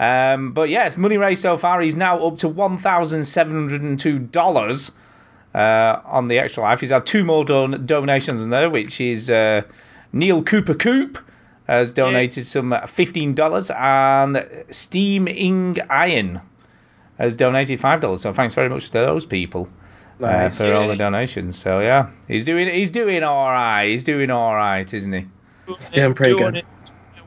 Speaker 2: Um, but yes, money raised so far. He's now up to one thousand seven hundred and two dollars uh, on the extra life. He's had two more don- donations in there, which is uh, Neil Cooper Coop has donated some fifteen dollars, and Steam Ing Iron has donated five dollars. So thanks very much to those people uh,
Speaker 5: Nice.
Speaker 2: for all the donations. So yeah, he's doing he's doing all right. He's doing all right, isn't he?
Speaker 5: doing pretty
Speaker 7: Doing
Speaker 5: good.
Speaker 7: it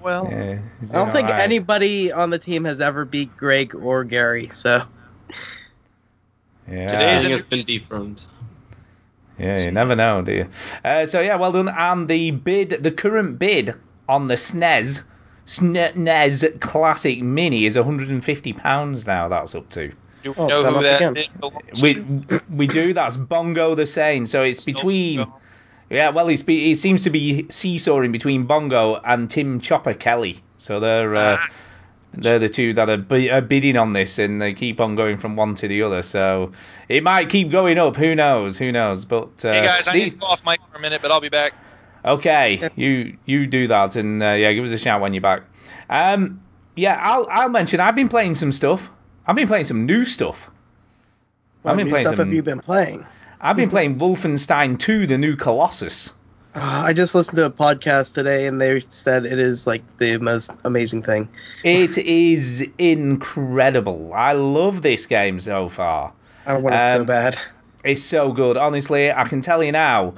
Speaker 7: Well,
Speaker 2: Yeah, he's
Speaker 5: I
Speaker 2: doing
Speaker 5: don't think
Speaker 2: all right.
Speaker 5: anybody on the team has ever beat Greg or Gary, so
Speaker 2: Yeah.
Speaker 4: I
Speaker 7: Today's-
Speaker 4: think it's been dethroned.
Speaker 2: Yeah, you never know, do you? Uh, so yeah, well done. And the bid, the current bid on the E SNES SNES E Classic Mini is 150 pounds now. That's up to.
Speaker 7: Do we
Speaker 5: Oh,
Speaker 7: know
Speaker 5: gone
Speaker 7: who
Speaker 5: up
Speaker 7: that
Speaker 5: again.
Speaker 7: is belongs
Speaker 2: We uh,
Speaker 7: to?
Speaker 2: we do. That's Bongo the Sane. So it's between. Yeah, well, he's be, he seems to be seesawing between Bongo and Tim Chopper Kelly. So they're uh,
Speaker 7: Ah.
Speaker 2: they're the two that are, bi- are bidding on this, and they keep on going from one to the other. So it might keep going up. Who knows? Who knows? But uh,
Speaker 7: Hey guys, I
Speaker 2: these-
Speaker 7: need to go off mic for a minute, but I'll be back.
Speaker 2: Okay, you you do that, and uh, yeah, give us a shout when you're back. Um, yeah, I'll I'll mention I've been playing some stuff. I've been playing some new stuff.
Speaker 5: What
Speaker 2: I've been
Speaker 5: new
Speaker 2: playing
Speaker 5: stuff
Speaker 2: some.
Speaker 5: have you been playing?
Speaker 2: I've been playing Wolfenstein 2: The New Colossus.
Speaker 5: Uh, I just listened to a podcast today, and they said it is like the most amazing thing.
Speaker 2: It is incredible. I love this game so far.
Speaker 5: I want it so
Speaker 2: Um,
Speaker 5: bad.
Speaker 2: It's so good. Honestly, I can tell you now.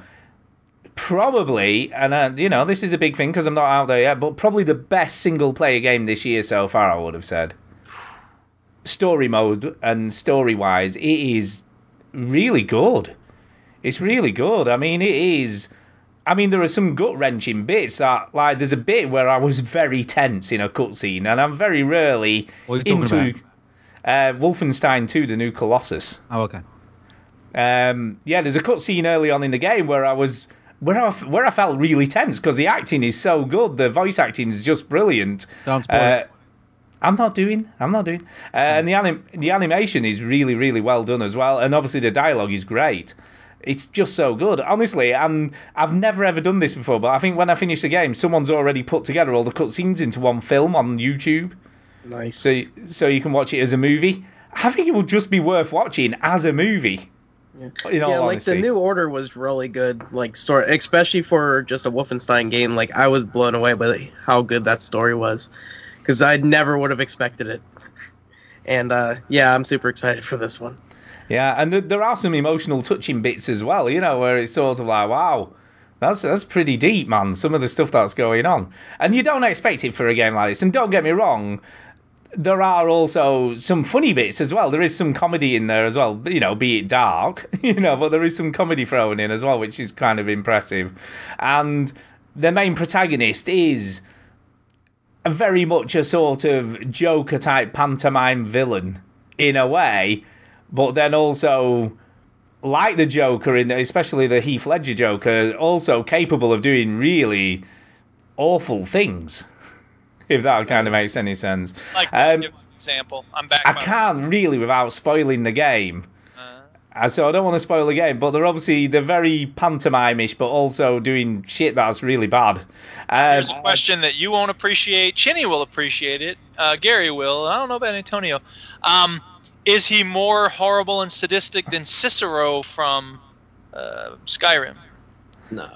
Speaker 2: Probably, and uh, you know, this is a big thing because I'm not out there yet, but probably the best single player game this year so far, I would have said. Story mode and story wise, it is really good. It's really good. I mean, it is. I mean, there are some gut wrenching bits that, like, there's a bit where I was very tense in a cutscene, and I'm very rarely
Speaker 1: What are you talking
Speaker 2: into uh, Wolfenstein 2, the new Colossus.
Speaker 1: Oh, okay.
Speaker 2: Um, yeah, there's a cutscene early on in the game where I was where I f- where I felt really tense because the acting is so good, the voice acting is just brilliant.
Speaker 1: Don't spoil
Speaker 2: Uh,
Speaker 1: it.
Speaker 2: I'm not doing. I'm not doing. Uh, and the anim- the animation is really really well done as well, and obviously the dialogue is great. It's just so good, honestly. And I've never ever done this before, but I think when I finish the game, someone's already put together all the cutscenes into one film on YouTube
Speaker 5: Nice.
Speaker 2: so so you can watch it as a movie. I think it will just be worth watching as a movie. In all
Speaker 5: yeah, like
Speaker 2: honesty.
Speaker 5: the New Order was really good, like story, especially for just a Wolfenstein game. Like I was blown away by how good that story was, because I never would have expected it. And uh, yeah, I'm super excited for this one.
Speaker 2: yeah, and th- there are some emotional touching bits as well. You know, where it's sort of like, wow, that's that's pretty deep, man. Some of the stuff that's going on, and you don't expect it for a game like this. And don't get me wrong. There are also some funny bits as well. There is some comedy in there as well, you know, be it dark, you know, but there is some comedy thrown in as well, which is kind of impressive. And the main protagonist is a very much a sort of Joker type pantomime villain in a way, but then also like the Joker, in especially the Heath Ledger Joker, also capable of doing really awful things. If that kind of makes any sense,
Speaker 7: Like,
Speaker 2: Um,
Speaker 7: give us an example. I'm back.
Speaker 2: I
Speaker 7: by-
Speaker 2: can't really without spoiling the game.
Speaker 7: Uh,
Speaker 2: Uh, So I don't want to spoil the game, but they're obviously they're very pantomimish, but also doing shit that's really bad. Um,
Speaker 7: Here's a question that you won't appreciate. Chinny will appreciate it. Uh, Gary will. I don't know about Antonio. Um, is he more horrible and sadistic than Cicero from uh, Skyrim?
Speaker 4: No.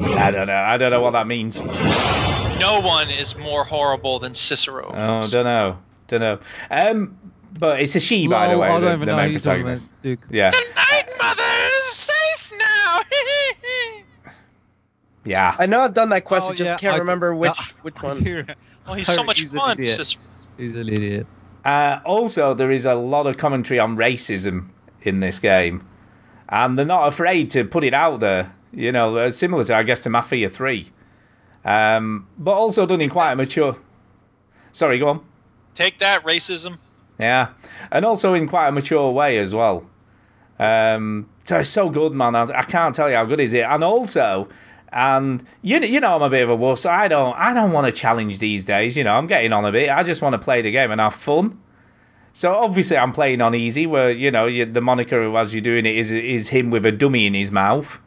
Speaker 2: I don't know. I don't know what that means. Oh,
Speaker 7: No one is more horrible than Cicero.
Speaker 2: Oh, don't know, don't know. Um, but it's a she, by the
Speaker 1: Lol,
Speaker 2: way,
Speaker 1: I
Speaker 2: the,
Speaker 1: don't even
Speaker 2: the
Speaker 1: know who
Speaker 2: main
Speaker 1: you're talking about,
Speaker 2: protagonist.
Speaker 1: Duke.
Speaker 2: Yeah,
Speaker 7: the Night Mother is safe now.
Speaker 2: yeah.
Speaker 5: I know I've done that quest,
Speaker 1: Oh,
Speaker 5: I just
Speaker 1: yeah,
Speaker 5: can't
Speaker 1: I-
Speaker 5: remember which
Speaker 1: I-
Speaker 5: which
Speaker 1: I
Speaker 5: one.
Speaker 1: do-
Speaker 7: well, he's so much
Speaker 1: He's an
Speaker 7: fun,
Speaker 1: idiot.
Speaker 7: Cicero.
Speaker 1: He's an idiot.
Speaker 2: Uh, also, there is a lot of commentary on racism in this game, and they're not afraid to put it out there. You know, uh, similar to I guess to Mafia Three, um, but also done in quite a mature. Sorry, go on.
Speaker 7: Take that racism.
Speaker 2: Yeah, and also in quite a mature way as well. Um, so it's so good, man. I, I can't tell you how good is it. And also, and you you know I'm a bit of a wuss. I don't I don't want to challenge these days. You know I'm getting on a bit. I just want to play the game and have fun. So obviously I'm playing on easy, where you know you, the moniker of as you're doing it is is him with a dummy in his mouth,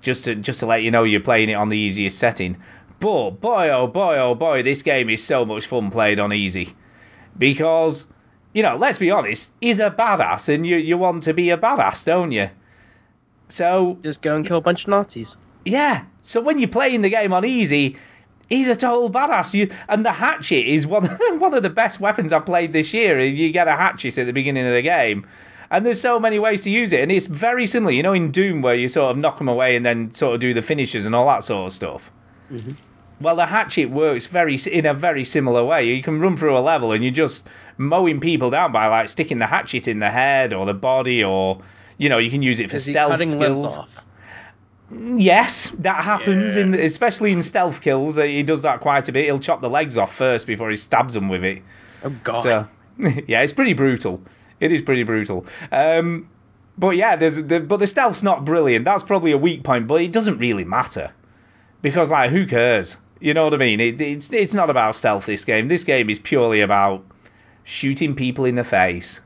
Speaker 2: just to just to let you know you're playing it on the easiest setting. But boy oh boy oh boy, this game is so much fun played on easy, because you know, let's be honest, is a badass, and you, you want to be a badass, don't you? So,
Speaker 5: Just go and kill a bunch of Nazis.
Speaker 2: yeah. So when you're playing the game on easy, he's a total badass. You, and the hatchet is one one of the best weapons I've played this year. You get a hatchet at the beginning of the game. And there's so many ways to use it, and it's very similar. You know, in Doom, where you sort of knock them away and then sort of do the finishes and all that sort of stuff.
Speaker 5: Mm-hmm.
Speaker 2: Well, the hatchet works very s- in a very similar way. You can run through a level and you're just mowing people down by like sticking the hatchet in the head or the body, or you know, you can use it for
Speaker 5: Is he
Speaker 2: stealth
Speaker 5: cutting
Speaker 2: skills.
Speaker 5: limbs off?
Speaker 2: Yes, that happens in especially in stealth kills. uh, He does that quite a bit. He'll chop the legs off first before he stabs them with it.
Speaker 5: Oh god.
Speaker 2: So yeah, it's pretty brutal. It is pretty brutal. Um, but yeah, there's the, but the stealth's not brilliant. That's probably a weak point, but it doesn't really matter because like who cares? You know what I mean? It, it's it's not about stealth. This game. This game is purely about shooting people in the face.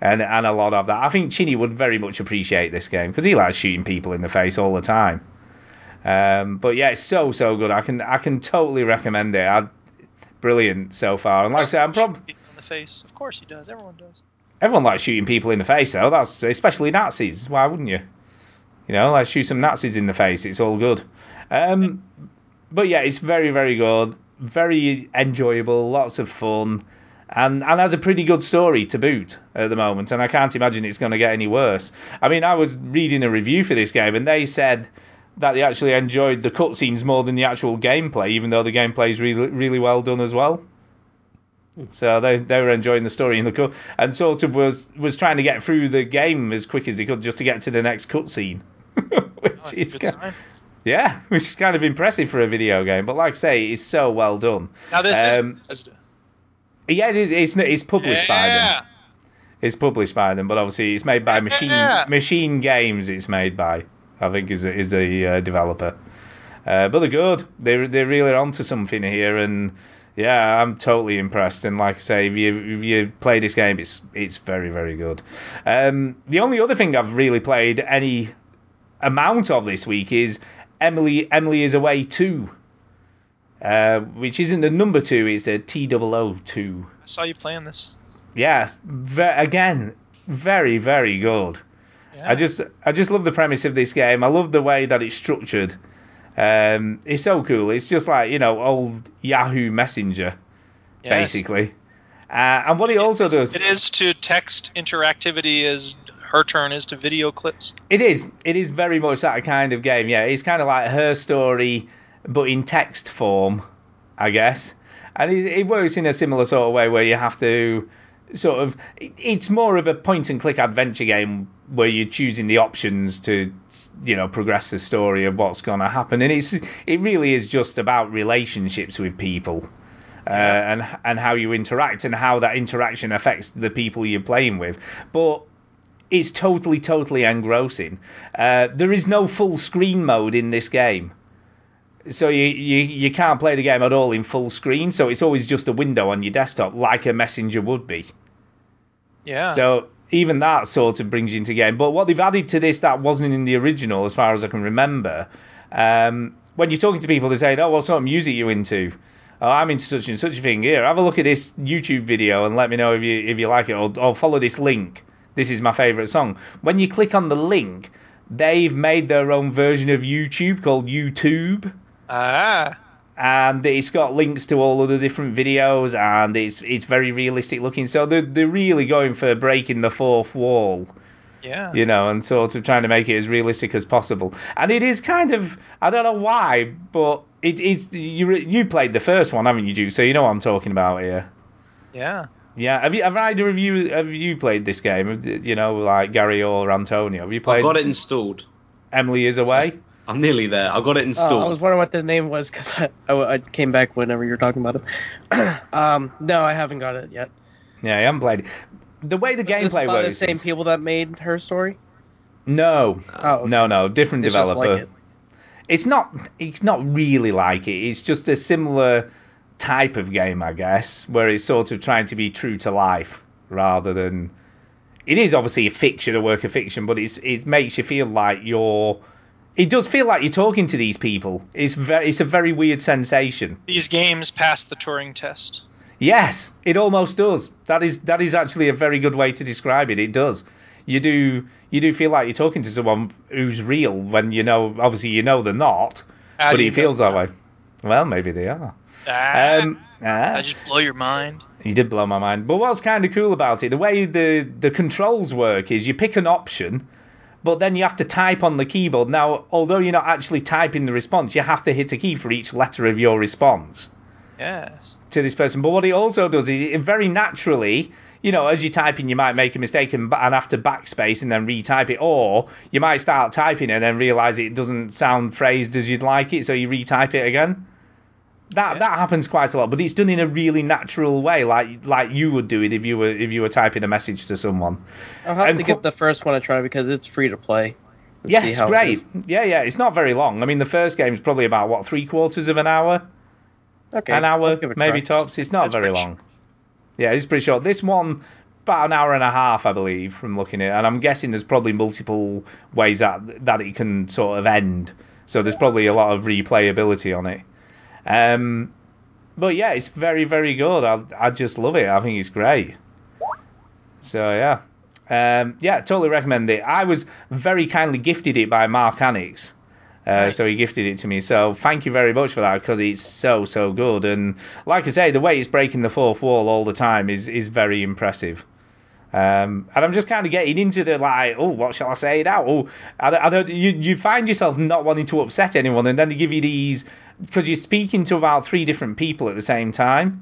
Speaker 2: And, and a lot of that. I think Chinny would very much appreciate this game because he likes shooting people in the face all the time. Um, but yeah, it's so so good. I can I can totally recommend it. I, brilliant so far. And like I say, I'm probably
Speaker 7: In the face. Of course he does. Everyone does.
Speaker 2: Everyone likes shooting people in the face, though. That's especially Nazis. Why wouldn't you? You know, like shoot some Nazis in the face. It's all good. Um, but yeah, it's very, very good. Very enjoyable. Lots of fun, and and has a pretty good story to boot at the moment. And I can't imagine it's going to get any worse. I mean, I was reading a review for this game, and they said that they actually enjoyed the cutscenes more than the actual gameplay, even though the gameplay is really, really well done as well. So they they were enjoying the story in the cut and sort of was was trying to get through the game as quick as he could just to get to the next cutscene, which
Speaker 7: Oh,
Speaker 2: is
Speaker 7: it's a good
Speaker 2: kind,
Speaker 7: sign.
Speaker 2: yeah, which is kind of impressive for a video game. But like I say, it's so well done.
Speaker 7: Now this
Speaker 2: Um,
Speaker 7: is
Speaker 2: Yeah, it is. It's it's published by them.
Speaker 7: yeah.
Speaker 2: It's published by them, but obviously it's made by Machine
Speaker 7: Yeah.
Speaker 2: Machine Games. It's made by I think is is the uh, developer. Uh, but they're good. They they're really onto something here, and yeah, I'm totally impressed. And like I say, if you if you play this game, it's it's very very good. Um, the only other thing I've really played any amount of this week is Emily Emily is away two, uh, which isn't the number two. It's a T 2
Speaker 7: I saw you playing this.
Speaker 2: yeah, ve- again, very very good.
Speaker 7: Yeah.
Speaker 2: I just I just love the premise of this game. I love the way that it's structured. Um, it's so cool. It's just like you know old Yahoo Messenger
Speaker 7: Yes.
Speaker 2: basically. Uh, and what it also does,
Speaker 7: It is to text interactivity as her turn is to video clips.
Speaker 2: it is it is very much that kind of game. Yeah, it's kind of like her story, but in text form, I guess. And it, it works in a similar sort of way where you have to sort of it- it's more of a point and click adventure game where you're choosing the options to you know progress the story of what's going to happen and it's it really is just about relationships with people uh, and and how you interact and how that interaction affects the people you're playing with but it's totally totally engrossing uh, there is no full screen mode in this game so you, you you can't play the game at all in full screen so it's always just a window on your desktop like a messenger would be
Speaker 7: Yeah.
Speaker 2: so even that sort of brings you into game. But what they've added to this that wasn't in the original, as far as I can remember, um, when you're talking to people, they're saying, "Oh, what sort of music are you into?" Oh, I'm into such and such a thing. Here, have a look at this YouTube video and let me know if you if you like it, or, or follow this link. This is my favorite song. When you click on the link, they've made their own version of YouTube called YouTube
Speaker 7: ah.
Speaker 2: and it's got links to all of the different videos and it's it's very realistic looking so they're, they're really going for breaking the fourth wall
Speaker 7: Yeah.
Speaker 2: you know and sort of trying to make it as realistic as possible and it is kind of i don't know why but it, it's you re- you played the first one haven't you Duke? so you know what i'm talking about here
Speaker 7: Yeah.
Speaker 2: yeah have you have either of you have you played this game you know like gary or antonio have you
Speaker 4: I've
Speaker 2: played
Speaker 4: got it installed.
Speaker 2: emily is away
Speaker 4: I'm nearly there. I've got it
Speaker 5: Oh, I
Speaker 4: installed.
Speaker 5: was wondering what the name was because I, I, I came back whenever you were talking about it. um, no, I haven't got it yet.
Speaker 2: yeah i haven't played it. the way the
Speaker 5: But this is
Speaker 2: gameplay
Speaker 5: by
Speaker 2: works
Speaker 5: the same
Speaker 2: is-
Speaker 5: people that made her story.
Speaker 2: no
Speaker 5: Oh, okay.
Speaker 2: Uh, no no different
Speaker 5: It's just
Speaker 2: developer
Speaker 5: like it.
Speaker 2: it's not it's not really like it. It's just a similar type of game, I guess, where it's sort of trying to be true to life rather than it is obviously a fiction, a work of fiction, but it's it makes you feel like you're it does feel like you're talking to these people. It's very it's a very weird sensation.
Speaker 7: These games pass the Turing test.
Speaker 2: Yes, it almost does. That is that is actually a very good way to describe it. It does. You do you do feel like you're talking to someone who's real when you know obviously you know they're not,
Speaker 7: How
Speaker 2: but
Speaker 7: do
Speaker 2: it
Speaker 7: you
Speaker 2: feels
Speaker 7: know
Speaker 2: that way. Well, maybe they are.
Speaker 7: Ah,
Speaker 2: Um,
Speaker 7: I
Speaker 2: ah,
Speaker 7: just blow your mind.
Speaker 2: you did blow my mind. But what's kind of cool about it, the way the the controls work is you pick an option, but then you have to type on the keyboard. Now, although you're not actually typing the response, you have to hit a key for each letter of your response
Speaker 7: Yes.
Speaker 2: to this person. But what it also does is it very naturally, you know, as you type in, you might make a mistake and, and have to backspace and then retype it, or you might start typing and then realize it doesn't sound phrased as you'd like it, so you retype it again. That
Speaker 7: Yeah.
Speaker 2: that happens quite a lot, but it's done in a really natural way, like like you would do it if you were if you were typing a message to someone.
Speaker 5: I'll have
Speaker 2: and
Speaker 5: to
Speaker 2: qu-
Speaker 5: give the first one a try because it's free to play. Let's
Speaker 2: Yeah,
Speaker 5: see
Speaker 2: it's
Speaker 5: how it
Speaker 2: great.
Speaker 5: is.
Speaker 2: yeah, yeah, it's not very long. I mean, the first game's probably about what three quarters of an hour.
Speaker 5: Okay,
Speaker 2: an
Speaker 5: I'll
Speaker 2: hour,
Speaker 5: give it a
Speaker 2: maybe
Speaker 5: try.
Speaker 2: tops. It's not
Speaker 7: That's
Speaker 2: very
Speaker 7: pretty
Speaker 2: long. Yeah, it's pretty short. This one, about an hour and a half, I believe, from looking at. it. And I'm guessing there's probably multiple ways that that it can sort of end. So there's probably a lot of replayability on it. Um, But yeah, it's very, very good. I, I just love it. I think it's great. So yeah, um, yeah, totally recommend it. I was very kindly gifted it by Mark Anix. Uh, So he gifted it to me. So thank you very much for that because it's so so good. And like I say, the way it's breaking the fourth wall all the time is is very impressive. Um, and I'm just kind of getting into the like, oh, what shall I say now? Oh, I, don't- I don't. You you find yourself not wanting to upset anyone, and then they give you these because you're speaking to about three different people at the same time.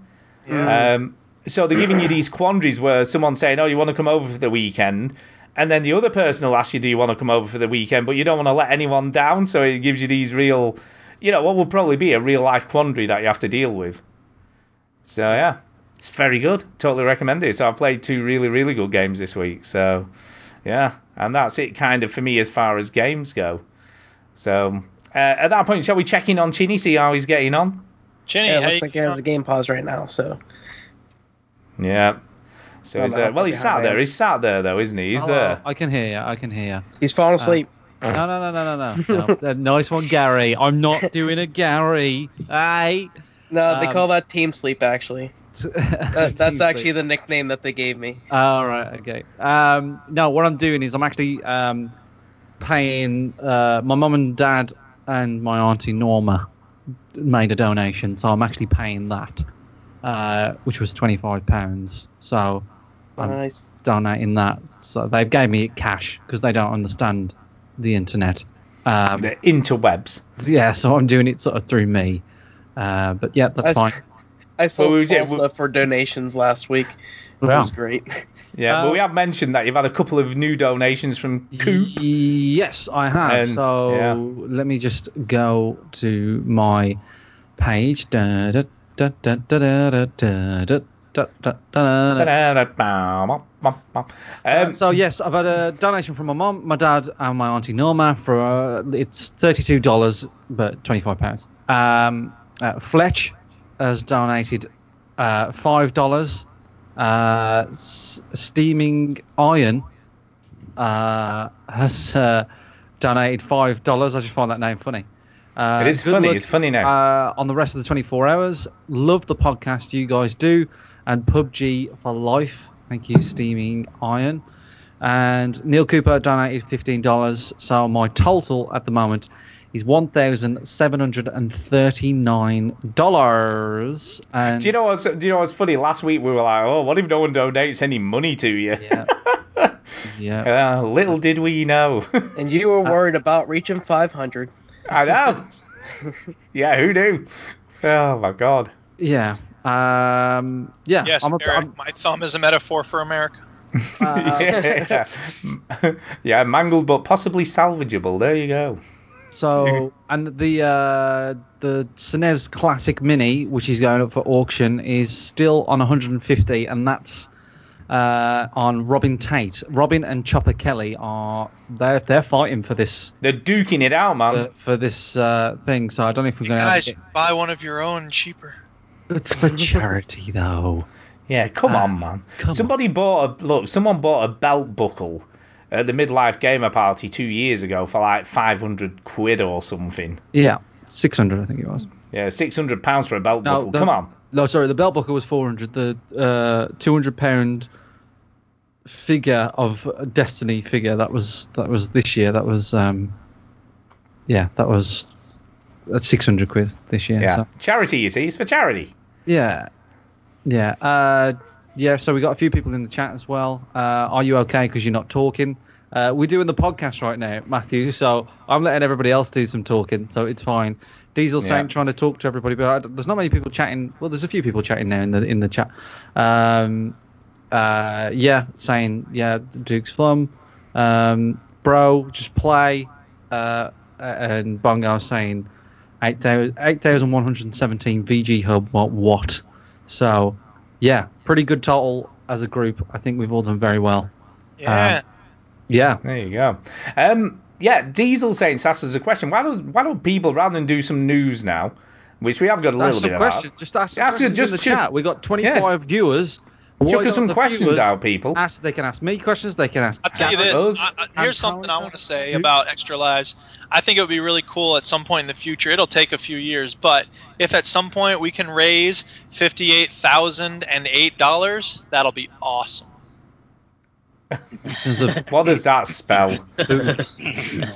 Speaker 2: Um, so they're giving you these quandaries where someone's saying, "Oh, you want to come over for the weekend," and then the other person will ask you, "Do you want to come over for the weekend?" But you don't want to let anyone down, so it gives you these real, you know, what will probably be a real life quandary that you have to deal with. So yeah, it's very good. Totally recommend it. So I played two really really good games this week. So yeah, and that's it kind of for me as far as games go. So. Uh, at that point, shall we check in on Chinny, see how he's getting on?
Speaker 7: Chinny,
Speaker 5: Yeah, it
Speaker 7: how
Speaker 5: looks
Speaker 7: you-
Speaker 5: like it has a game pause right now. So
Speaker 2: Yeah. So
Speaker 5: Well,
Speaker 2: he's
Speaker 5: I
Speaker 2: uh,
Speaker 5: don't
Speaker 2: well,
Speaker 5: think
Speaker 2: he's
Speaker 5: I
Speaker 2: sat
Speaker 5: have
Speaker 2: there.
Speaker 5: any.
Speaker 2: He's sat there though, isn't he? He's
Speaker 5: uh,
Speaker 1: Hello,
Speaker 2: there.
Speaker 1: Oh, I can hear you. I can hear you.
Speaker 5: he's
Speaker 2: Uh,
Speaker 5: falling asleep.
Speaker 2: Oh.
Speaker 1: No, no, no, no, no, no. no. that nice one, Gary. I'm not doing it, Gary. Hey.
Speaker 5: no, they
Speaker 1: um,
Speaker 5: call that team sleep. Actually, that, that's actually the nickname that they gave me.
Speaker 1: All right. Okay. Um, no, what I'm doing is I'm actually um, paying uh, my mum and dad and my auntie Norma made a donation, so I'm actually paying that, uh, which was twenty five pounds. So I'm
Speaker 5: Nice.
Speaker 1: donating that. So they gave me cash because they don't understand the internet. Um,
Speaker 2: The interwebs.
Speaker 1: yeah, so I'm doing it sort of through me. Uh, but yeah, that's,
Speaker 5: That's-
Speaker 1: fine.
Speaker 5: I sold
Speaker 2: we did-
Speaker 5: salsa for donations last week. It
Speaker 1: Wow.
Speaker 5: was great.
Speaker 2: Yeah,
Speaker 1: Uh,
Speaker 2: but we have mentioned that you've had a couple of new donations from Coop.
Speaker 1: Yes, I have.
Speaker 2: And-
Speaker 1: so
Speaker 2: yeah.
Speaker 1: let me just go to my page. Da, da, da, da, da, da, da, da, da, da, da, da, da.
Speaker 2: Um,
Speaker 1: so yes, I've had a donation from my mom, my dad, and my auntie Norma for uh, it's thirty-two dollars, but twenty-five pounds. Um, uh, Fletch has donated uh, five dollars. Uh, S- Steaming Iron uh, has uh, donated five dollars. I just find that name funny. Uh,
Speaker 2: it is
Speaker 1: good
Speaker 2: funny.
Speaker 1: luck,
Speaker 2: It's funny now.
Speaker 1: Uh, on the rest of the 24 hours, love the podcast you guys do, and PUBG for life. Thank you, Steaming Iron. And Neil Cooper donated fifteen dollars, so my total at the moment is one thousand seven hundred and thirty-nine dollars. And
Speaker 2: do you know what's? Do you know what's funny? Last week we were like, "Oh, what if no one donates any money to you?"
Speaker 1: Yeah. yeah.
Speaker 2: Uh, little did we know.
Speaker 5: And you were
Speaker 1: Uh,
Speaker 5: worried about reaching 500.
Speaker 2: I know. yeah, who knew? Oh my god.
Speaker 1: Yeah. Um, yeah.
Speaker 7: Yes,
Speaker 1: I'm a,
Speaker 7: Eric,
Speaker 1: I'm,
Speaker 7: my thumb is a metaphor for America.
Speaker 1: Uh,
Speaker 2: yeah. yeah, mangled but possibly salvageable. There you go.
Speaker 1: so, and the uh, the SNES Classic Mini, which is going up for auction, is still on 150, and that's uh, on Robin Tate. Robin and Chopper Kelly are they're they're fighting for this
Speaker 2: They're duking it out, man.
Speaker 1: uh, for this uh, thing. So I don't know if we're going
Speaker 7: Guys,
Speaker 1: to.
Speaker 7: buy one of your own cheaper.
Speaker 2: Um,
Speaker 1: It's for charity, though.
Speaker 2: Yeah, come
Speaker 1: Ah,
Speaker 2: on, man.
Speaker 1: come on.
Speaker 2: Somebody bought a look. Someone bought a belt buckle at the midlife gamer party two years ago for like five hundred quid or something.
Speaker 1: Yeah, 600, I think it was.
Speaker 2: Yeah, six hundred pounds for a belt
Speaker 1: No,
Speaker 2: buckle.
Speaker 1: the-
Speaker 2: Come on.
Speaker 1: No, sorry, the belt buckle was 400. The uh, 200 pound figure of Destiny figure that was that was this year. That was um, yeah, that was that's 600 quid this year.
Speaker 2: Yeah,
Speaker 1: so-
Speaker 2: charity. You see, it's for charity.
Speaker 1: yeah, yeah, uh, yeah. So we got a few people in the chat as well. Uh, are you okay? Because you're not talking. Uh, we're doing the podcast right now, Matthew. So I'm letting everybody else do some talking, so it's fine. Diesel saying
Speaker 2: Yeah.
Speaker 1: trying to talk to everybody, but I d there's not many people chatting. Well, there's a few people chatting now in the in the chat. Um, uh, yeah, saying yeah, Duke's Flum, um, bro, just play. Uh, and Bongo saying 8,117 VG Hub, what, what? So, yeah, pretty good total as a group. I think we've all done very well.
Speaker 7: Yeah.
Speaker 1: Yeah.
Speaker 2: There you go. Um, yeah, Diesel saying asks us a question. Why does why don't people rather than do some news now, which we have got a
Speaker 1: Ask
Speaker 2: little
Speaker 1: some
Speaker 2: bit
Speaker 1: questions.
Speaker 2: of. that.
Speaker 1: Just ask some
Speaker 2: Ask us
Speaker 1: questions
Speaker 2: just
Speaker 1: in the
Speaker 2: two.
Speaker 1: chat. we got 25 viewers.
Speaker 2: Chuck us
Speaker 1: What-
Speaker 2: some
Speaker 1: the
Speaker 2: questions
Speaker 1: viewers
Speaker 2: out, people.
Speaker 1: Ask, they can ask me questions. They can ask.
Speaker 7: I'll tell you
Speaker 1: Gaz us.
Speaker 7: this. I, I, here's
Speaker 1: and
Speaker 7: something I
Speaker 1: Colin.
Speaker 7: want to say
Speaker 1: You-
Speaker 7: about Extra Lives. I think it would be really cool at some point in the future. It'll take a few years, but if at some point we can raise fifty-eight thousand and eight dollars, that'll be awesome.
Speaker 1: In terms of
Speaker 2: What does that spell?
Speaker 1: boobs.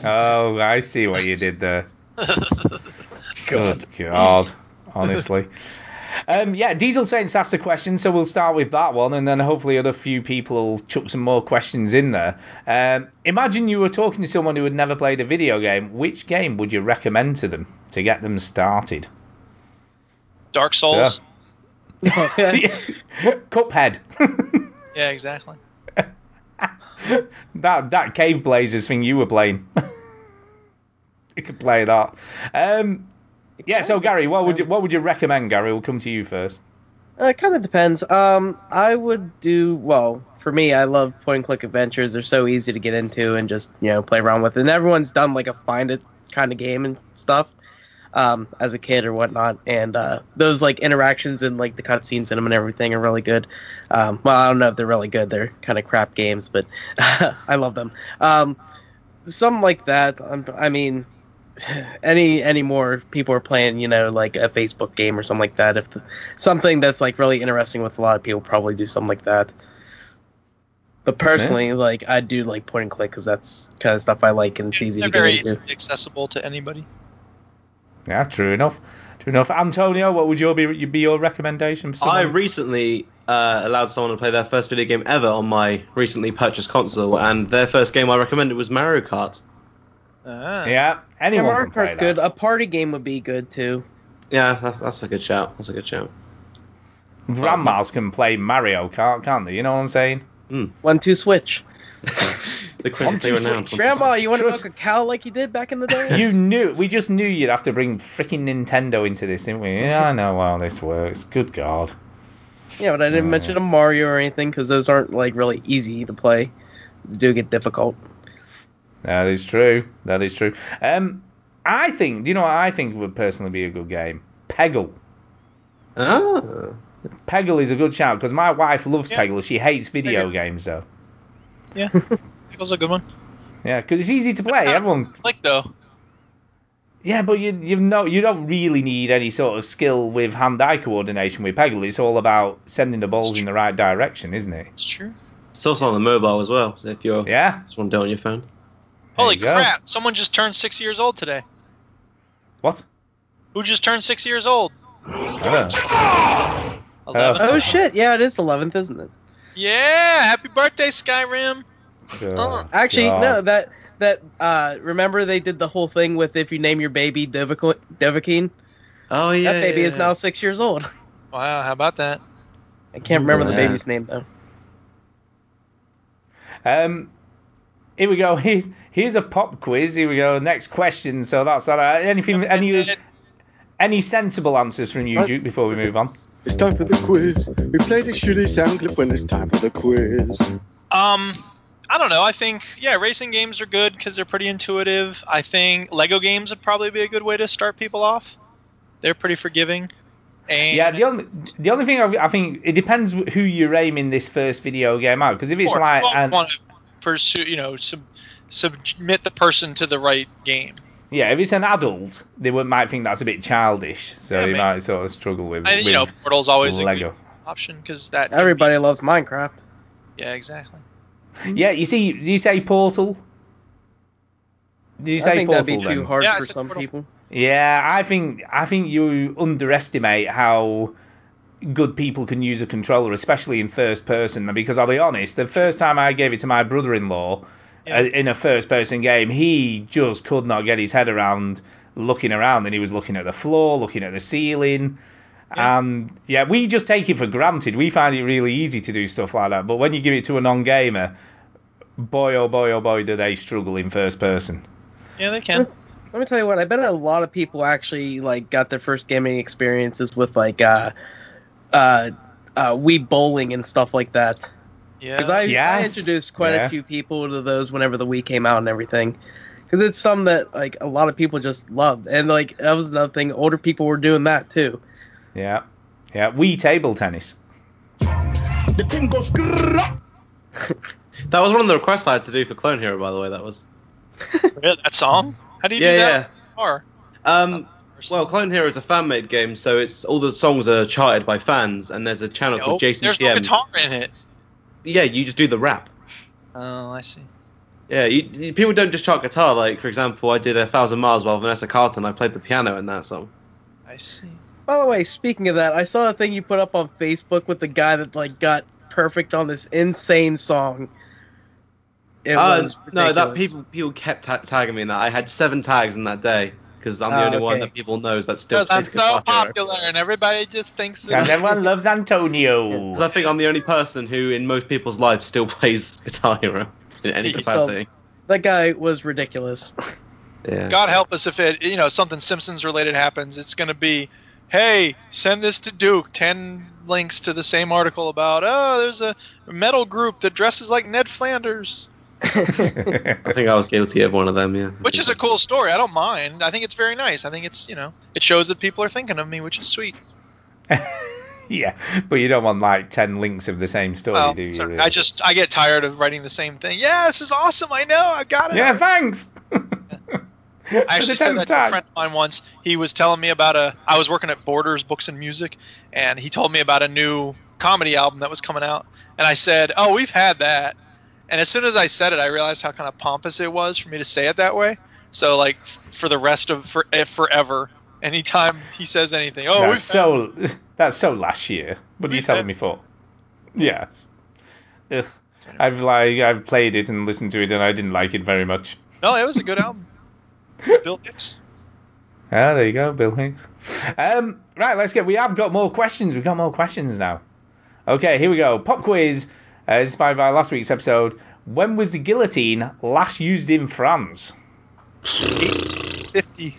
Speaker 2: Oh, I see what you did there. Good God, honestly. Um, yeah, Diesel Saints asked a question, so we'll start with that one, and then hopefully other few people will chuck some more questions in there. Um, imagine you were talking to someone who had never played a video game. Which game would you recommend to them to get them started?
Speaker 7: Dark Souls.
Speaker 2: Cuphead.
Speaker 7: Yeah, exactly.
Speaker 2: that that Cave Blazers thing you were playing. you could play that. Um, yeah. So Gary, what would you what would you recommend? Gary, we'll come to you first.
Speaker 5: Uh, it kind of depends. Um, I would do well for me. I love point and click adventures. They're so easy to get into and just you know play around with. And everyone's done like a find it kind of game and stuff um, as a kid or whatnot. And uh, those like interactions and like the cutscenes in them and everything are really good. Um, well, I don't know if they're really good. They're kind of crap games, but I love them. Um, some like that. Um, I mean, any any more people are playing you know like a facebook game or something like that if the, something that's like really interesting with a lot of people probably do something like that but personally like i do like point and click because that's kind of stuff i like and it's easy
Speaker 7: They're
Speaker 5: to get
Speaker 7: very
Speaker 5: into
Speaker 7: accessible to anybody.
Speaker 2: Yeah, true enough. True enough. Antonio, what would your be, be your recommendation? For someone?
Speaker 4: I recently uh, allowed someone to play their first video game ever on my recently purchased console, and their first game I recommended was Mario Kart.
Speaker 7: Ah.
Speaker 2: yeah,
Speaker 5: yeah,
Speaker 2: anyone
Speaker 5: Mario
Speaker 2: can play
Speaker 5: Kart's
Speaker 2: that.
Speaker 5: good. A party game would be good too.
Speaker 4: Yeah, that's, that's a good shout. That's a good shout.
Speaker 2: Grandmas can play Mario Kart, can't they? You know what I'm saying?
Speaker 5: One two switch.
Speaker 4: The
Speaker 2: One,
Speaker 4: quiz
Speaker 2: two,
Speaker 4: they renowned.
Speaker 2: switch.
Speaker 5: Grandma, you want to
Speaker 2: Trust-
Speaker 5: milk a cow like you did back in the day?
Speaker 2: You knew. We just knew you'd have to bring freaking Nintendo into this, didn't we? Yeah, I know how this works. Good God.
Speaker 5: yeah, but I didn't mention a Mario or anything because those aren't like really easy to play. Do get difficult.
Speaker 2: That is true. That is true. Um, I think. Do you know what I think would personally be a good game? Peggle.
Speaker 4: Ah.
Speaker 2: Peggle is a good shout because my wife loves
Speaker 7: Yeah.
Speaker 2: Peggle. She hates video
Speaker 7: Peggle.
Speaker 2: games though.
Speaker 7: Yeah, Pickle's a good one.
Speaker 2: Yeah, because it's easy to play.
Speaker 7: kinda-
Speaker 2: Everyone.
Speaker 7: Click though.
Speaker 2: Yeah, but you you know you don't really need any sort of skill with hand-eye coordination with Peggle. It's all about sending the balls in the right direction, isn't it?
Speaker 7: It's true.
Speaker 4: It's also on the mobile as well, so if you're
Speaker 2: Yeah.
Speaker 4: just want to do it on your phone.
Speaker 7: Holy
Speaker 2: you go.
Speaker 7: crap! Someone just turned six years old today.
Speaker 2: What?
Speaker 7: Who just turned six years old?
Speaker 2: Oh.
Speaker 7: Eleven.
Speaker 2: Uh-huh.
Speaker 5: Oh shit! Yeah, it is eleventh, isn't it?
Speaker 7: Yeah! Happy birthday, Skyrim.
Speaker 2: God.
Speaker 5: Oh, Actually,
Speaker 2: God.
Speaker 5: no. That that uh, remember they did the whole thing with if you name your baby Devico- Devakine,
Speaker 4: Oh yeah.
Speaker 5: that baby
Speaker 4: yeah,
Speaker 5: is now six years old.
Speaker 7: Wow, how about that?
Speaker 5: I can't remember the
Speaker 4: Yeah.
Speaker 5: baby's name though.
Speaker 2: Um, here we go. Here's here's a pop quiz. Here we go. Next question. So that's that. Uh, anything? Any any sensible answers from you, Duke? Before we move on.
Speaker 10: It's time for the quiz. We play the shitty sound clip when it's time for the quiz.
Speaker 7: Um, I don't know. I think yeah, racing games are good because they're pretty intuitive. I think Lego games would probably be a good way to start people off. They're pretty forgiving. And
Speaker 2: Yeah. The only the only thing I, I think it depends who you're aiming this first video game out because if
Speaker 7: of
Speaker 2: it's
Speaker 7: course,
Speaker 2: like
Speaker 7: you always
Speaker 2: an-
Speaker 7: want to pursue, you know, sub, submit the person to the right game.
Speaker 2: yeah, if it's an adult, they would, might think that's a bit childish. So
Speaker 7: Yeah,
Speaker 2: you
Speaker 7: maybe.
Speaker 2: might sort of struggle with.
Speaker 7: I think you know,
Speaker 2: with
Speaker 7: Portal's always a
Speaker 2: Lego.
Speaker 7: good option because that can be-
Speaker 5: Everybody loves Minecraft.
Speaker 7: yeah, exactly.
Speaker 2: Yeah. You see, do you say Portal? Did you
Speaker 5: I
Speaker 2: say
Speaker 5: think
Speaker 2: Portal
Speaker 5: that'd be
Speaker 2: then?
Speaker 5: too hard
Speaker 7: Yeah, I
Speaker 5: for
Speaker 7: said
Speaker 5: some
Speaker 7: Portal.
Speaker 5: people.
Speaker 2: Yeah, I think I think you underestimate how good people can use a controller, especially in first person. Because I'll be honest, the first time I gave it to my brother-in-law
Speaker 7: Yeah.
Speaker 2: uh, in a first-person game, he just could not get his head around looking around, and he was looking at the floor, looking at the ceiling.
Speaker 7: Yeah.
Speaker 2: And yeah, we just take it for granted. We find it really easy to do stuff like that. But when you give it to a non-gamer, boy oh boy oh boy, do they struggle in first person.
Speaker 7: Yeah, they can.
Speaker 5: Let me tell you what. I bet a lot of people actually like got their first gaming experiences with like uh, uh, uh, we bowling and stuff like that. Because I,
Speaker 7: Yeah.
Speaker 5: I
Speaker 2: Yes.
Speaker 5: introduced quite
Speaker 2: Yeah.
Speaker 5: a few people to those whenever the Wii came out and everything. Because it's some that like a lot of people just loved, and like that was another thing. Older people were doing that too.
Speaker 2: Yeah, yeah. We table tennis.
Speaker 11: The thing goes. grrrr.
Speaker 4: That was one of the requests I had to do for Clone Hero, by the way. That was.
Speaker 7: Really? That song? How do you do
Speaker 4: Yeah,
Speaker 7: that? Or
Speaker 4: Um, well, Clone Hero is a fan made game, so it's all the songs are charted by fans, and there's a channel
Speaker 7: No,
Speaker 4: called Jason
Speaker 7: Oh, there's no guitar in it.
Speaker 4: Yeah, you just do the rap.
Speaker 7: Oh, I see.
Speaker 4: Yeah, you, you- people don't just chart guitar. Like for example, I did a thousand miles while Vanessa Carlton. I played the piano in that song.
Speaker 7: I see.
Speaker 5: By the way, speaking of that, I saw a thing you put up on Facebook with the guy that like got perfect on this insane song. It
Speaker 4: Uh,
Speaker 5: was
Speaker 4: no, that
Speaker 5: ridiculous.
Speaker 4: people people kept ta- tagging me in that. I had seven tags in that day because I'm the
Speaker 5: Ah,
Speaker 7: Oh,
Speaker 4: only one
Speaker 5: okay.
Speaker 4: that people knows that still.
Speaker 7: Because I'm
Speaker 4: plays
Speaker 7: so
Speaker 4: Guitar Hero.
Speaker 7: popular and everybody just thinks
Speaker 2: Because
Speaker 7: that.
Speaker 2: everyone loves Antonio.
Speaker 4: Because I think I'm the only person who, in most people's lives, still plays Guitar Hero in any
Speaker 5: He's
Speaker 4: capacity.
Speaker 5: That guy was ridiculous.
Speaker 4: Yeah.
Speaker 7: God help us if it, you know, something Simpsons related happens. It's going to be, hey, send this to Duke. Ten links to the same article about, oh, there's a metal group that dresses like Ned Flanders,
Speaker 4: I think I was guilty of one of them. Yeah.
Speaker 7: which is a cool story. I don't mind. I think it's very nice. I think it's, you know, it shows that people are thinking of me, which is sweet.
Speaker 2: yeah, but you don't want like ten links of the same story,
Speaker 7: Well,
Speaker 2: do you?
Speaker 7: sorry,
Speaker 2: really?
Speaker 7: I just I get tired of writing the same thing. Yeah, this is awesome. I know. I got it.
Speaker 2: yeah, thanks.
Speaker 7: I actually said that to a friend of mine once. He was telling me about a. I was working at Borders Books and Music, and he told me about a new comedy album that was coming out. And I said, "Oh, we've had that." And as soon as I said it, I realized how kind of pompous it was for me to say it that way. So like f- for the rest of for eh, forever, anytime he says anything, oh,
Speaker 2: that's
Speaker 7: we've
Speaker 2: so that's so last year. What are you
Speaker 7: We've
Speaker 2: telling
Speaker 7: had-
Speaker 2: me for? Yes. Ugh. I've like I've played it and listened to it and I didn't like it very much.
Speaker 7: had-" no, it was a good album. It's Bill Hicks.
Speaker 2: Ah, there you go, Bill Hicks. Um, right, let's get. We have got more questions. We've got more questions now. Okay, here we go. Pop quiz, uh, inspired by last week's episode. When was the guillotine last used in France?
Speaker 7: Fifty.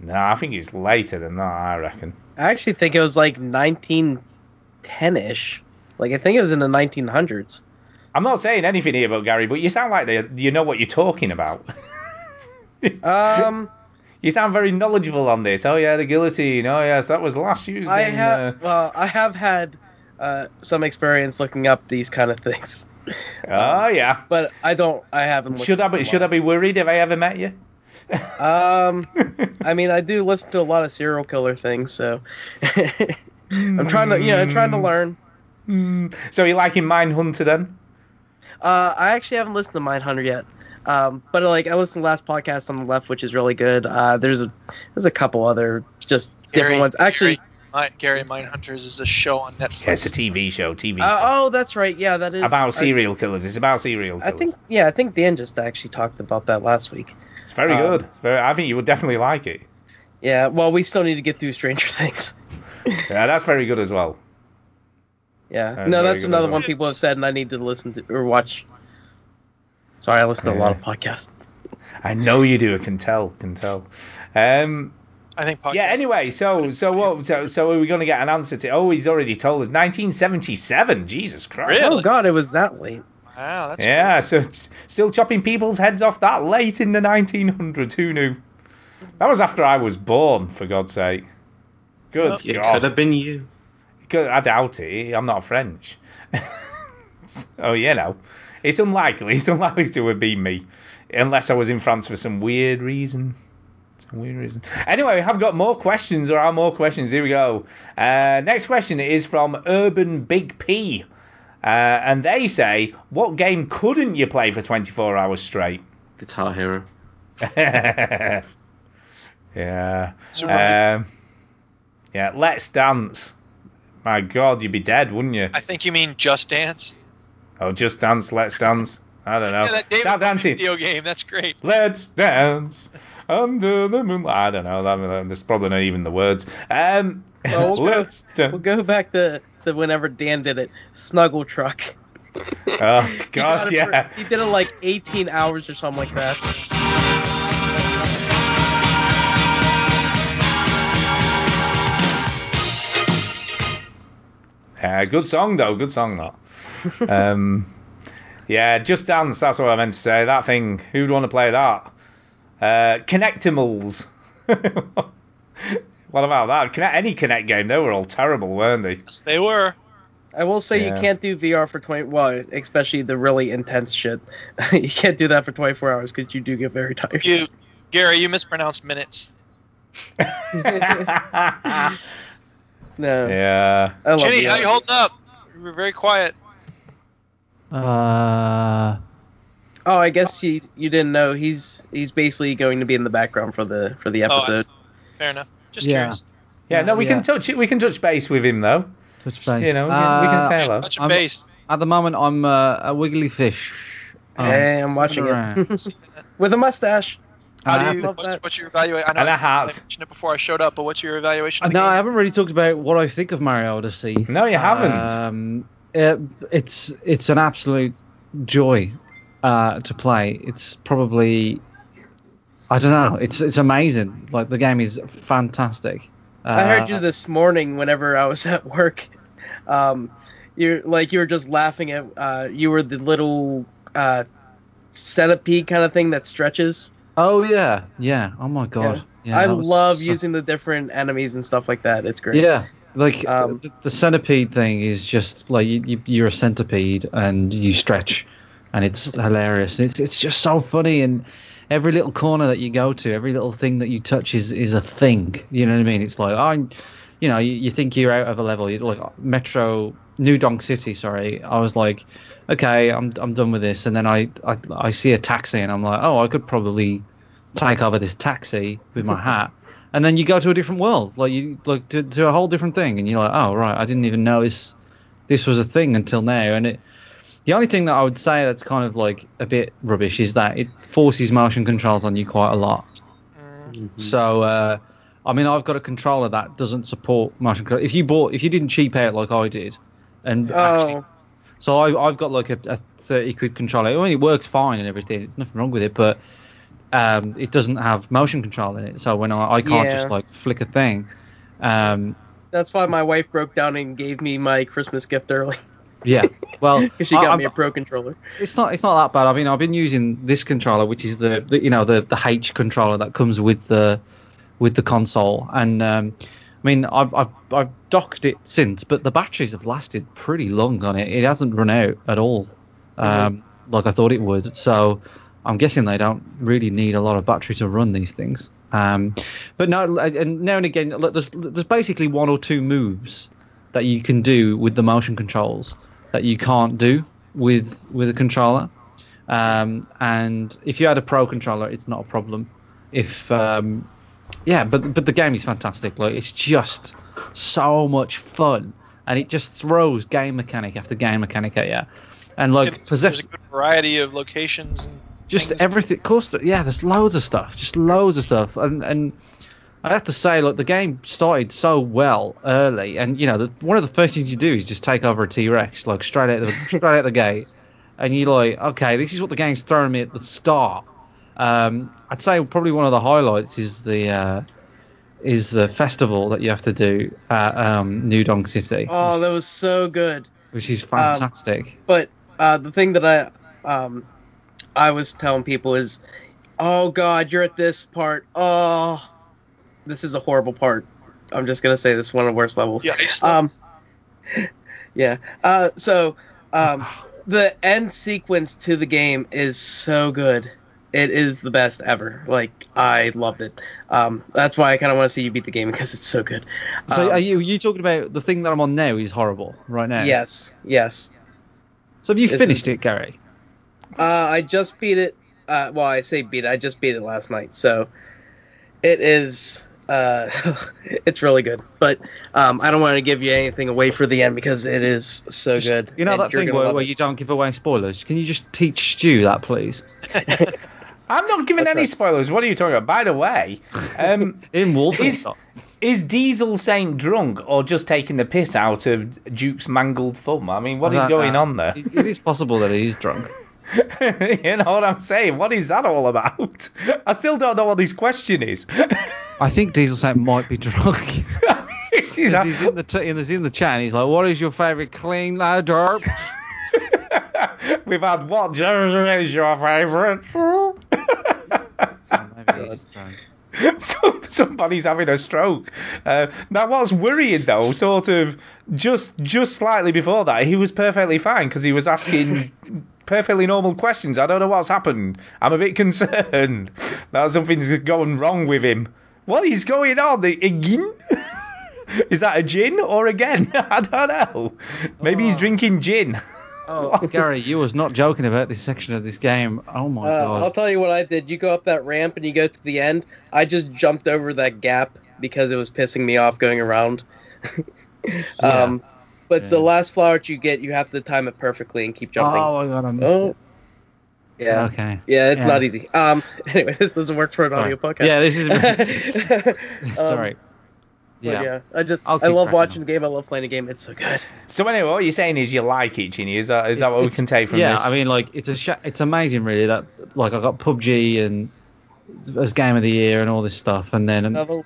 Speaker 2: No, I think it's later than that. I reckon.
Speaker 5: I actually think it was like 1910 ish. Like I think it was in the 1900s.
Speaker 2: I'm not saying anything here about Gary, but you sound like the, you know what you're talking about.
Speaker 5: Um,
Speaker 2: You sound very knowledgeable on this. Oh yeah, the guillotine. Oh yes, that was last used.
Speaker 5: I
Speaker 2: in, uh,
Speaker 5: have well, I have had uh, some experience looking up these kind of things,
Speaker 2: Uh, oh yeah.
Speaker 5: but I don't. I haven't. Looked
Speaker 2: Should I
Speaker 5: up
Speaker 2: be
Speaker 5: a
Speaker 2: should I
Speaker 5: lot.
Speaker 2: be worried if I ever met you?
Speaker 5: Um, I mean, I do listen to a lot of serial killer things, so I'm trying to, you know, I'm trying to learn.
Speaker 2: Hmm.
Speaker 5: Mm.
Speaker 2: So you liking Mindhunter then?
Speaker 5: Uh, I actually haven't listened to Mindhunter yet. Um, but like I listened to the last podcast on the left, which is really good. Uh, there's a there's a couple other just
Speaker 7: Gary-
Speaker 5: different ones. Actually,
Speaker 7: Gary, my, Gary Mindhunters is a show on Netflix.
Speaker 2: Yeah, it's a TV show. TV
Speaker 5: uh, oh, that's right. Yeah, that is
Speaker 2: show.
Speaker 5: I-
Speaker 2: about serial killers. It's about serial
Speaker 5: I
Speaker 2: killers.
Speaker 5: think yeah, I think Dan just actually talked about that last week.
Speaker 2: it's very
Speaker 5: um,
Speaker 2: good. It's very, I think you would definitely like it.
Speaker 5: Yeah, well, we still need to get through Stranger Things.
Speaker 2: Yeah, that's very good as well.
Speaker 5: Yeah,
Speaker 2: That's
Speaker 5: no,
Speaker 2: very
Speaker 5: that's
Speaker 2: good
Speaker 5: another
Speaker 2: as well.
Speaker 5: one people have said, and I need to listen to or watch. Sorry, I listen to a lot of podcasts.
Speaker 2: I know you do. I can tell. Can tell. Um,
Speaker 7: I think. Podcast
Speaker 2: yeah. Anyway, so so what? So, so are we going to get an answer to? Oh, he's already told us. 1977. Jesus Christ.
Speaker 7: Really?
Speaker 5: Oh God, it was that late.
Speaker 7: Wow, that's
Speaker 2: yeah, so s- still chopping people's heads off that late in the 1900s. Who knew? That was after I was born, for God's sake. Good
Speaker 4: It could
Speaker 2: God.
Speaker 4: have been you.
Speaker 2: Good- I doubt it. I'm not French. oh, you know. It's unlikely. It's unlikely to have been me. Unless I was in France for some weird reason. Some weird reason. Anyway, I've got more questions. There are more questions. Here we go. Uh, next question is from Urban Big P. Uh, and they say, what game couldn't you play for 24 hours straight?
Speaker 4: Guitar Hero.
Speaker 2: yeah.
Speaker 7: So
Speaker 2: Um, yeah, Let's Dance. My God, you'd be dead, wouldn't you?
Speaker 7: I think you mean Just Dance.
Speaker 2: Oh, Just Dance, Let's Dance. I don't know.
Speaker 7: Yeah, that David
Speaker 2: Stop
Speaker 7: Bowie
Speaker 2: dancing.
Speaker 7: video game. That's great.
Speaker 2: Let's dance under the moonlight. I don't know. That, that- that's probably not even the words. Um,
Speaker 5: Well, we'll go-
Speaker 2: let's dance.
Speaker 5: We'll go back to, to whenever Dan did it. Snuggle truck.
Speaker 2: Oh
Speaker 5: He got
Speaker 2: God,
Speaker 5: it for-
Speaker 2: yeah.
Speaker 5: he did it like 18 hours or something like that.
Speaker 2: Uh, good song though. Good song though. um, yeah, just dance. That's what I meant to say. That thing. Who'd want to play that? Uh, Connectimals. what about that? Connect, any Connect game? They were all terrible, weren't they?
Speaker 7: Yes, they were.
Speaker 5: I will say
Speaker 2: Yeah.
Speaker 5: you can't do VR for 20. Well, especially the really intense shit. you can't do that for 24 hours because you do get very tired.
Speaker 7: You, Gary, you mispronounced minutes.
Speaker 2: yeah.
Speaker 5: No.
Speaker 2: Yeah.
Speaker 5: I love
Speaker 7: Jenny,
Speaker 5: VR.
Speaker 7: how you holding up? You were very quiet.
Speaker 1: Uh,
Speaker 5: Oh, I guess you you didn't know he's he's basically going to be in the background for the for the
Speaker 7: Oh, I
Speaker 5: episode.
Speaker 7: see. fair enough. Just
Speaker 1: Yeah.
Speaker 7: curious.
Speaker 2: No, we
Speaker 1: Yeah.
Speaker 2: can touch it. We can touch base with him though.
Speaker 1: touch base.
Speaker 2: You know, we can- we
Speaker 1: Uh,
Speaker 2: can say hello.
Speaker 7: Touch
Speaker 1: I'm-
Speaker 7: a base.
Speaker 1: At the moment, I'm uh, a wiggly fish.
Speaker 2: Oh,
Speaker 5: Hey, I'm watching
Speaker 1: around. Uh,
Speaker 5: it with a mustache.
Speaker 1: I
Speaker 7: How
Speaker 1: have
Speaker 7: do you?
Speaker 5: love
Speaker 7: What's,
Speaker 5: that.
Speaker 7: what's your evaluation? I
Speaker 2: And a
Speaker 7: you
Speaker 2: hat.
Speaker 7: mentioned it before I showed up, but what's your evaluation?
Speaker 1: Uh,
Speaker 7: Of the
Speaker 1: No, I
Speaker 7: games?
Speaker 1: haven't really talked about what I think of Mario Odyssey.
Speaker 2: No, you haven't.
Speaker 1: Um, it, it's it's an absolute joy uh, to play. It's probably I don't know. It's it's amazing. Like the game is fantastic. Uh,
Speaker 5: I heard you this morning whenever I was at work. Um, you're like you were just laughing at. Uh, you were the little uh, centipede kind of thing that stretches.
Speaker 1: Oh yeah, yeah. Oh my god. Yeah.
Speaker 5: I
Speaker 1: that was
Speaker 5: love
Speaker 1: so-
Speaker 5: using the different enemies and stuff like that. It's great.
Speaker 1: Yeah, like
Speaker 5: Um,
Speaker 1: the, the centipede thing is just like you, you, you're a centipede and you stretch, and it's hilarious. It's it's just so funny, and every little corner that you go to, every little thing that you touch is is a thing. You know what I mean? It's like I, you know, you, you think you're out of a level. You like Metro New Donk City. Sorry, I was like, okay, I'm I'm done with this, and then I I, I see a taxi, and I'm like, oh, I could probably take over this taxi with my hat and then you go to a different world, like you like to, to a whole different thing, and you're like, oh right, I didn't even notice this was a thing until now. And it, the only thing that I would say that's kind of like a bit rubbish is that it forces motion controls on you quite a lot. So, uh, I mean, I've got a controller that doesn't support motion control. If you bought, if you didn't cheap out like I did, and actually
Speaker 5: Oh,
Speaker 1: so I, I've got like a, a 30 quid controller. I mean, it works fine and everything. There's nothing wrong with it, but um, it doesn't have motion control in it. So when I, I can't
Speaker 5: Yeah.
Speaker 1: just like flick a thing. Um,
Speaker 5: that's why my wife broke down and gave me my Christmas gift early
Speaker 1: yeah. Well,
Speaker 5: because she
Speaker 1: I-
Speaker 5: got
Speaker 1: Oh, I'm-
Speaker 5: me a pro controller.
Speaker 1: it's not it's not that bad. I mean, I've been using this controller, which is the, the you know the the H controller that comes with the with the console, and um, I mean I've, I've I've docked it since, but the batteries have lasted pretty long on it. It hasn't run out at all, um, like I thought it would. So I'm guessing they don't really need a lot of battery to run these things. Um, but no, and now and again, look, there's there's basically one or two moves that you can do with the motion controls that you can't do with with a controller. Um, and if you had a pro controller, it's not a problem. If um, yeah, but but the game is fantastic. Like it's just so much fun, and it just throws game mechanic after game mechanic at you. And like
Speaker 7: It's-
Speaker 1: possess-
Speaker 7: There's a good variety of locations. And
Speaker 1: just
Speaker 7: things.
Speaker 1: everything. Of course, th- yeah. There's loads of stuff, just loads of stuff, and and I have to say, like the game started so well early, and you know, the, one of the first things you do is just take over a T Rex, like straight out the straight out the gate, and you're like, okay, this is what the game's throwing me at the start. Um, I'd say probably one of the highlights is the uh, is the festival that you have to do at um, New Dong City,
Speaker 5: Oh, that was um, so good.
Speaker 1: which is fantastic.
Speaker 5: But uh, the thing that I um, I was telling people is, oh god, you're at this part. Oh, this is a horrible part. I'm just gonna say this is one of the worst levels.
Speaker 7: Yeah, it's-
Speaker 5: Um,
Speaker 1: Oh.
Speaker 5: yeah. Uh, so um, the end sequence to the game is so good. It is the best ever. Like I loved it. Um, that's why I kind of want to see you beat the game because it's so good.
Speaker 1: so
Speaker 5: Um,
Speaker 1: are you you talking about the thing that I'm on now is horrible right now?
Speaker 5: Yes. Yes.
Speaker 1: So have you
Speaker 5: This
Speaker 1: finished it, Gary?
Speaker 5: Uh, I just beat it. Uh, well, I say beat. it, I just beat it last night, so it is. Uh, it's really good, but um, I don't want to give you anything away for the end because it is so good.
Speaker 1: You know
Speaker 5: and
Speaker 1: that
Speaker 5: you're
Speaker 1: thing
Speaker 5: gonna
Speaker 1: where,
Speaker 5: love
Speaker 1: where
Speaker 5: it.
Speaker 1: you don't give away spoilers? Can you just teach Stu that, please?
Speaker 2: I'm not giving any spoilers. What are you talking about? By the way, um,
Speaker 1: In
Speaker 2: is
Speaker 1: Wolfenstein.
Speaker 2: is Diesel saying drunk or just taking the piss out of Duke's mangled thumb? I mean, what is
Speaker 1: Uh,
Speaker 2: going
Speaker 1: uh,
Speaker 2: on there?
Speaker 1: It, it is possible that he is drunk.
Speaker 2: you know what I'm saying? What is that all about? I still don't know what this question is.
Speaker 1: I think Diesel Saint might be drunk.
Speaker 2: He's a-
Speaker 1: he's in the t- he's in the chat. And he's like, "What is your favorite clean ladder?" Oh,
Speaker 2: We've had what genre is your favourite?
Speaker 1: Maybe he is drunk.
Speaker 2: so somebody's having a stroke. Uh, now, what's worrying though, sort of just just slightly before that, he was perfectly fine because he was asking perfectly normal questions. I don't know what's happened. I'm a bit concerned that something's going wrong with him. What is going on? The again? is that a gin or again? I don't know. Maybe he's drinking gin.
Speaker 1: Oh, Gary, you was not joking about this section of this game. Oh my
Speaker 5: Uh, I'll
Speaker 1: god.
Speaker 5: tell you what I did. You go up that ramp and you go to the end. I just jumped over that gap because it was pissing me off going around. um, but the
Speaker 1: Yeah.
Speaker 5: last flower that you get, you have to time it perfectly and keep jumping.
Speaker 1: Oh my god, I missed
Speaker 5: Oh,
Speaker 1: it.
Speaker 5: yeah,
Speaker 1: Okay.
Speaker 5: yeah, it's
Speaker 1: Yeah.
Speaker 5: not easy. Um, anyway, this doesn't work for an
Speaker 1: Sorry.
Speaker 5: audio podcast.
Speaker 1: Yeah, this is
Speaker 5: Um,
Speaker 1: sorry.
Speaker 5: but
Speaker 1: Yeah.
Speaker 5: yeah, I just
Speaker 1: I'll
Speaker 5: I
Speaker 1: keep
Speaker 5: love
Speaker 1: cracking
Speaker 5: watching the game. I love playing the game. It's so good.
Speaker 2: So anyway, what you're saying is you like it, Ginny. Is that is that
Speaker 5: It's-
Speaker 2: what we
Speaker 5: it's-
Speaker 2: can take from
Speaker 1: yeah,
Speaker 2: this?
Speaker 1: I mean, like it's a sh- it's amazing, really. That like I got PUBG and as game of the year and all this stuff, and then
Speaker 5: Now, the, Uh,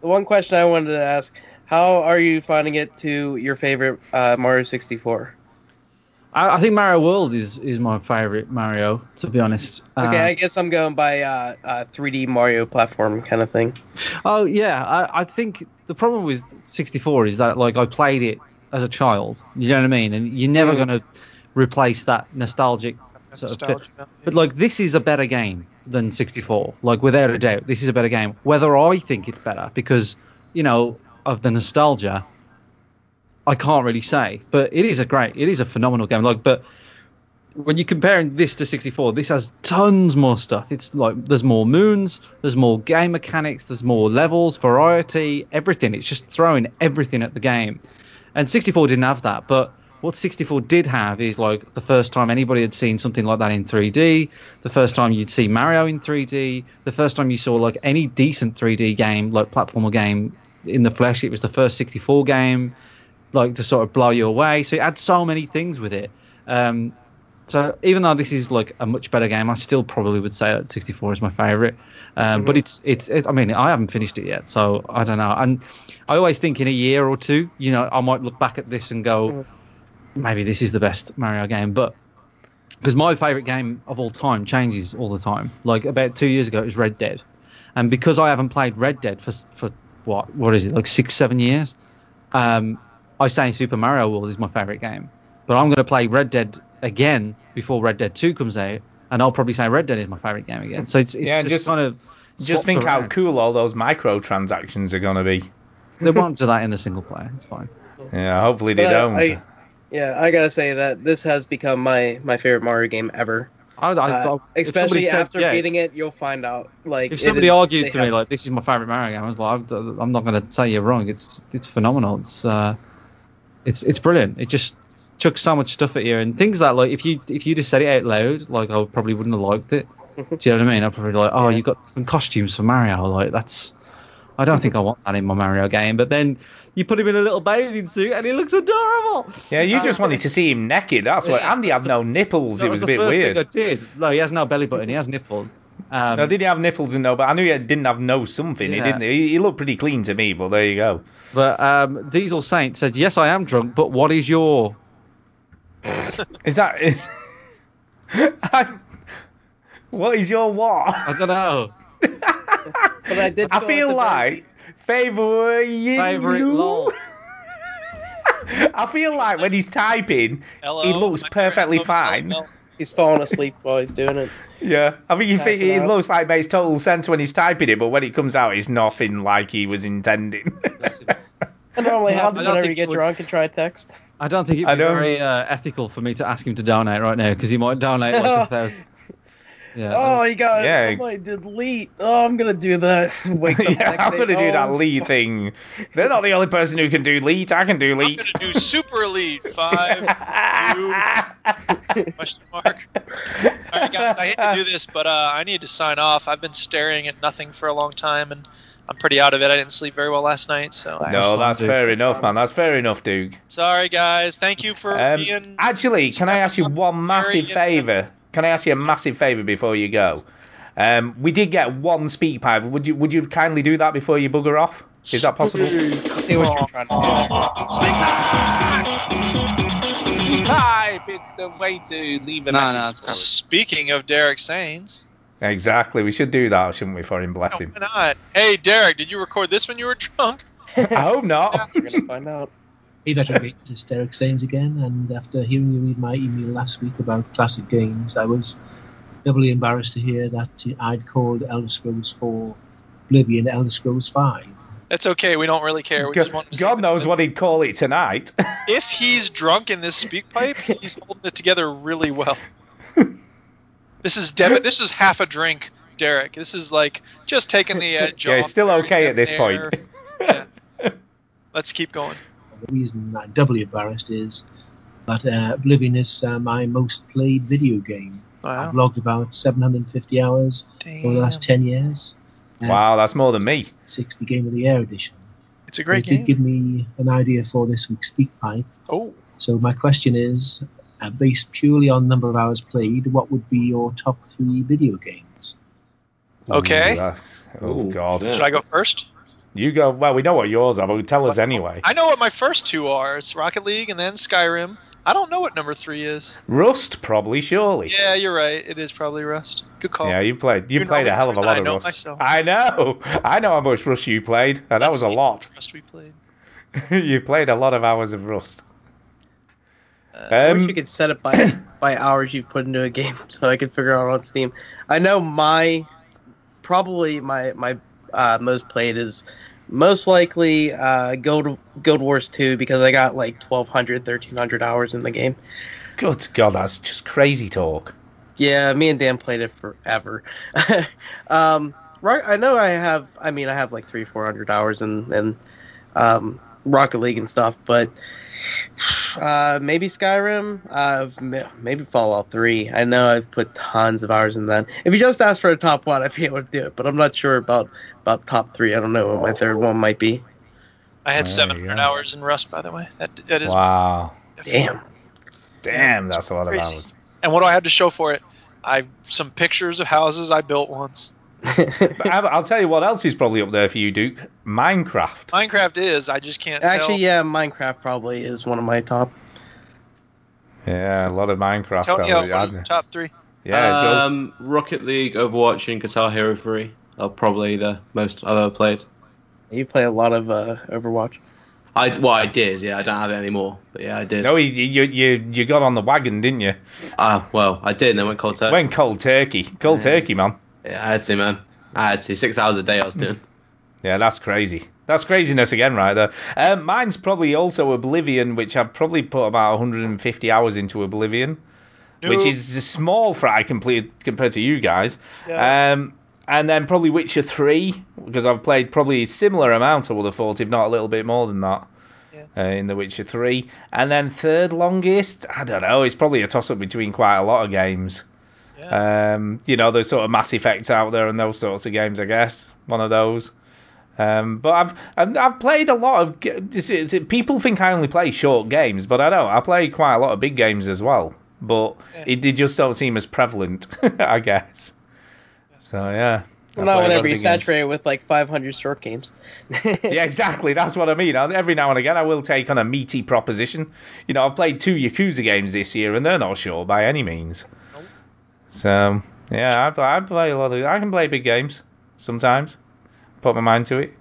Speaker 5: the one question I wanted to ask: How are you finding it to your favorite uh, Mario 64?
Speaker 1: I, I think Mario World is is my favorite Mario, to be honest.
Speaker 5: Okay,
Speaker 1: Uh,
Speaker 5: I guess I'm going by uh, uh, 3D Mario platform kind of thing.
Speaker 1: Oh yeah, I, I think the problem with 64 is that like I played it as a child. You know what I mean? And you're never
Speaker 5: Mm.
Speaker 1: going to replace that nostalgic sort of.
Speaker 7: Nostalgia.
Speaker 1: But like this is a better game than 64. Like without a doubt, this is a better game. Whether I think it's better because you know of the nostalgia, I can't really say. But it is a great, it is a phenomenal game. Like, but when you're comparing this to 64, this has tons more stuff. It's like there's more moons, there's more game mechanics, there's more levels, variety, everything. It's just throwing everything at the game. And 64 didn't have that, but what 64 did have is like the first time anybody had seen something like that in 3D, the first time you'd see Mario in 3D, the first time you saw like any decent 3D game, like platformer game in the flesh. It was the first 64 game, like to sort of blow you away. So it had so many things with it. Um, so even though this is like a much better game, I still probably would say that 64 is my favorite. Um, But it's, it's it, I mean I haven't finished it yet, so I don't know. And I always think in a year or two, you know, I might look back at this and go, maybe this is the best Mario game. But because my favorite game of all time changes all the time. Like about two years ago, it was Red Dead, and because I haven't played Red Dead for for what what is it like six seven years, um, I say Super Mario World is my favorite game. But I'm going to play Red Dead again before Red Dead Two comes out, and I'll probably say Red Dead is my favorite game again. So it's, it's
Speaker 2: Yeah,
Speaker 1: just,
Speaker 2: just-
Speaker 1: kind of
Speaker 2: Just
Speaker 1: swapped
Speaker 2: think how
Speaker 1: around.
Speaker 2: cool all those microtransactions are going to be.
Speaker 1: they won't do that in the single player. It's fine.
Speaker 2: Yeah, hopefully they
Speaker 1: Uh,
Speaker 5: But I-
Speaker 2: don't.
Speaker 5: I- yeah, I gotta say that this has become my my favorite Mario game ever.
Speaker 1: I, I,
Speaker 5: Uh,
Speaker 1: I- if somebody
Speaker 5: especially
Speaker 1: said-
Speaker 5: after
Speaker 1: yeah,
Speaker 5: beating it, you'll find out. Like
Speaker 1: If
Speaker 5: it
Speaker 1: somebody
Speaker 5: is-
Speaker 1: argued
Speaker 5: they
Speaker 1: to me
Speaker 5: have-
Speaker 1: like this is my favorite Mario game, I was like, I've- I'm not going to say you're wrong. It's it's phenomenal. It's uh, it's it's brilliant. It just chucks so much stuff at you and things that like if you if you just said it out loud, like I probably wouldn't have liked it.
Speaker 2: Mm-hmm.
Speaker 1: Do you know what I mean? I'd probably be like, oh, you got some costumes for Mario. Like that's, I don't think I want that in my Mario game. But then you put him in a little bathing suit and he looks adorable.
Speaker 2: yeah, you just wanted to see him naked. That's what.
Speaker 1: yeah.
Speaker 2: And he had no nipples.
Speaker 1: That
Speaker 2: It was
Speaker 1: the
Speaker 2: a bit
Speaker 1: first
Speaker 2: weird.
Speaker 1: Thing I did. No, he has no belly button. He has nipples. Um,
Speaker 2: No, did he have nipples and no? But I knew he didn't have no something. He
Speaker 1: Yeah.
Speaker 2: didn't. He, he looked pretty clean to me. But there you go.
Speaker 1: But um, Diesel Saint said, "Yes, I am drunk, but what is your?"
Speaker 2: Is that? what is your what?
Speaker 1: I don't know.
Speaker 5: But I did.
Speaker 2: I
Speaker 5: feel
Speaker 2: feel
Speaker 5: at
Speaker 2: like favorite
Speaker 1: Favorite lol.
Speaker 2: I feel like when he's typing,
Speaker 7: Hello,
Speaker 2: he looks
Speaker 7: my
Speaker 2: perfectly
Speaker 7: friend.
Speaker 2: fine.
Speaker 7: Hello,
Speaker 5: the very- he's falling asleep while he's doing it.
Speaker 2: Yeah, I mean, you
Speaker 5: That's
Speaker 2: think it
Speaker 5: allowed.
Speaker 2: looks like makes total sense when he's typing it, but when it comes out, it's nothing like he was intending.
Speaker 5: That normally
Speaker 1: No, I
Speaker 5: happens
Speaker 1: don't think
Speaker 5: whenever you
Speaker 1: it
Speaker 5: get
Speaker 1: would-
Speaker 5: drunk and try text.
Speaker 1: I don't think
Speaker 2: I
Speaker 1: it'd be
Speaker 2: don't-
Speaker 1: very uh, ethical for me to ask him to donate right now because he might donate like a thousand. Uh-huh. Yeah. um,
Speaker 5: Oh, you got
Speaker 2: Yeah.
Speaker 5: somebody did delete. Oh, I'm gonna do that. Wakes up.
Speaker 2: yeah,
Speaker 5: next
Speaker 2: I'm
Speaker 5: day,
Speaker 2: gonna do that
Speaker 5: oh,
Speaker 2: Lee thing. They're not the only person who can do leet. I can do
Speaker 7: I'm
Speaker 2: leet.
Speaker 7: gonna do Super Elite Five question mark. All right, guys, I hate to do this, but uh, I need to sign off. I've been staring at nothing for a long time, and I'm pretty out of it. I didn't sleep very well last night, so
Speaker 2: no,
Speaker 1: fun,
Speaker 2: that's
Speaker 1: Duke.
Speaker 2: fair enough, man. That's fair enough, Duke.
Speaker 7: sorry, guys. Thank you for
Speaker 2: Um,
Speaker 7: being.
Speaker 2: actually, can I ask you one massive
Speaker 7: Very interesting.
Speaker 2: favour? Can I ask you a massive favour before you go? Um, we did get one speak pipe. Would you would you kindly do that before you bugger off? Is that possible?
Speaker 5: I see what you're trying to do.
Speaker 4: Pipe, it's the way to leave a
Speaker 1: No,
Speaker 4: message.
Speaker 1: no, it's-
Speaker 7: Speaking of Derek Sains,
Speaker 2: Exactly. We should do that, shouldn't we, for him? Bless him.
Speaker 7: Why not? Hey, Derek, did you record this when you were drunk?
Speaker 2: I hope not.
Speaker 5: We're gonna find out.
Speaker 11: Hey there, Tribute. It's Derek Sains again, and after hearing you read my email last week about classic games, I was doubly embarrassed to hear that I'd called Elder Scrolls 4 Oblivion Elder Scrolls 5.
Speaker 7: That's okay. We don't really care. We just
Speaker 2: God,
Speaker 7: want to say
Speaker 2: God
Speaker 7: that
Speaker 2: knows what he'd call it tonight.
Speaker 7: If he's drunk in this speak pipe, he's holding it together really well. This is debit. This is half a drink, Derek. This is like just taking the edge
Speaker 2: yeah,
Speaker 7: off.
Speaker 2: it's still
Speaker 7: There's
Speaker 2: okay at this
Speaker 7: nothing
Speaker 2: point.
Speaker 7: there. Yeah. Let's keep going.
Speaker 11: The reason I'm doubly embarrassed is that uh, Oblivion is uh, my most played video game. I've
Speaker 7: Wow.
Speaker 11: logged about 750 hours over the last 10 years. and
Speaker 2: Wow, that's more than me.
Speaker 11: 60 Game of the Year edition.
Speaker 7: It's a great
Speaker 11: it did
Speaker 7: game.
Speaker 11: give me an idea for this week's Speak Pipe.
Speaker 7: Oh,
Speaker 11: So my question is, uh, based purely on number of hours played, what would be your top three video games?
Speaker 7: Okay.
Speaker 2: Ooh, that's- oh,
Speaker 4: Ooh,
Speaker 2: God.
Speaker 4: shit.
Speaker 7: should I go first?
Speaker 2: You go. Well, we know what yours are, but tell us anyway.
Speaker 7: I know what my first two are. It's Rocket League and then Skyrim. I don't know what number three is.
Speaker 2: Rust, probably, surely.
Speaker 7: Yeah, you're right. It is probably Rust. Good call.
Speaker 2: Yeah, you played. You,
Speaker 7: You know
Speaker 2: played a
Speaker 7: me
Speaker 2: hell of a lot
Speaker 7: better than
Speaker 2: of
Speaker 7: I know
Speaker 2: Rust.
Speaker 7: myself.
Speaker 2: I know. I know how much Rust you played, and that
Speaker 7: Let's
Speaker 2: was a
Speaker 7: see
Speaker 2: lot.
Speaker 7: how much Rust we played.
Speaker 2: you played a lot of hours of Rust.
Speaker 7: Uh,
Speaker 5: I
Speaker 2: Um,
Speaker 5: wish you could set it by by hours you've put into a game, so I could figure out on Steam. I know my probably my my uh, most played is most likely uh, Gold Gold Wars 2 because I got like 1,200, 1,300 hours in the game.
Speaker 2: Good God, that's just crazy talk.
Speaker 5: Yeah, me and Dan played it forever. um, right, I know I have. I mean, I have like three, four hundred hours in in um, Rocket League and stuff, but uh, maybe Skyrim, uh, m- maybe Fallout Three. I know I've put tons of hours in that. If you just ask for a top one, I'd be able to do it, but I'm not sure about about top three. I don't know what my third one might be.
Speaker 7: I had
Speaker 2: There you
Speaker 7: 700
Speaker 2: go.
Speaker 7: hours in Rust, by the way. That that is
Speaker 2: Wow.
Speaker 5: Damn.
Speaker 2: Damn, that's a lot of
Speaker 7: Crazy.
Speaker 2: hours.
Speaker 7: And what do I have to show for it? I some pictures of houses I built once.
Speaker 2: But I'll I'll tell you what else is probably up there for you, Duke. Minecraft.
Speaker 7: Minecraft is. I just can't
Speaker 5: Actually,
Speaker 7: tell.
Speaker 5: yeah, Minecraft probably is one of my top.
Speaker 2: Yeah, a lot of Minecraft.
Speaker 7: Tell me
Speaker 2: I
Speaker 7: uh,
Speaker 2: would
Speaker 7: what are
Speaker 2: add.
Speaker 7: the top three.
Speaker 2: yeah, go-
Speaker 4: um, Rocket League, Overwatch, and Guitar Hero 3 are probably the most I've ever played.
Speaker 5: You play a lot of uh, Overwatch.
Speaker 4: I well, I did. Yeah, I don't have it anymore, but yeah, I did.
Speaker 2: No, you, you you you got on the wagon, didn't you?
Speaker 4: Ah, well, I did. And then went cold turkey.
Speaker 2: Went cold turkey, cold
Speaker 4: Yeah.
Speaker 2: turkey, man.
Speaker 4: Yeah, I had to, man. I had to. Six hours a day I was doing.
Speaker 2: Yeah, that's crazy. That's craziness again, right there. Um, mine's probably also Oblivion, which I've probably put about 150 hours into Oblivion, which
Speaker 7: No.
Speaker 2: is a small fry completed compared to you guys.
Speaker 7: Yeah.
Speaker 2: Um, and then probably Witcher 3, because I've played probably a similar amount, I would have thought, if not a little bit more than that.
Speaker 7: Yeah.
Speaker 2: Uh, in The Witcher 3. And then third longest, I don't know, it's probably a toss up between quite a lot of games.
Speaker 7: Yeah.
Speaker 2: Um, you know, there's sort of Mass Effect out there and those sorts of games, I guess. One of those. Um, but I've, I've I've played a lot of. g- This is, people think I only play short games, but I don't. I play quite a lot of big games as well, but
Speaker 7: Yeah.
Speaker 2: it, they just don't seem as prevalent, I guess. So yeah. I play
Speaker 5: Well, not
Speaker 2: a lot of
Speaker 5: whenever you
Speaker 2: big games.
Speaker 5: saturate it with like 500 short games.
Speaker 2: Yeah, exactly. That's what I mean. I- Every now and again, I will take on a meaty proposition. You know, I've played two Yakuza games this year, and they're not short by any means.
Speaker 7: Nope.
Speaker 2: So, yeah, I, pl- I play a lot of. I can play big games sometimes. Put my mind to it.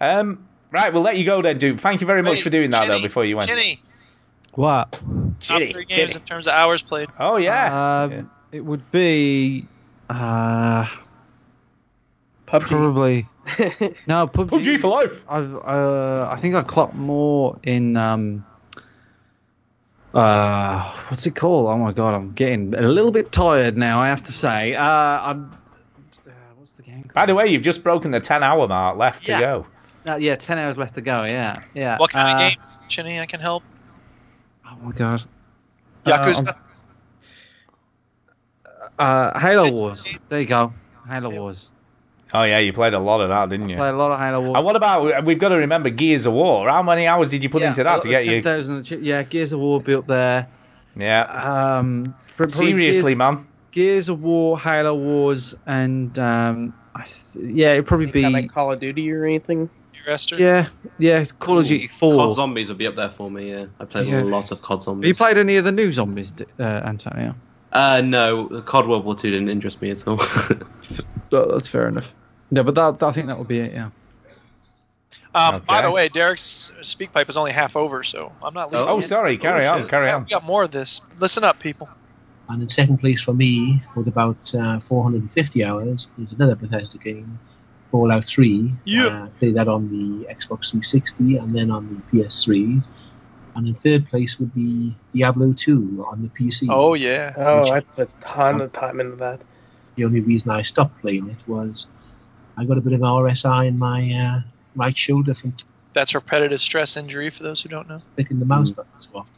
Speaker 2: Um, right, we'll let you go then, Duke. Thank you very much
Speaker 7: Wait,
Speaker 2: for doing that, though.
Speaker 7: Jenny,
Speaker 2: Before you went,
Speaker 7: Jenny,
Speaker 1: What?
Speaker 7: top
Speaker 2: Jenny,
Speaker 7: three games
Speaker 2: Jenny.
Speaker 7: in terms of hours played.
Speaker 2: Oh yeah.
Speaker 1: Um,
Speaker 2: Yeah.
Speaker 1: It would be uh,
Speaker 5: PUBG.
Speaker 1: probably no PUBG.
Speaker 2: PUBG for life.
Speaker 1: I uh, I think I clocked more in um uh what's it called? Oh my god, I'm getting a little bit tired now. I have to say. Uh, I'm uh, what's the game? Called?
Speaker 2: By the way, you've just broken the ten-hour mark left
Speaker 1: Yeah.
Speaker 2: to go.
Speaker 1: Uh, yeah, ten hours left to go. Yeah, yeah.
Speaker 7: What kind
Speaker 1: Uh,
Speaker 7: of games, Jenny? I can help.
Speaker 1: Oh my god.
Speaker 7: Yakuza.
Speaker 1: Uh, Uh, Halo Wars. There you go. Halo Wars.
Speaker 2: Oh yeah, you played a lot of that, didn't you?
Speaker 1: Play a lot of Halo Wars.
Speaker 2: And what about we've got to remember Gears of War? How many hours did you put into that to get you?
Speaker 1: 10,000 and ch- yeah, Gears of War built there.
Speaker 2: Yeah.
Speaker 1: Um, pr- probably
Speaker 2: Seriously,
Speaker 1: Gears,
Speaker 2: man.
Speaker 1: Gears of War, Halo Wars, and um, I th- yeah, it'd probably
Speaker 5: Any kind
Speaker 1: be
Speaker 5: of Call of Duty or anything.
Speaker 7: You Esther?
Speaker 1: yeah, yeah, Call of
Speaker 4: Ooh,
Speaker 1: Duty
Speaker 4: COD
Speaker 1: Four.
Speaker 4: Zombies would be up there for me. Yeah, I played
Speaker 1: Yeah.
Speaker 4: a lot of COD
Speaker 1: Have
Speaker 4: Zombies.
Speaker 1: you played any of the new zombies, D- uh, Antonio?
Speaker 4: Uh, no, COD World War Two didn't interest me at all.
Speaker 1: But that's fair enough. Yeah, but that, I think that would be it. Yeah.
Speaker 7: Um, By
Speaker 2: Okay.
Speaker 7: the way, Derek's speak pipe is only half over, so I'm not leaving.
Speaker 2: Oh,
Speaker 7: yet.
Speaker 2: sorry. Carry on.
Speaker 4: shit.
Speaker 2: Carry
Speaker 7: Yeah,
Speaker 2: on.
Speaker 7: we got more of this. Listen up, people.
Speaker 11: And in second place for me, with about uh, 450 hours, is another Bethesda game, Fallout 3.
Speaker 7: Yeah.
Speaker 11: Uh, played that on the Xbox 360 and then on the PS3. And in third place would be Diablo 2 on the PC.
Speaker 7: Oh yeah.
Speaker 5: Oh, I put a ton of time into that.
Speaker 11: The only reason I stopped playing it was I got a bit of RSI in my uh, right shoulder from
Speaker 7: That's repetitive stress injury for those who don't know.
Speaker 11: clicking the
Speaker 7: Hmm.
Speaker 11: mouse button so often.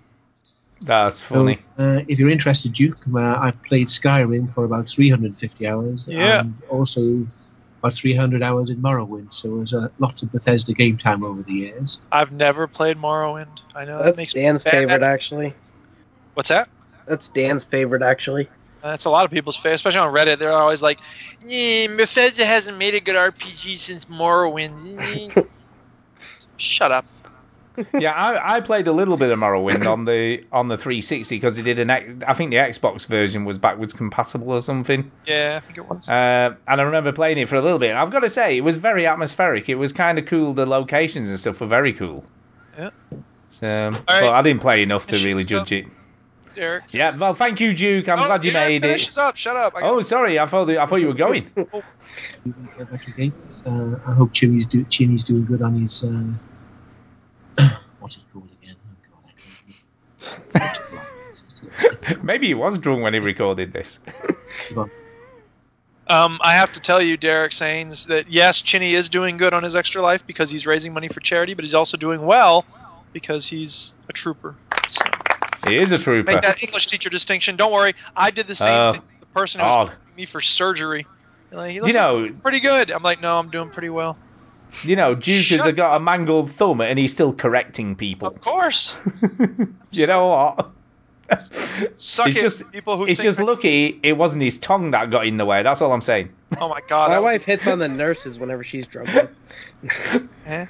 Speaker 2: That's funny.
Speaker 11: Uh, if you're interested, Duke, uh, I've played Skyrim for about 350 hours,
Speaker 7: Yeah.
Speaker 11: and also about 300 hours in Morrowind. So there's uh, lots of Bethesda game time over the years.
Speaker 7: I've never played Morrowind. I know that
Speaker 5: That's
Speaker 7: makes
Speaker 5: Dan's
Speaker 7: me
Speaker 5: favorite,
Speaker 7: bad.
Speaker 5: actually.
Speaker 7: What's that?
Speaker 5: That's Dan's favorite, actually.
Speaker 7: That's a lot of people's favorite, especially on Reddit. They're always like, "Yeah, Bethesda hasn't made a good RPG since Morrowind. Yeah." Shut up.
Speaker 2: yeah, I, I played a little bit of Morrowind on the on the 360 because they did an. ex- I think the Xbox version was backwards compatible or something.
Speaker 7: Yeah, I think it was.
Speaker 2: Uh, and I remember playing it for a little bit. I've got to say, it was very atmospheric. It was kind of cool. The locations and stuff were very cool.
Speaker 7: Yeah.
Speaker 2: So, but I didn't play enough to
Speaker 7: Finish
Speaker 2: really
Speaker 7: this up.
Speaker 2: judge it.
Speaker 7: Derek.
Speaker 2: Yeah. Well, thank you, Duke. I'm
Speaker 7: Oh,
Speaker 2: glad you
Speaker 7: Derek,
Speaker 2: made
Speaker 7: finish
Speaker 2: it.
Speaker 7: this up. Shut up. I
Speaker 2: Oh, sorry. I thought I thought you were going.
Speaker 11: Retro games. Uh, I hope Jimmy's, do- Jimmy's doing good on his. Uh, what's it called again? Oh, God, I can't
Speaker 2: Maybe he was drunk when he recorded this.
Speaker 11: remember.
Speaker 7: Um, I have to tell you, Derek Sains, that yes, Chinny is doing good on his extra life because he's raising money for charity, but he's also doing well because he's a trooper. So
Speaker 2: He is a trooper.
Speaker 7: make that English teacher distinction. Don't worry, I did the same
Speaker 2: Oh.
Speaker 7: thing. The person who was
Speaker 2: Odd.
Speaker 7: paying me for surgery, They're like, he
Speaker 2: Do you
Speaker 7: looks
Speaker 2: know?
Speaker 7: pretty good. I'm like, no, I'm doing pretty well.
Speaker 2: You know, Duke has
Speaker 7: Shut
Speaker 2: got a mangled thumb and he's still correcting people.
Speaker 7: Of course,
Speaker 2: you know what?
Speaker 7: suck
Speaker 2: It's
Speaker 7: it,
Speaker 2: just-
Speaker 7: people who
Speaker 2: It's
Speaker 7: think
Speaker 2: just lucky it wasn't his tongue that got in the way. That's all I'm saying.
Speaker 7: oh my
Speaker 2: Uh,
Speaker 7: god,
Speaker 5: My
Speaker 7: I
Speaker 5: wife hits on the nurses whenever she's drunk.
Speaker 2: Yeah,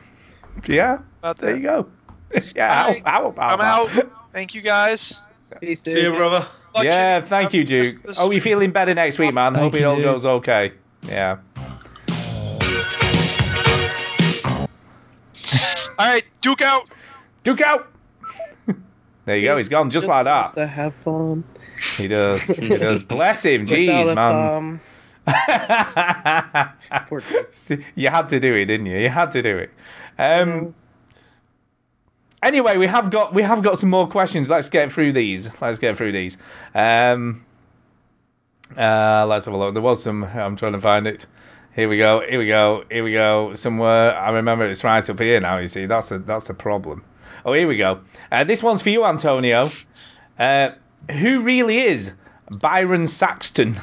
Speaker 7: eh, about
Speaker 2: there you
Speaker 7: that.
Speaker 2: go. Yeah, how,
Speaker 7: Alright,
Speaker 2: how about
Speaker 7: I'm out.
Speaker 2: that?
Speaker 7: Thank you guys.
Speaker 5: Peace, dude.
Speaker 4: See you, brother.
Speaker 7: Luck,
Speaker 2: Yeah,
Speaker 7: Chinny.
Speaker 2: thank you,
Speaker 7: Have the rest
Speaker 2: Duke.
Speaker 7: of this
Speaker 2: Oh, you
Speaker 7: stream.
Speaker 2: feeling better next week, man?
Speaker 1: Thank
Speaker 2: Hope it
Speaker 1: you,
Speaker 2: all
Speaker 1: Duke.
Speaker 2: goes okay. Yeah.
Speaker 7: All right, Duke out.
Speaker 2: Duke out! there you go, he's gone just like
Speaker 5: supposed
Speaker 2: that.
Speaker 5: To have fun.
Speaker 2: He does. He does. Bless him.
Speaker 5: Without
Speaker 2: Jeez,
Speaker 5: a
Speaker 2: man.
Speaker 5: thumb. Poor Duke.
Speaker 2: you had to do it, didn't you? You had to do it. Um, anyway, we have got we have got some more questions. Let's get through these. Let's get through these. Um, uh, let's have a look. There was some. I'm trying to find it. Here we go. Here we go. Here we go. Somewhere. I remember it's right up here now. You see, that's the that's the problem. Oh, here we go. Uh, this one's for you, Antonio. Uh, who really is Byron Saxton?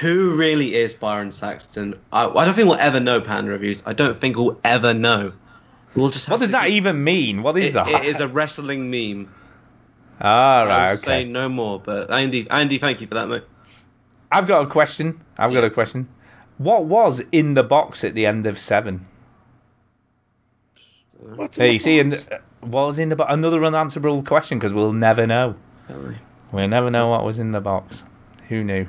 Speaker 4: Who really is Byron Saxton? I, I don't think we'll ever know Panda Reviews. I don't think we'll ever know. We'll just. Have
Speaker 2: What does
Speaker 4: to
Speaker 2: that
Speaker 4: keep-
Speaker 2: even mean? What is
Speaker 4: It-
Speaker 2: that?
Speaker 4: it is a wrestling meme.
Speaker 2: All
Speaker 4: I
Speaker 2: right.
Speaker 4: would
Speaker 2: Okay.
Speaker 4: say no more. But Andy, Andy, thank you for that, mate.
Speaker 2: I've got a question. I've got a
Speaker 4: Yes.
Speaker 2: question. What was in the box at the end of seven?
Speaker 5: What's
Speaker 2: There
Speaker 5: in
Speaker 2: you
Speaker 5: the
Speaker 2: see, and
Speaker 5: box?
Speaker 2: uh, what was in the box? Another unanswerable question because we'll never know. We'll never know what was in the box. Who knew?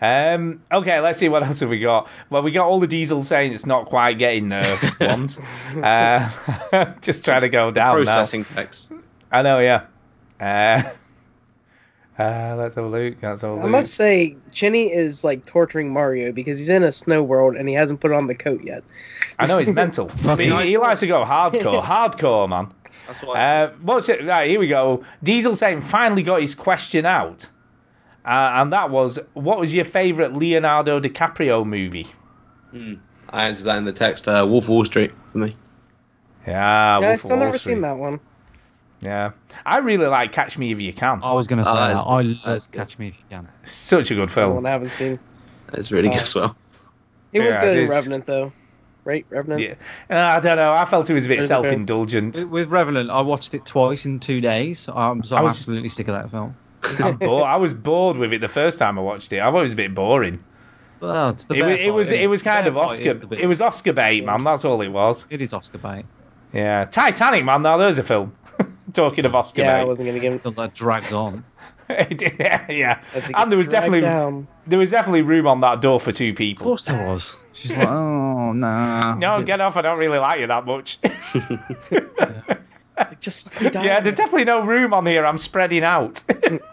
Speaker 2: Um, okay, let's see what else have we got. Well, we got all the diesel saying it's not quite getting there ones. Uh, just trying to go down now.
Speaker 4: Processing text.
Speaker 2: I know, yeah. Uh, uh, let's have a look. Let's have a
Speaker 5: I
Speaker 2: look.
Speaker 5: must say, Chinny is like torturing Mario because he's in a snow world and he hasn't put on the coat yet.
Speaker 2: I know he's mental.
Speaker 1: Fucking-
Speaker 2: he, he likes to go hardcore, hardcore, man.
Speaker 4: That's why.
Speaker 2: Uh, what's it? Right, here we go. Diesel saying finally got his question out, uh, and that was what was your favourite Leonardo DiCaprio movie?
Speaker 4: I answered that in the text. Uh, Wolf of Wall Street for me.
Speaker 2: Yeah,
Speaker 5: yeah,
Speaker 2: Wolf
Speaker 5: I
Speaker 2: of
Speaker 5: still
Speaker 2: Wall
Speaker 5: never
Speaker 2: Street.
Speaker 5: seen that one.
Speaker 2: Yeah, I really like Catch Me If You Can.
Speaker 1: I was gonna say
Speaker 4: Oh,
Speaker 1: that.
Speaker 4: that's
Speaker 1: I
Speaker 4: good.
Speaker 1: let's
Speaker 4: That's good.
Speaker 1: catch me if you can.
Speaker 2: Such a good
Speaker 5: The one
Speaker 2: film.
Speaker 5: I haven't seen.
Speaker 4: That's
Speaker 2: Oh.
Speaker 4: really good
Speaker 5: Uh,
Speaker 4: as well.
Speaker 5: He was
Speaker 2: Yeah,
Speaker 5: good
Speaker 2: it
Speaker 5: in
Speaker 2: is.
Speaker 5: Revenant though, right? Revenant.
Speaker 2: Yeah, Uh, I don't know. I felt it was a bit
Speaker 5: It's okay.
Speaker 2: self-indulgent.
Speaker 1: With, with Revenant, I watched it twice in two days. so I'm, so
Speaker 2: I
Speaker 1: I'm
Speaker 2: was-
Speaker 1: absolutely sick of that film.
Speaker 2: I'm bored. I was bored with it the first time I watched it. I thought it was a bit boring.
Speaker 1: Well, it's the
Speaker 2: It, wa-
Speaker 1: bear
Speaker 2: it was
Speaker 1: fight,
Speaker 2: it was kind
Speaker 1: Bear
Speaker 2: of
Speaker 1: fight
Speaker 2: Oscar.
Speaker 1: is the bit-
Speaker 2: It was Oscar bait, man. That's all it was.
Speaker 1: It is Oscar bait.
Speaker 2: Yeah, Titanic, man. Now there's a film. Talking of Oscar
Speaker 5: Yeah, I
Speaker 2: bait.
Speaker 5: wasn't gonna give him.
Speaker 1: Until that drags on.
Speaker 2: yeah,
Speaker 5: As it
Speaker 2: and
Speaker 5: gets
Speaker 2: Um, there was
Speaker 5: dragged
Speaker 2: definitely
Speaker 5: down.
Speaker 2: there was definitely room on that door for two people. Of course,
Speaker 1: there was. She's like, oh no.
Speaker 2: no, get off! I don't really like you that much.
Speaker 5: Just
Speaker 2: yeah, there's definitely no room on here. I'm spreading out.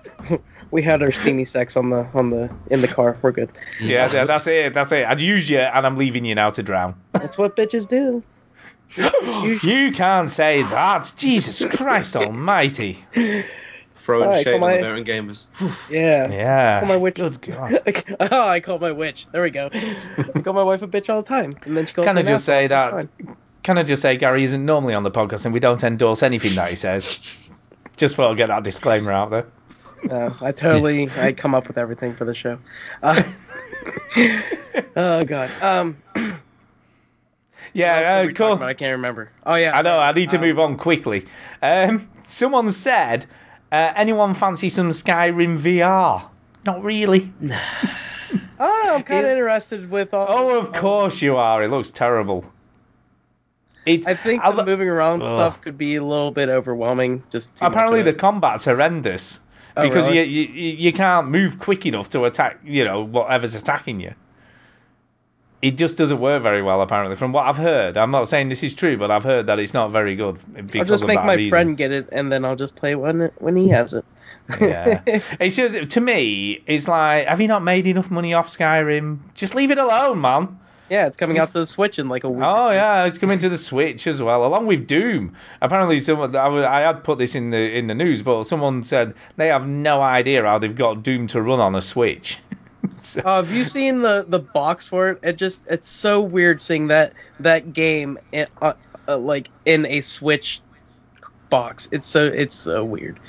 Speaker 5: We had our steamy sex on the on the in the car. We're good.
Speaker 2: yeah, th- that's it. That's it. I'd use you, and I'm leaving you now to drown.
Speaker 5: That's what bitches do.
Speaker 2: you can't say that. Jesus Christ Almighty.
Speaker 4: Throwing
Speaker 5: Alright,
Speaker 4: shade
Speaker 5: come
Speaker 4: on the
Speaker 5: on.
Speaker 4: Baron Gamers.
Speaker 5: Yeah. I call my
Speaker 2: Yeah.
Speaker 5: witch.
Speaker 2: God.
Speaker 5: oh, I call my witch. There we go. I call my wife a bitch all the time, and then she calls
Speaker 2: Can
Speaker 5: me
Speaker 2: I
Speaker 5: an
Speaker 2: just say
Speaker 5: asshole all
Speaker 2: that?
Speaker 5: the
Speaker 2: Can I just say Gary isn't normally on the podcast, and we don't endorse anything that he says. Just thought I'd get that disclaimer out there.
Speaker 5: time. No, Uh, I totally. I come up with everything for the show. Uh, oh God. Um.
Speaker 2: Yeah,
Speaker 5: what
Speaker 2: uh,
Speaker 5: we
Speaker 2: cool.
Speaker 5: talked about, I can't remember. Oh yeah.
Speaker 2: I know. I need to move on quickly. Um, someone said, uh, "Anyone fancy some Skyrim VR?" Not really.
Speaker 5: Oh, I'm kind of interested with all.
Speaker 2: Oh, of course you are. It looks terrible. It,
Speaker 5: I think
Speaker 2: I'll-
Speaker 5: the moving around
Speaker 2: Ugh.
Speaker 5: stuff could be a little bit overwhelming. Just too much
Speaker 2: apparently
Speaker 5: of
Speaker 2: the
Speaker 5: it.
Speaker 2: combat's horrendous
Speaker 5: Oh,
Speaker 2: because
Speaker 5: really?
Speaker 2: you, you you can't move quick enough to attack. You know whatever's attacking you. It just doesn't work very well, apparently. From what I've heard, I'm not saying this is true, but I've heard that it's not very good because
Speaker 5: I'll just
Speaker 2: of
Speaker 5: make
Speaker 2: that
Speaker 5: my
Speaker 2: reason.
Speaker 5: friend get it, and then I'll just play when it, when he has it.
Speaker 2: yeah. It's just to me, it's like, have you not made enough money off Skyrim? Just leave it alone, man.
Speaker 5: Yeah, it's coming
Speaker 2: Just-
Speaker 5: out to the Switch in like a week.
Speaker 2: Oh yeah, it's coming to the Switch as well, along with Doom. Apparently, someone I, wa- I had put this in the in the news, but someone said they have no idea how they've got Doom to run on a Switch. So-
Speaker 5: Uh, have you seen the the box for it? It just it's so weird seeing that that game in, uh, uh, like in a Switch box. It's so it's so weird.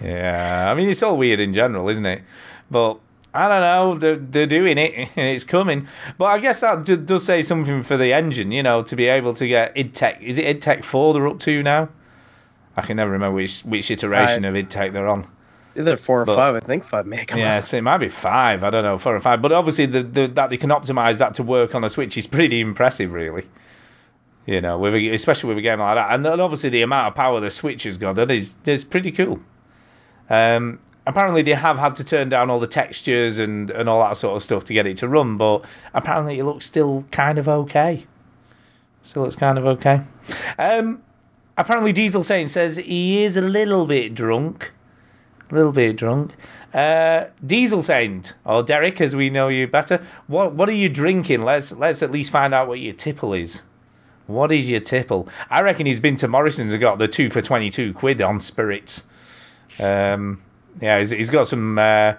Speaker 2: yeah, I mean it's all weird in general, isn't it? But I don't know, they're, they're doing it and it's coming. But I guess that d- does say something for the engine, you know, to be able to get id Tech. Is it id Tech four they're up to now? I can never remember which which iteration
Speaker 5: Right.
Speaker 2: of id Tech they're on.
Speaker 5: Either four or
Speaker 2: But-
Speaker 5: five, I think five meg.
Speaker 2: Yeah, it's- it might be five. I don't know, four or five. But obviously, the, the, that they can optimize that to work on a Switch is pretty impressive, really. You know, with a, especially with a game like that, and then obviously the amount of power the Switch has got, that is is pretty cool. Um, apparently, they have had to turn down all the textures and and all that sort of stuff to get it to run, but apparently it looks still kind of okay. Still looks kind of okay. Um, apparently, Diesel Saint says he is a little bit drunk. A little bit drunk. Uh, Diesel Saint, or Derek, as we know you better. What what are you drinking? Let's let's at least find out what your tipple is. What is your tipple? I reckon he's been to Morrison's and got the two for twenty two quid on spirits. Um, yeah, he's, he's got some uh,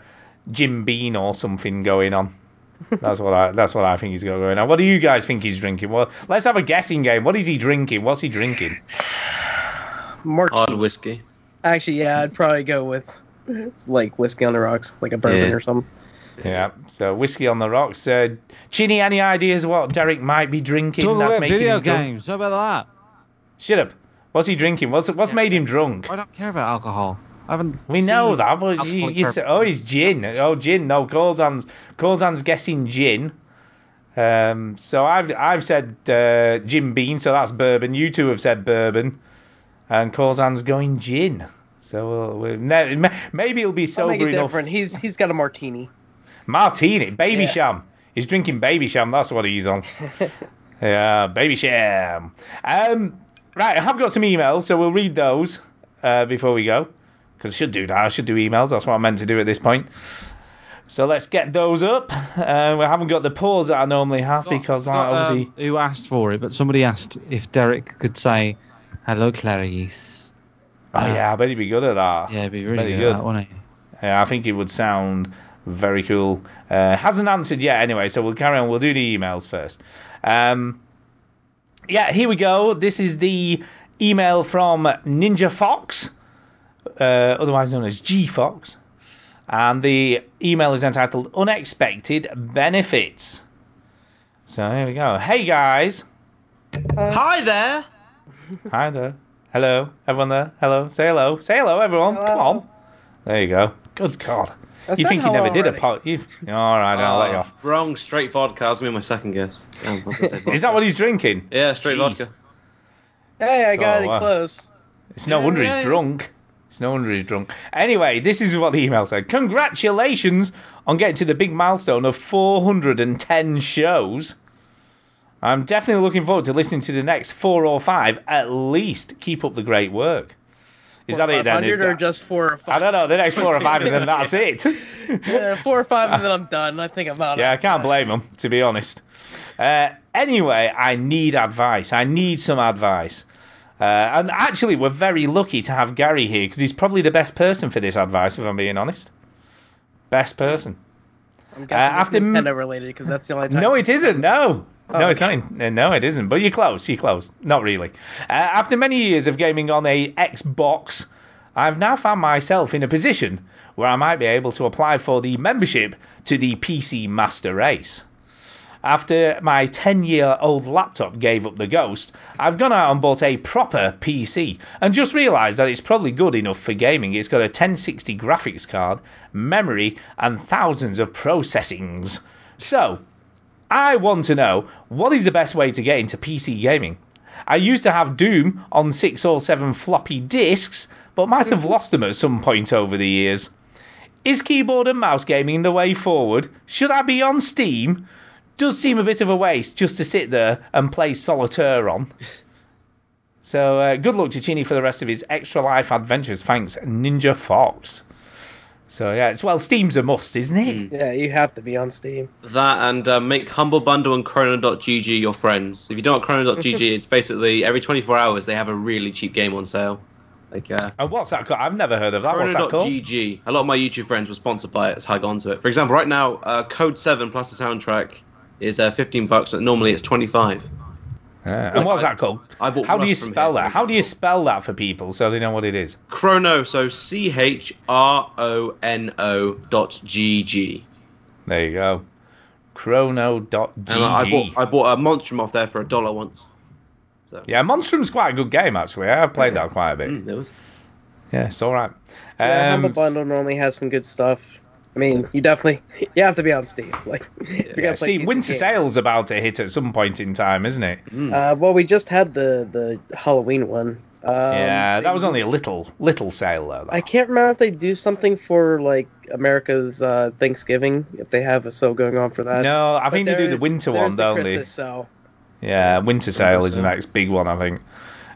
Speaker 2: Jim Bean or something going on. That's what I that's what I think he's got going on. What do you guys think he's drinking? Well, let's have a guessing game. What is he drinking? What's he drinking?
Speaker 5: Mark,
Speaker 4: Hard whiskey.
Speaker 5: actually, yeah, I'd probably go with like whiskey on the rocks, like a bourbon
Speaker 4: Yeah.
Speaker 5: or something.
Speaker 2: Yeah, so whiskey on the rocks. Uh, Chinny, any ideas what Derek might be drinking?
Speaker 1: Double
Speaker 2: that's
Speaker 1: A
Speaker 2: making
Speaker 1: video
Speaker 2: him drunk?
Speaker 1: games. How about
Speaker 2: Shut up. What's he drinking? What's what's made him drunk?
Speaker 1: that? I don't care about alcohol. I haven't.
Speaker 2: We
Speaker 1: seen
Speaker 2: know that. But you,
Speaker 1: alcoholic
Speaker 2: you say, oh, he's gin. Oh, gin. No, Corzan's Corzan's guessing gin. Um, so I've I've said uh, Jim Bean. So that's bourbon. You two have said bourbon, and Corzan's going gin. So we'll, we'll, ne- ma- maybe he'll be
Speaker 5: I'll
Speaker 2: sober
Speaker 5: make it
Speaker 2: enough.
Speaker 5: different. He's he's got a martini.
Speaker 2: Martini, baby
Speaker 5: Yeah.
Speaker 2: sham. He's drinking baby sham. That's what he's on. yeah, baby sham. Um, right, I have got some emails, so we'll read those uh, before we go. Because I should do that. I should do emails. That's what I'm meant to do at this point. So let's get those up. Uh, we haven't got the pause that I normally have because I
Speaker 1: Not, um,
Speaker 2: obviously.
Speaker 1: who asked for it, but somebody asked if Derek could say, "Hello, Clarice."
Speaker 2: oh, yeah, I bet he'd be good at that.
Speaker 1: Yeah, it'd be
Speaker 2: Very
Speaker 1: really good,
Speaker 2: good.
Speaker 1: That, wouldn't it?
Speaker 2: Yeah, Uh, I think it would sound very cool. Uh, hasn't answered yet, anyway, so we'll carry on. We'll do the emails first. Um, yeah, here we go. This is the email from Ninja Fox, uh, otherwise known as G Fox. And the email is entitled Unexpected Benefits. So here we go. Hey guys.
Speaker 4: Hi there.
Speaker 2: Hi there. Hello. Everyone there. Hello. Say hello. Say hello, everyone. Come
Speaker 5: Hello.
Speaker 2: on. There you go. Good God.
Speaker 5: I
Speaker 2: You
Speaker 5: said
Speaker 2: think he never
Speaker 5: hello
Speaker 2: did a
Speaker 5: already.
Speaker 2: pod? You... All right, I'll let you off.
Speaker 4: Ah, Wrong, straight vodka. I was gonna be my second guess. Damn, I was gonna say
Speaker 5: Oh,
Speaker 2: Is
Speaker 4: vodka.
Speaker 2: that what he's drinking?
Speaker 4: Yeah, straight
Speaker 2: Jeez.
Speaker 4: vodka.
Speaker 5: Hey, I got
Speaker 2: Oh,
Speaker 5: it
Speaker 2: wow.
Speaker 5: close.
Speaker 2: It's no wonder he's drunk. It's no wonder he's drunk. Anyway, this is what the email said. Congratulations on getting to the big milestone of 410 shows. I'm definitely looking forward to listening to the next four or five at least. Keep up the great work. Is that it then? Is
Speaker 5: 100 or
Speaker 2: that-
Speaker 5: just four or five?
Speaker 2: I don't know. The next four or five, and then that's it.
Speaker 5: Yeah, four or five, and then I'm done. I think I'm out.
Speaker 2: Yeah, I can't blame him, to be honest. Uh, anyway, I need advice. I need some advice. Uh, and actually, we're very lucky to have Gary here because he's probably the best person for this advice, if I'm being honest. Best person.
Speaker 5: I'm
Speaker 2: Uh,
Speaker 5: guessing
Speaker 2: after
Speaker 5: after
Speaker 2: m-
Speaker 5: Nintendo related because that's the only time.
Speaker 2: No, it isn't. No. no,
Speaker 5: Oh,
Speaker 2: it's
Speaker 5: okay.
Speaker 2: not. in- uh, No, it isn't. But you're close. You're close. Not really. Uh, after many years of gaming on a Xbox, I've now found myself in a position where I might be able to apply for the membership to the PC Master Race. After my 10 year old laptop gave up the ghost, I've gone out and bought a proper PC and just realised that it's probably good enough for gaming. It's got a 1060 graphics card, memory, and thousands of processings. So, I want to know what is the best way to get into PC gaming. I used to have Doom on six or seven floppy disks, but might have lost them at some point over the years. Is keyboard and mouse gaming the way forward? Should I be on Steam? Does seem a bit of a waste just to sit there and play solitaire on. So uh, good luck to Chini for the rest of his extra life adventures. Thanks, Ninja Fox. So yeah, it's well, Steam's a must, isn't it?
Speaker 5: Yeah, you have to be on Steam.
Speaker 4: That and uh, make Humble Bundle and Chrono.gg your friends. If you don't know what Chrono.gg, it's basically every 24 hours they have a really cheap game on sale. Like uh,
Speaker 2: And what's that called? I've never heard of that. What's that called?
Speaker 4: Chrono.gg. A lot of my YouTube friends were sponsored by it, so I got onto it. For example, right now, uh, Code 7 plus the soundtrack is uh, 15 bucks, and normally it's 25.
Speaker 2: and what's that called?
Speaker 4: I bought
Speaker 2: How do
Speaker 4: Rust
Speaker 2: you
Speaker 4: from here.
Speaker 2: spell that? How do you spell that for people so they know what it is?
Speaker 4: Chrono, so C H R O N O dot G G.
Speaker 2: There you go. Chrono.gg.
Speaker 4: And I I bought I bought a Monstrum off there for a dollar once.
Speaker 2: Yeah, Monstrum's quite a good game actually. I've played that quite a bit.
Speaker 4: Mm.
Speaker 2: Yeah, it's all right.
Speaker 5: yeah, Humble
Speaker 2: Um,
Speaker 5: Bundle normally has some good stuff. I mean, you definitely you have to be on Steam. Like, you
Speaker 2: yeah,
Speaker 5: gotta play
Speaker 2: Steve,
Speaker 5: decent
Speaker 2: Winter
Speaker 5: games.
Speaker 2: Sale's about to hit at some point in time, isn't it?
Speaker 5: Uh, well, we just had the the Halloween one. Um,
Speaker 2: yeah, that was
Speaker 5: they-
Speaker 2: only a little little sale though.
Speaker 5: I can't remember if they do something for like America's uh, Thanksgiving if they have a sale going on for that.
Speaker 2: No, I
Speaker 5: But
Speaker 2: think they do
Speaker 5: there-
Speaker 2: the winter
Speaker 5: there's
Speaker 2: one,
Speaker 5: the
Speaker 2: don't they?
Speaker 5: Christmas sale.
Speaker 2: Yeah, Winter Sale is the next big one, I think.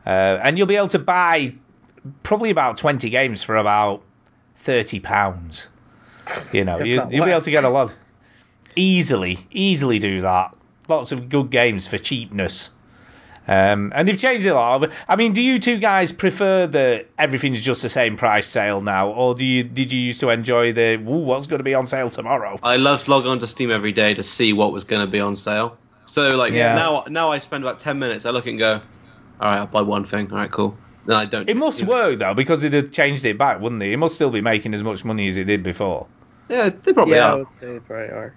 Speaker 2: Uh, and you'll be able to buy probably about 20 games for about 30 pounds. You know,
Speaker 5: If
Speaker 2: you,
Speaker 5: not
Speaker 2: you'll be able
Speaker 5: less.
Speaker 2: to get a lot. Easily, easily do that. Lots of good games for cheapness. Um, and they've changed it a lot. I mean, do you two guys prefer the everything's just the same price sale now, or do you did you used to enjoy the Ooh, what's going to be on sale tomorrow?
Speaker 4: I loved logging onto Steam every day to see what was going to be on sale. So like
Speaker 2: Yeah.
Speaker 4: now now I spend about 10 minutes. I look and go, all right, I'll buy one thing. All right, cool. No, I don't.
Speaker 2: It must work though because they'd have changed it back, wouldn't they? It must still be making as much money as it did before.
Speaker 4: Yeah, they probably
Speaker 5: yeah, I
Speaker 4: are.
Speaker 5: would say they probably are.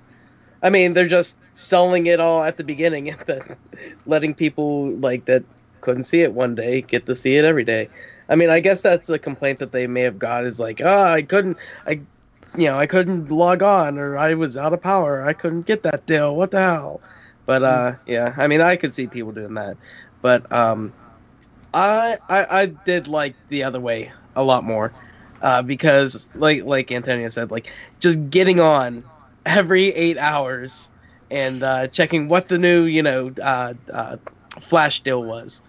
Speaker 5: I mean, they're just selling it all at the beginning, but letting people like that couldn't see it one day get to see it every day. I mean, I guess that's the complaint that they may have got is like, oh, I couldn't, I, you know, I couldn't log on or I was out of power, I couldn't get that deal. What the hell? But uh, yeah, I mean, I could see people doing that, but um, I I, I did like the other way a lot more, uh, because like like Antonio said, like just getting on every eight hours and uh, checking what the new you know uh, uh, flash deal was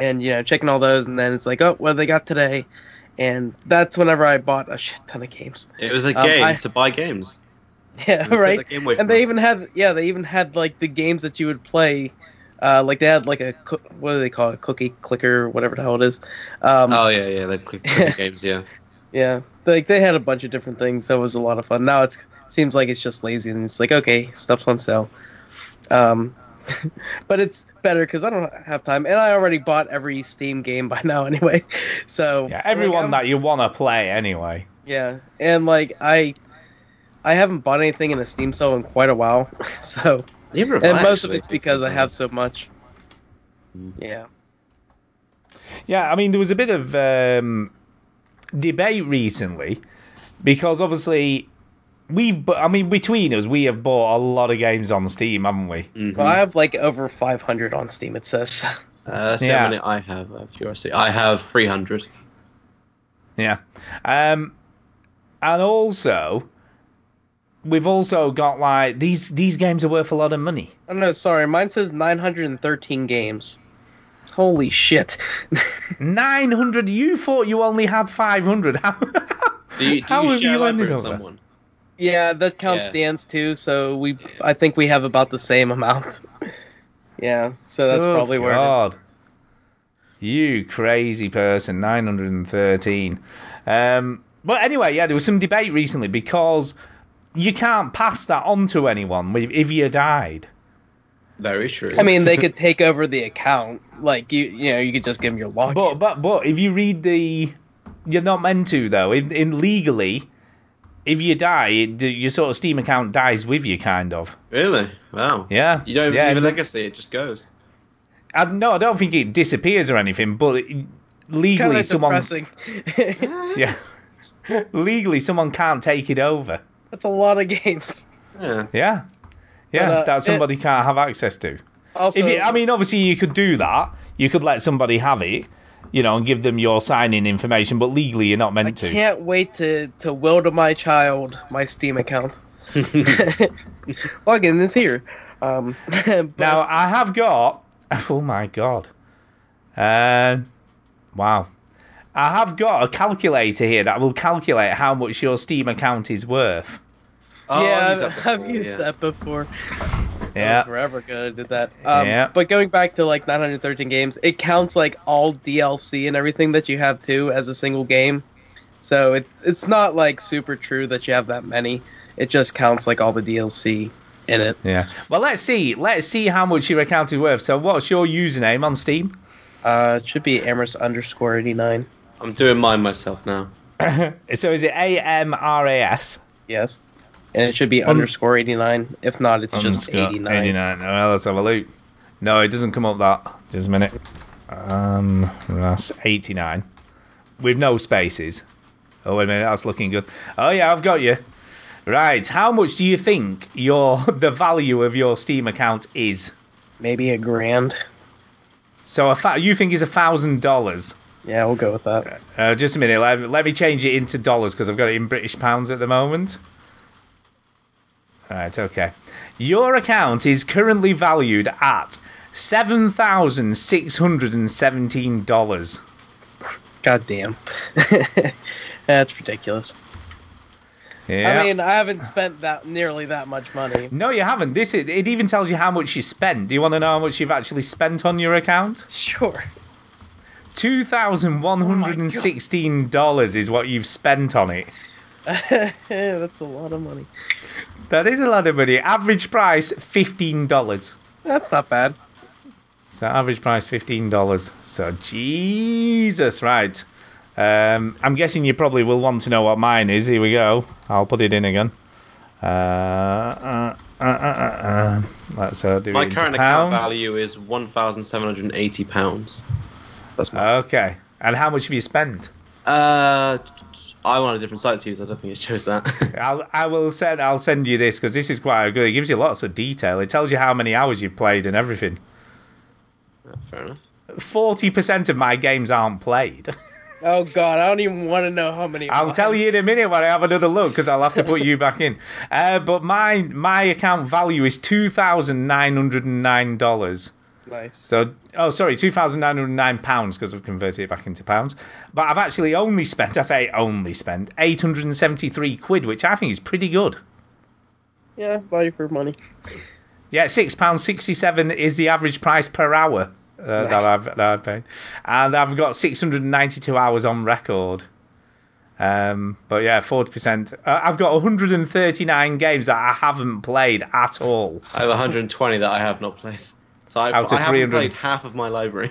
Speaker 5: and you know checking all those and then it's like oh what they got today and that's whenever i bought a shit ton of games
Speaker 4: It was a
Speaker 5: Um,
Speaker 4: game
Speaker 5: I-
Speaker 4: to buy games. They
Speaker 5: yeah
Speaker 4: took
Speaker 5: right
Speaker 4: that game away
Speaker 5: and
Speaker 4: from
Speaker 5: they
Speaker 4: us.
Speaker 5: even had yeah they even had like the games that you would play uh, like they had like a coo- what do they call it cookie clicker whatever the hell it is um,
Speaker 4: oh yeah, yeah, they're quick, quick games. Yeah.
Speaker 5: yeah, like they had a bunch of different things. That was a lot of fun. Now it's seems like it's just lazy and it's like okay, stuff's on sale. Um, but it's better because I don't have time, and I already bought every Steam game by now anyway. So
Speaker 2: Yeah,
Speaker 5: like,
Speaker 2: everyone
Speaker 5: I'm-
Speaker 2: that you want to play anyway.
Speaker 5: yeah, and like I, I haven't bought anything in a Steam sale in quite a while. so
Speaker 4: Neither have
Speaker 5: and
Speaker 4: I,
Speaker 5: most of
Speaker 4: actually.
Speaker 5: it's because I have so much. Yeah.
Speaker 2: Yeah, I mean, there was a bit of um, debate recently because obviously we've, bu- I mean, between us, we have bought a lot of games on Steam, haven't we?
Speaker 4: Mm-hmm.
Speaker 5: Well, I have like over 500 on Steam. It says.
Speaker 4: Uh, let's see
Speaker 2: Yeah.
Speaker 4: how many I have. Out of curiosity, I have 300.
Speaker 2: Yeah. Um, and also, we've also got like these these games are worth a lot of money.
Speaker 5: Oh no, sorry, mine says 913 games. Holy shit!
Speaker 2: 900. You thought you only had 500. How,
Speaker 4: Do you, do
Speaker 2: How
Speaker 4: you
Speaker 2: have
Speaker 4: share
Speaker 2: you
Speaker 4: a library
Speaker 2: ended
Speaker 4: with
Speaker 2: up there?
Speaker 4: someone?
Speaker 5: Yeah, that counts
Speaker 4: Yeah.
Speaker 5: Dan's too. So we, I think we have about the same amount. yeah, so that's
Speaker 2: Good
Speaker 5: probably where it is.
Speaker 2: Oh, God. You crazy person, 913. Um, but anyway, yeah, there was some debate recently because you can't pass that on to anyone if- if you died.
Speaker 4: Very true.
Speaker 5: I mean, they could take over the account. Like you, you know, you could just give them your login.
Speaker 2: But but but if you read the, you're not meant to though. In, in legally, if you die, it, your sort of Steam account dies with you, kind of.
Speaker 4: Really? Wow.
Speaker 2: Yeah.
Speaker 4: You don't
Speaker 2: yeah,
Speaker 4: leave a
Speaker 2: and-
Speaker 4: legacy; it just goes.
Speaker 2: I, no, I don't think it disappears or anything. But it, legally,
Speaker 5: Kinda
Speaker 2: someone
Speaker 5: depressing.
Speaker 2: yeah, legally someone can't take it over.
Speaker 5: that's a lot of games.
Speaker 4: Yeah.
Speaker 2: Yeah, yeah,
Speaker 5: But, uh,
Speaker 2: that somebody can't have access to.
Speaker 5: Also,
Speaker 2: if you, I mean, obviously you could do that. You could let somebody have it, you know, and give them your sign-in information. But legally, you're not meant
Speaker 5: I
Speaker 2: to.
Speaker 5: can't wait to to will to my child my Steam account. Login is here. Um, but-
Speaker 2: Now I have got. Oh my god. Um, wow. I have got a calculator here that will calculate how much your Steam account is worth.
Speaker 4: Oh,
Speaker 5: yeah,
Speaker 4: I've used that
Speaker 5: I've,
Speaker 4: before,
Speaker 5: I've used
Speaker 4: yeah.
Speaker 5: that before. That was
Speaker 2: Yeah.
Speaker 5: forever ago I did that. Um,
Speaker 2: Yeah.
Speaker 5: But going back to like 913 games, it counts like all DLC and everything that you have too as a single game. So it it's not like super true that you have that many. It just counts like all the DLC in it.
Speaker 2: Yeah. Well, let's see. Let's see how much your account is worth. So, what's your username on Steam?
Speaker 5: Uh, it should be Amherst underscore 89.
Speaker 4: I'm doing mine myself now.
Speaker 2: So, is it A M R A S?
Speaker 5: Yes. And it should be
Speaker 2: Um,
Speaker 5: underscore 89. If not, it's just 89.
Speaker 2: 89. Oh, Well, let's have a look. No, it doesn't come up that. Just a minute. Um, that's 89. With no spaces. Oh, wait a minute. That's looking good. Oh, yeah, I've got you. Right. How much do you think your the value of your Steam account is?
Speaker 5: Maybe a grand.
Speaker 2: So a fa- you think it's a thousand dollars?
Speaker 5: Yeah, we'll go with that.
Speaker 2: Uh, Just a minute. Let, let me change it into dollars because I've got it in British pounds at the moment. Right. Okay. Your account is currently valued at seven thousand six hundred and seventeen dollars.
Speaker 5: God damn. That's ridiculous.
Speaker 2: Yeah.
Speaker 5: I mean, I haven't spent that nearly that much money.
Speaker 2: no, you haven't. This is, it even tells you how much you spent. Do you want to know how much you've actually spent on your account?
Speaker 5: Sure.
Speaker 2: Two thousand one hundred and sixteen dollars is what you've spent on it.
Speaker 5: That's a lot of money.
Speaker 2: That is a lot of money. Average price fifteen dollars.
Speaker 5: That's not bad.
Speaker 2: So average price fifteen dollars. So Jesus, right? Um, I'm guessing you probably will want to know what mine is. Here we go. I'll put it in again. Uh, uh, uh, uh, uh, uh. Let's uh, do it
Speaker 4: My
Speaker 2: into
Speaker 4: current account
Speaker 2: pounds.
Speaker 4: value is one thousand seven hundred eighty pounds. That's my.
Speaker 2: Okay. And how much have you spent?
Speaker 4: Uh, I want a different site to use. I don't think it shows that.
Speaker 2: I'll, I will send. I'll send you this because this is quite good. It gives you lots of detail. It tells you how many hours you've played and everything.
Speaker 4: Fair enough.
Speaker 2: Forty percent of my games aren't played.
Speaker 5: Oh god, I don't even want to know how many.
Speaker 2: I'll
Speaker 5: mine-
Speaker 2: tell you in a minute when I have another look because I'll have to put you back in. Uh, but my my account value is two thousand nine hundred and nine dollars.
Speaker 5: Nice.
Speaker 2: So oh sorry, two thousand nine hundred nine pounds because I've converted it back into pounds. But I've actually only spent I say only spent eight hundred and seventy three quid, which I think is pretty good.
Speaker 5: Yeah, value for money.
Speaker 2: Yeah, six pounds sixty seven is the average price per hour uh, that,
Speaker 5: Nice.
Speaker 2: I've, that I've paid, and I've got six hundred and ninety two hours on record. Um, but yeah, forty percent. Uh, I've got one hundred and thirty nine games that I haven't played at all.
Speaker 4: I have 120 that I have not played. So I,
Speaker 2: Out of
Speaker 4: I haven't
Speaker 2: 300.
Speaker 4: played half of my library.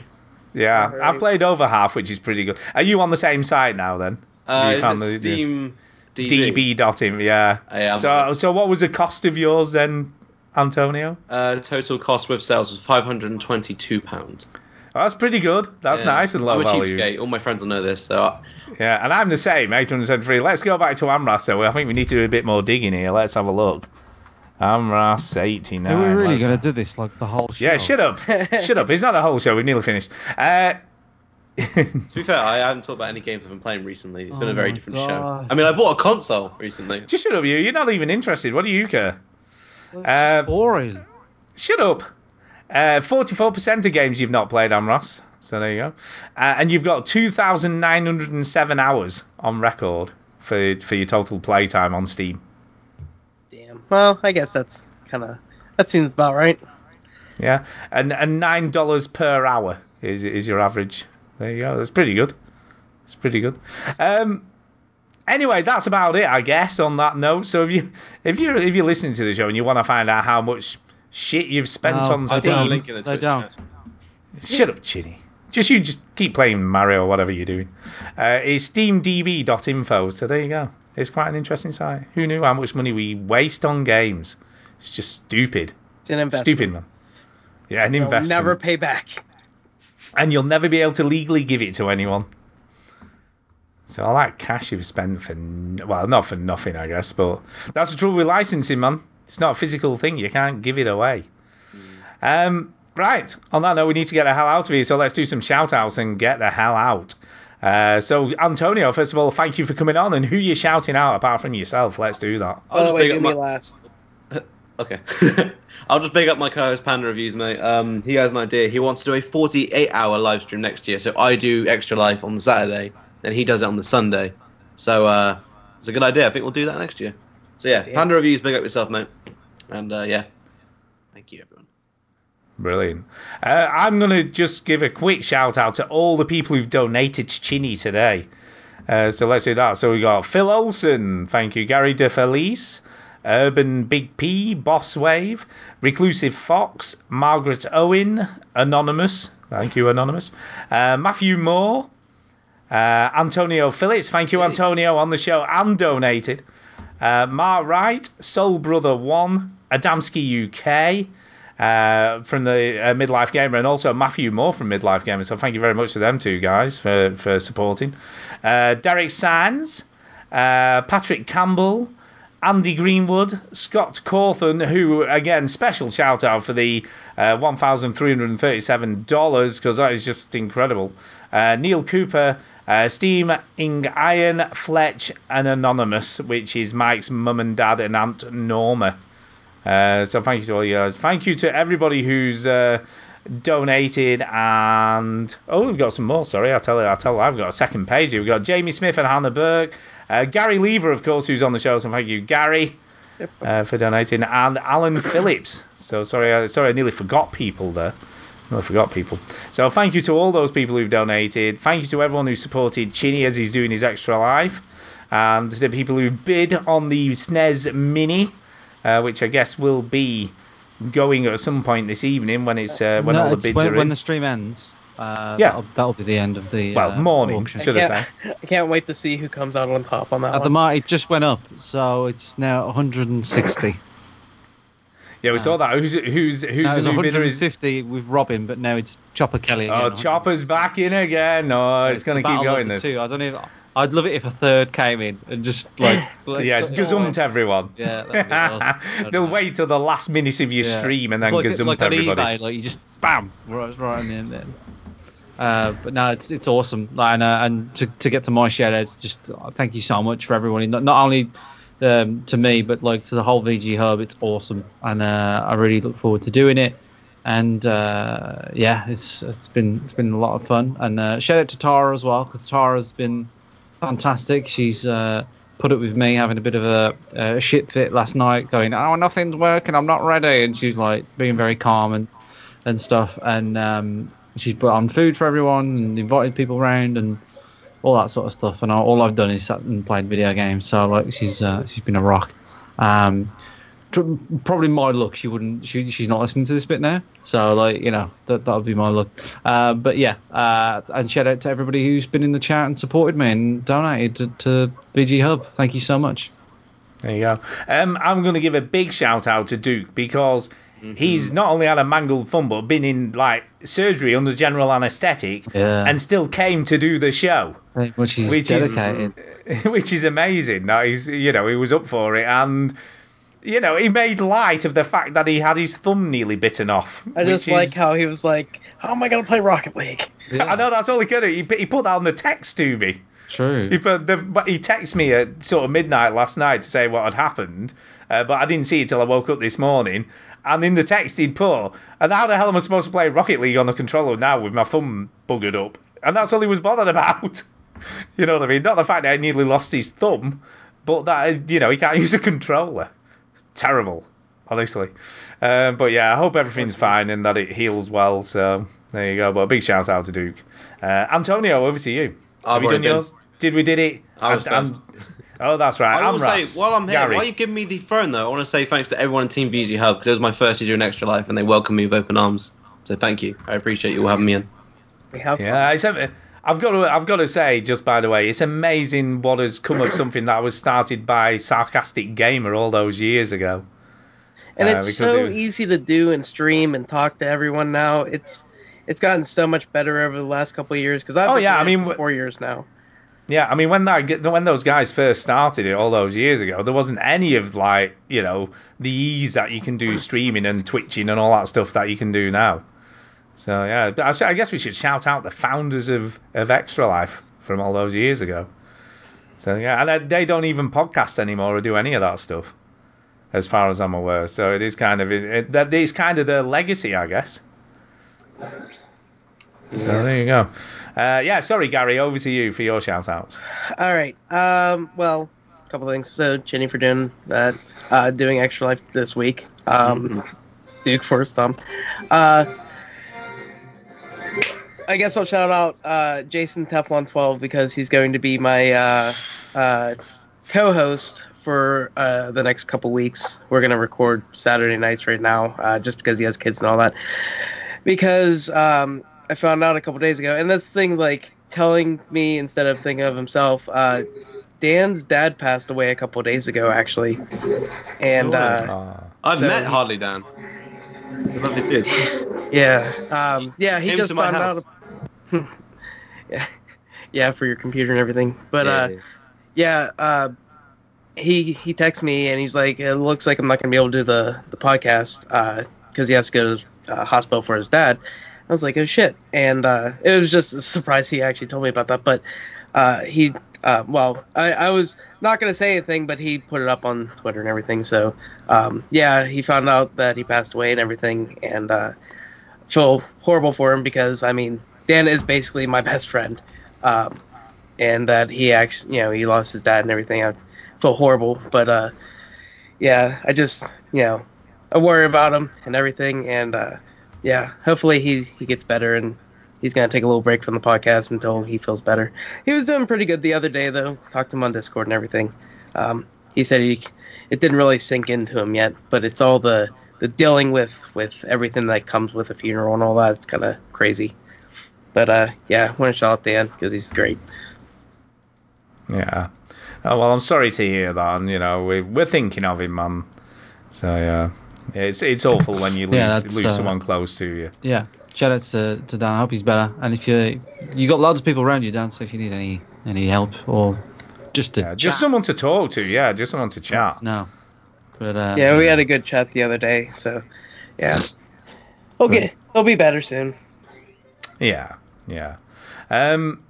Speaker 2: Yeah,
Speaker 5: Alright.
Speaker 2: I've played over half, which is pretty good. Are you on the same site now then? Have
Speaker 4: Uh,
Speaker 2: you
Speaker 4: is
Speaker 2: found
Speaker 4: it
Speaker 2: the- the-
Speaker 4: Steam DB?
Speaker 2: DB dot him, yeah.
Speaker 4: I am.
Speaker 2: So, so what was the cost of yours then, Antonio?
Speaker 4: Uh, total cost with sales was 522 pounds.
Speaker 2: Oh, that's pretty good. That's nice and low
Speaker 4: Uh, I'm a
Speaker 2: value.
Speaker 4: cheapskate. All my friends will know this. So uh, I-
Speaker 2: Yeah, and I'm the same, 873. Let's go back to Amras, though. I think we need to do a bit more digging here. Let's have a look. Amras, 89.
Speaker 1: Are we really Oh.
Speaker 2: Let's-
Speaker 1: going to do this like the whole show?
Speaker 2: Yeah, shut up. shut up. It's not a whole show. We've nearly finished. Uh,
Speaker 4: to be fair, I haven't talked about any games I've been playing recently. It's been
Speaker 2: Oh
Speaker 4: a very
Speaker 2: my
Speaker 4: different
Speaker 2: God.
Speaker 4: show. I mean, I bought a console recently.
Speaker 2: Just shut up, you. You're not even interested. What do you care? Uh,
Speaker 1: boring.
Speaker 2: Shut up. Uh, 44% of games you've not played on, Ross. So there you go. Uh, and you've got 2,907 hours on record for, for your total playtime on Steam.
Speaker 5: Well, I guess that's kind of that seems about right.
Speaker 2: Yeah. And, and $9 per hour is, is your average. There you go. That's pretty good. It's pretty good. Um, anyway, that's about it, I guess. On that note, so if you if you if you're listening to the show and you want to find out how much shit you've spent
Speaker 1: No,
Speaker 2: on
Speaker 1: Oh, I
Speaker 2: Steam,
Speaker 1: don't. They don't.
Speaker 2: Shut up, Chinny. Just you, just keep playing Mario or whatever you're doing. Uh, it's steamdb.info. So there you go. It's quite an interesting site. Who knew how much money we waste on games? It's just stupid.
Speaker 5: It's an investment.
Speaker 2: Stupid man. Yeah, an
Speaker 5: They'll
Speaker 2: investment.
Speaker 5: never pay back.
Speaker 2: And you'll never be able to legally give it to anyone. So all that cash you've spent for n- well, not for nothing, I guess. But that's the trouble with licensing, man. It's not a physical thing. You can't give it away. Um, right. On that note, we need to get the hell out of here. So let's do some shout outs and get the hell out. Uh, so Antonio, first of all, thank you for coming on. And who you shouting out apart from yourself? Let's do that.
Speaker 5: By the way,
Speaker 4: big
Speaker 5: do
Speaker 4: up
Speaker 5: Oh, me
Speaker 4: my-
Speaker 5: last.
Speaker 4: Okay. I'll just big up my co-host Panda Reviews, mate. Um, he has an idea. He wants to do a 48-hour live stream next year. So I do extra life on the Saturday, and he does it on the Sunday. So uh, it's a good idea. I think we'll do that next year. So yeah, Panda Reviews, big up yourself, mate. And uh, yeah, thank you everyone.
Speaker 2: Brilliant. Uh, I'm going to just give a quick shout out to all the people who've donated to Chinny today. Uh, so let's do that. So we got Phil Olson, thank you. Gary DeFelice, Urban Big P, Boss Wave, Reclusive Fox, Margaret Owen, Anonymous, thank you, Anonymous, uh, Matthew Moore, uh, Antonio Phillips, thank you, Antonio, on the show and donated. Uh, Mark Wright, Soul Brother One, Adamski UK uh, from the uh, Midlife Gamer, and also Matthew Moore from Midlife Gamer. So thank you very much to them two guys for for supporting. Uh, Derek Sands, uh, Patrick Campbell. Andy Greenwood, Scott Cawthon, who again special shout out for the uh, one thousand three hundred thirty-seven dollars because that is just incredible. Uh, Neil Cooper, uh, Steam Ing Iron, Fletch, and Anonymous, which is Mike's mum and dad and Aunt Norma. Uh, so thank you to all you guys. Thank you to everybody who's uh, donated and oh, we've got some more. Sorry, I tell you, I tell you, I've got a second page here. We've got Jamie Smith and Hannah Burke, uh, Gary Lever, of course, who's on the show. So thank you, Gary, uh, for donating, and Alan Phillips. So sorry, I, sorry, I nearly forgot people there. Well, I forgot people. So thank you to all those people who've donated. Thank you to everyone who supported Chinny as he's doing his extra life, and to the people who bid on the SNES Mini, uh, which I guess will be going at some point this evening when it's uh, when
Speaker 1: No,
Speaker 2: all the
Speaker 1: it's
Speaker 2: bids
Speaker 1: when,
Speaker 2: are
Speaker 1: when
Speaker 2: in.
Speaker 1: the stream ends. Uh,
Speaker 2: Yeah.
Speaker 1: that'll, that'll be the end of the
Speaker 2: Well,
Speaker 1: uh,
Speaker 2: morning,
Speaker 1: auction.
Speaker 2: should I
Speaker 5: can't- I can't wait to see who comes out on top on that
Speaker 1: At the
Speaker 5: one.
Speaker 1: moment, it just went up, so it's now 160.
Speaker 2: Yeah, we saw that. Who's who's who's
Speaker 1: No, it was
Speaker 2: the new winner is
Speaker 1: 150 with Robin, but now it's Chopper Kelly. Again,
Speaker 2: Oh, Chopper's back in again. No, it's, going to keep going this.
Speaker 1: Too. I don't even. I'd love it if a third came in and just like let's-
Speaker 2: Yeah, it's gazumped everyone.
Speaker 1: Yeah, that'd be awesome. uh,
Speaker 2: They'll wait till the last minute of your
Speaker 1: Yeah.
Speaker 2: stream and
Speaker 1: It's
Speaker 2: then
Speaker 1: like,
Speaker 2: gazump
Speaker 1: like on
Speaker 2: everybody.
Speaker 1: eBay, like you just bam, right, right in the end. Then. Uh, but no, it's it's awesome, Like, and, uh, and to, to get to my shout outs, just uh, thank you so much for everyone. Not, not only um, to me, but like to the whole VG Hub, it's awesome, and uh, I really look forward to doing it. And uh, yeah, it's it's been it's been a lot of fun, and uh, shout out to Tara as well because Tara's been fantastic. She's uh, put up with me having a bit of a, a shit fit last night, going, "Oh, nothing's working. I'm not ready," and she's like being very calm and and stuff. And um, she's put on food for everyone and invited people round and all that sort of stuff. And I, all I've done is sat and played video games. So like, she's uh, she's been a rock. Um, tr- probably my luck. She wouldn't. She, she's not listening to this bit now. So like, you know, that that'll be my luck. Uh, but yeah, uh, and shout out to everybody who's been in the chat and supported me and donated to, to BG Hub. Thank you so much.
Speaker 2: There you go. Um, I'm going to give a big shout out to Duke because
Speaker 1: Mm-hmm.
Speaker 2: he's not only had a mangled thumb but been in like surgery under general anaesthetic
Speaker 1: Yeah.
Speaker 2: and still came to do the show.
Speaker 1: Which is
Speaker 2: Which is-
Speaker 1: dedicated.
Speaker 2: which is amazing. Now he's, you know, he was up for it, and you know, he made light of the fact that he had his thumb nearly bitten off.
Speaker 5: I just
Speaker 2: which
Speaker 5: like
Speaker 2: is-
Speaker 5: how he was like, "How am I gonna play Rocket League?"
Speaker 2: I know that's all he could do. He, he put that on the text to me.
Speaker 1: True.
Speaker 2: He put uh, the, but he texted me at sort of midnight last night to say what had happened, uh, but I didn't see it till I woke up this morning. And in the text he'd put, "And how the hell am I supposed to play Rocket League on the controller now with my thumb buggered up?" And that's all he was bothered about. you know what I mean? Not the fact that he nearly lost his thumb, but that you know he can't use a controller. Terrible, honestly. Uh, but yeah, I hope everything's fine and that it heals well. So there you go. But a big shout out to Duke. Uh, Antonio, over to you. Have you
Speaker 4: already
Speaker 2: done
Speaker 4: been.
Speaker 2: yours? Did we did it?
Speaker 4: I was
Speaker 2: I'm- oh, that's right.
Speaker 4: I
Speaker 2: I'm
Speaker 4: will say, while I'm here,
Speaker 2: Gary.
Speaker 4: why are you giving me the phone though? I want to say thanks to everyone in Team VG Hub because it was my first year doing Extra Life and they welcomed me with open arms. So thank you. I appreciate you all having me in.
Speaker 2: Yeah, it's, a- I've got to. I've got to say, just by the way, it's amazing what has come of something that was started by sarcastic gamer all those years ago.
Speaker 5: And
Speaker 2: Uh,
Speaker 5: it's
Speaker 2: because
Speaker 5: so
Speaker 2: it was-
Speaker 5: easy to do and stream and talk to everyone now. It's it's gotten so much better over the last couple of years because I've
Speaker 2: Oh,
Speaker 5: been
Speaker 2: yeah,
Speaker 5: doing
Speaker 2: I
Speaker 5: it
Speaker 2: mean,
Speaker 5: for four years now.
Speaker 2: Yeah, I mean when that g- when those guys first started it all those years ago, there wasn't any of like you know the ease that you can do streaming and twitching and all that stuff that you can do now. So yeah, but I, sh- I guess we should shout out the founders of of Extra Life from all those years ago. So yeah, and uh, they don't even podcast anymore or do any of that stuff, as far as I'm aware. So it is kind of it, it, that is kind of their legacy, I guess. So there you go. Uh, yeah, sorry, Gary. Over to you for your shout outs.
Speaker 5: All right. Um. Well, a couple things. So Jenny for doing that. Uh, doing extra life this week.
Speaker 2: Mm-hmm.
Speaker 5: Um. Duke for his thumb. Uh. I guess I'll shout out uh, Jason Teflon 12 because he's going to be my uh, uh, co-host for uh, the next couple weeks. We're going to record Saturday nights right now, uh, just because he has kids and all that. Because um, I found out a couple days ago, and that's the thing like telling me instead of thinking of himself. Uh, Dan's dad passed away a couple days ago, actually, and uh,
Speaker 2: Oh,
Speaker 4: I've
Speaker 5: So-
Speaker 4: met Hardly Dan. He's a lovely dude.
Speaker 5: yeah, um, yeah, he
Speaker 4: Came
Speaker 5: just
Speaker 4: to my
Speaker 5: found
Speaker 4: house.
Speaker 5: out. yeah, yeah, for your computer and everything, but uh, yeah, uh, he he texts me and he's like, "It looks like I'm not gonna be able to do the the podcast because he has to go to the uh, hospital for his dad." I was like, "Oh shit!" And uh, it was just a surprise he actually told me about that. But uh, he, uh, well, I, I was not gonna say anything, but he put it up on Twitter and everything. So um, yeah, he found out that he passed away and everything, and uh, feel horrible for him because I mean, Dan is basically my best friend. Um, and that he actually, you know, he lost his dad and everything. I feel horrible, but uh, yeah, I just, you know, I worry about him and everything, and uh, yeah, hopefully he he gets better and he's gonna take a little break from the podcast until he feels better. He was doing pretty good the other day though. Talked to him on Discord and everything. Um, he said he it didn't really sink into him yet, but it's all the the dealing with with everything that comes with a funeral and all that. It's kind of crazy. But uh, yeah, I want to shout out Dan because he's great.
Speaker 2: Yeah. Oh, well, I'm sorry to hear that. And, you know, we, we're thinking of him, man. So yeah, it's it's awful when you lose
Speaker 1: Yeah, that's,
Speaker 2: lose
Speaker 1: uh,
Speaker 2: someone close to you.
Speaker 1: Yeah. Shout out to, to Dan. I hope he's better. And if you you got loads of people around you, Dan, so if you need any any help or just to
Speaker 2: Yeah, just someone to talk to. Yeah, just someone to chat.
Speaker 1: no. But uh,
Speaker 5: yeah, we had a good chat the other day, so yeah. Okay, he'll be better soon.
Speaker 2: Yeah, yeah. Um,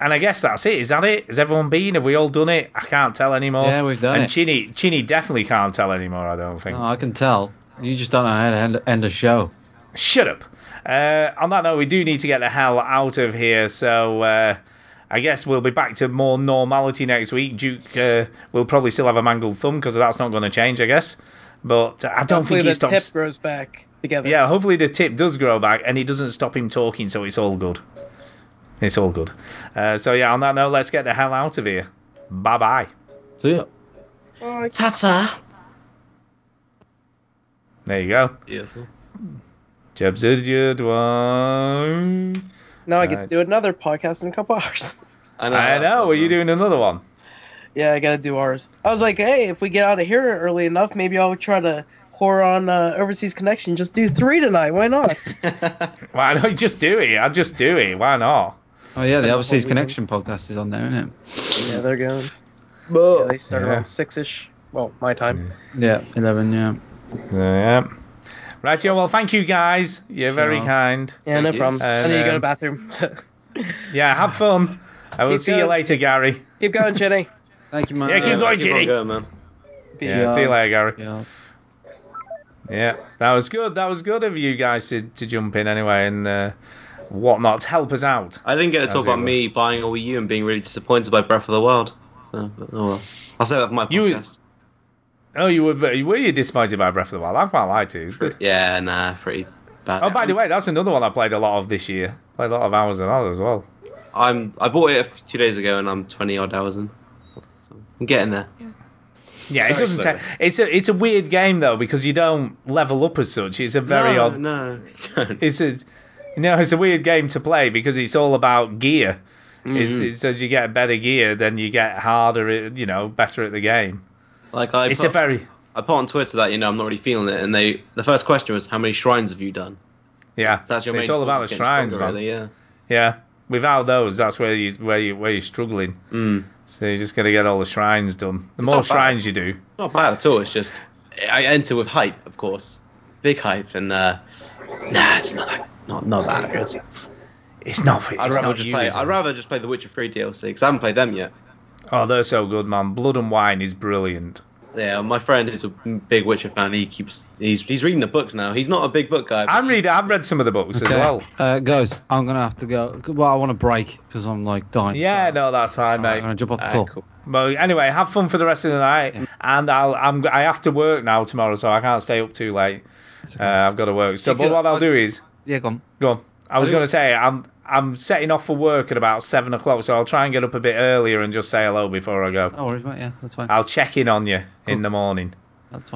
Speaker 2: and I guess that's it. Is that it? Has everyone been? Have we all done it? I can't tell anymore.
Speaker 1: Yeah, we've done
Speaker 2: and
Speaker 1: it.
Speaker 2: Chinny, Chinny definitely can't tell anymore. I don't think.
Speaker 1: No, oh, I can tell. You just don't know how to end, end a show.
Speaker 2: Shut up. Uh, on that note, we do need to get the hell out of here. So uh, I guess we'll be back to more normality next week. Duke uh, will probably still have a mangled thumb because that's not going to change, I guess. But uh, I don't
Speaker 5: Hopefully
Speaker 2: think he
Speaker 5: the
Speaker 2: stops.
Speaker 5: tip grows back together.
Speaker 2: Yeah, hopefully the tip does grow back and it doesn't stop him talking, so it's all good. It's all good. Uh, so yeah, on that note, let's get the hell out of here. Bye bye.
Speaker 1: See ya.
Speaker 5: Tata.
Speaker 2: There you go.
Speaker 4: Beautiful.
Speaker 2: Jeb's is your dwarf.
Speaker 5: Now I get
Speaker 2: Right.
Speaker 5: to do another podcast in a couple hours.
Speaker 4: I know.
Speaker 2: I know. Are you doing another one?
Speaker 5: Yeah, I gotta do ours. I was like, hey, if we get out of here early enough, maybe I'll try to whore on uh, Overseas Connection. Just do three tonight. Why not?
Speaker 2: Why don't you just do it? I'll just do it. Why not?
Speaker 1: Oh yeah, the
Speaker 5: the
Speaker 1: Overseas
Speaker 5: whole weekend.
Speaker 1: Connection podcast is on there, isn't it?
Speaker 5: yeah, they're going. Yeah, they started
Speaker 2: Yeah.
Speaker 5: around six ish. Well, my time.
Speaker 1: Yeah, eleven. Yeah.
Speaker 2: Yeah. Right, yeah. Well, thank you guys. You're very
Speaker 1: Sure.
Speaker 2: kind.
Speaker 5: Yeah, no problem. I
Speaker 2: And,
Speaker 5: need to go to
Speaker 2: um,
Speaker 5: the bathroom. So.
Speaker 2: yeah, have fun. I will
Speaker 5: Keep
Speaker 2: see you
Speaker 5: going.
Speaker 2: later, Gary.
Speaker 5: Keep going, Jenny.
Speaker 1: Thank you, man.
Speaker 2: Yeah, keep going, Jimmy.
Speaker 4: man.
Speaker 2: Yeah, see you later, Gary.
Speaker 1: Yeah.
Speaker 2: Yeah, that was good. That was good of you guys to, to jump in anyway and uh, whatnot to help us out.
Speaker 4: I didn't get to
Speaker 2: As
Speaker 4: talk
Speaker 2: it
Speaker 4: about
Speaker 2: were.
Speaker 4: me buying a Wii U and being really disappointed by Breath of the Wild. So, but, oh well. I'll say that for my
Speaker 2: You-
Speaker 4: podcast.
Speaker 2: Oh, you were were you disappointed by Breath of the Wild? I quite liked it. It was good.
Speaker 4: yeah, nah, pretty bad.
Speaker 2: Oh, by the way, that's another one I played a lot of this year. Played a lot of hours and hours as well.
Speaker 4: I'm I bought it a few- two days ago and I'm twenty odd hours in. So I'm getting there.
Speaker 2: Yeah, it
Speaker 4: Very
Speaker 2: doesn't.
Speaker 4: slowly.
Speaker 2: Take, it's a it's a weird game though because you don't level up as such. It's a very
Speaker 4: no,
Speaker 2: odd.
Speaker 4: No,
Speaker 2: It's a no. It's a weird game to play because it's all about gear. It's,
Speaker 4: Mhm.
Speaker 2: it's as you get better gear, then you get harder. at- You know, better at the game.
Speaker 4: like I
Speaker 2: it's
Speaker 4: put,
Speaker 2: a very
Speaker 4: I put on Twitter that you know I'm not really feeling it, and they the first question was how many shrines have you done?
Speaker 2: yeah.
Speaker 4: So that's your
Speaker 2: it's
Speaker 4: main
Speaker 2: all
Speaker 4: point
Speaker 2: about
Speaker 4: of
Speaker 2: the
Speaker 4: getting
Speaker 2: shrines,
Speaker 4: stronger,
Speaker 2: man.
Speaker 4: Really, yeah.
Speaker 2: Yeah. Without those, that's where you where you where you're struggling.
Speaker 4: Mm.
Speaker 2: So you just got to get all the shrines done. The
Speaker 4: It's
Speaker 2: more
Speaker 4: not bad.
Speaker 2: shrines you do,
Speaker 4: Not bad at all. It's just I enter with hype, of course, big hype, and uh, nah, it's not that not not that good.
Speaker 2: it's not. It's
Speaker 4: I'd rather
Speaker 2: not
Speaker 4: just
Speaker 2: you,
Speaker 4: play.
Speaker 2: is it?
Speaker 4: I'd rather just play The Witcher Three DLC because I haven't played them yet.
Speaker 2: Oh, they're so good, man. Blood and Wine is brilliant.
Speaker 4: Yeah, my friend is a big Witcher fan. He keeps he's he's reading the books now. He's not a big book guy. but-
Speaker 2: I'm read. I've read some of the books as
Speaker 1: Okay.
Speaker 2: well.
Speaker 1: Uh, guys, I'm gonna have to go. Well, I want to break because I'm like dying.
Speaker 2: Yeah,
Speaker 1: So
Speaker 2: no, that's fine,
Speaker 1: I'm
Speaker 2: mate.
Speaker 1: gonna jump off the
Speaker 4: Ah,
Speaker 1: call.
Speaker 4: cool.
Speaker 2: But anyway, have fun for the rest of the night, and I'll. I'm. I have to work now tomorrow, so I can't stay up too late. Uh, I've got to work. So,
Speaker 4: You
Speaker 2: but
Speaker 4: could-
Speaker 2: what I'll do is,
Speaker 1: Yeah, go on.
Speaker 2: go on. I was
Speaker 4: I
Speaker 2: going to
Speaker 4: think-
Speaker 2: say I'm. I'm setting off for work at about seven o'clock, so I'll try and get up a bit earlier and just say hello before I go.
Speaker 1: No worries, mate. Yeah, that's fine.
Speaker 2: I'll check in on you in the morning.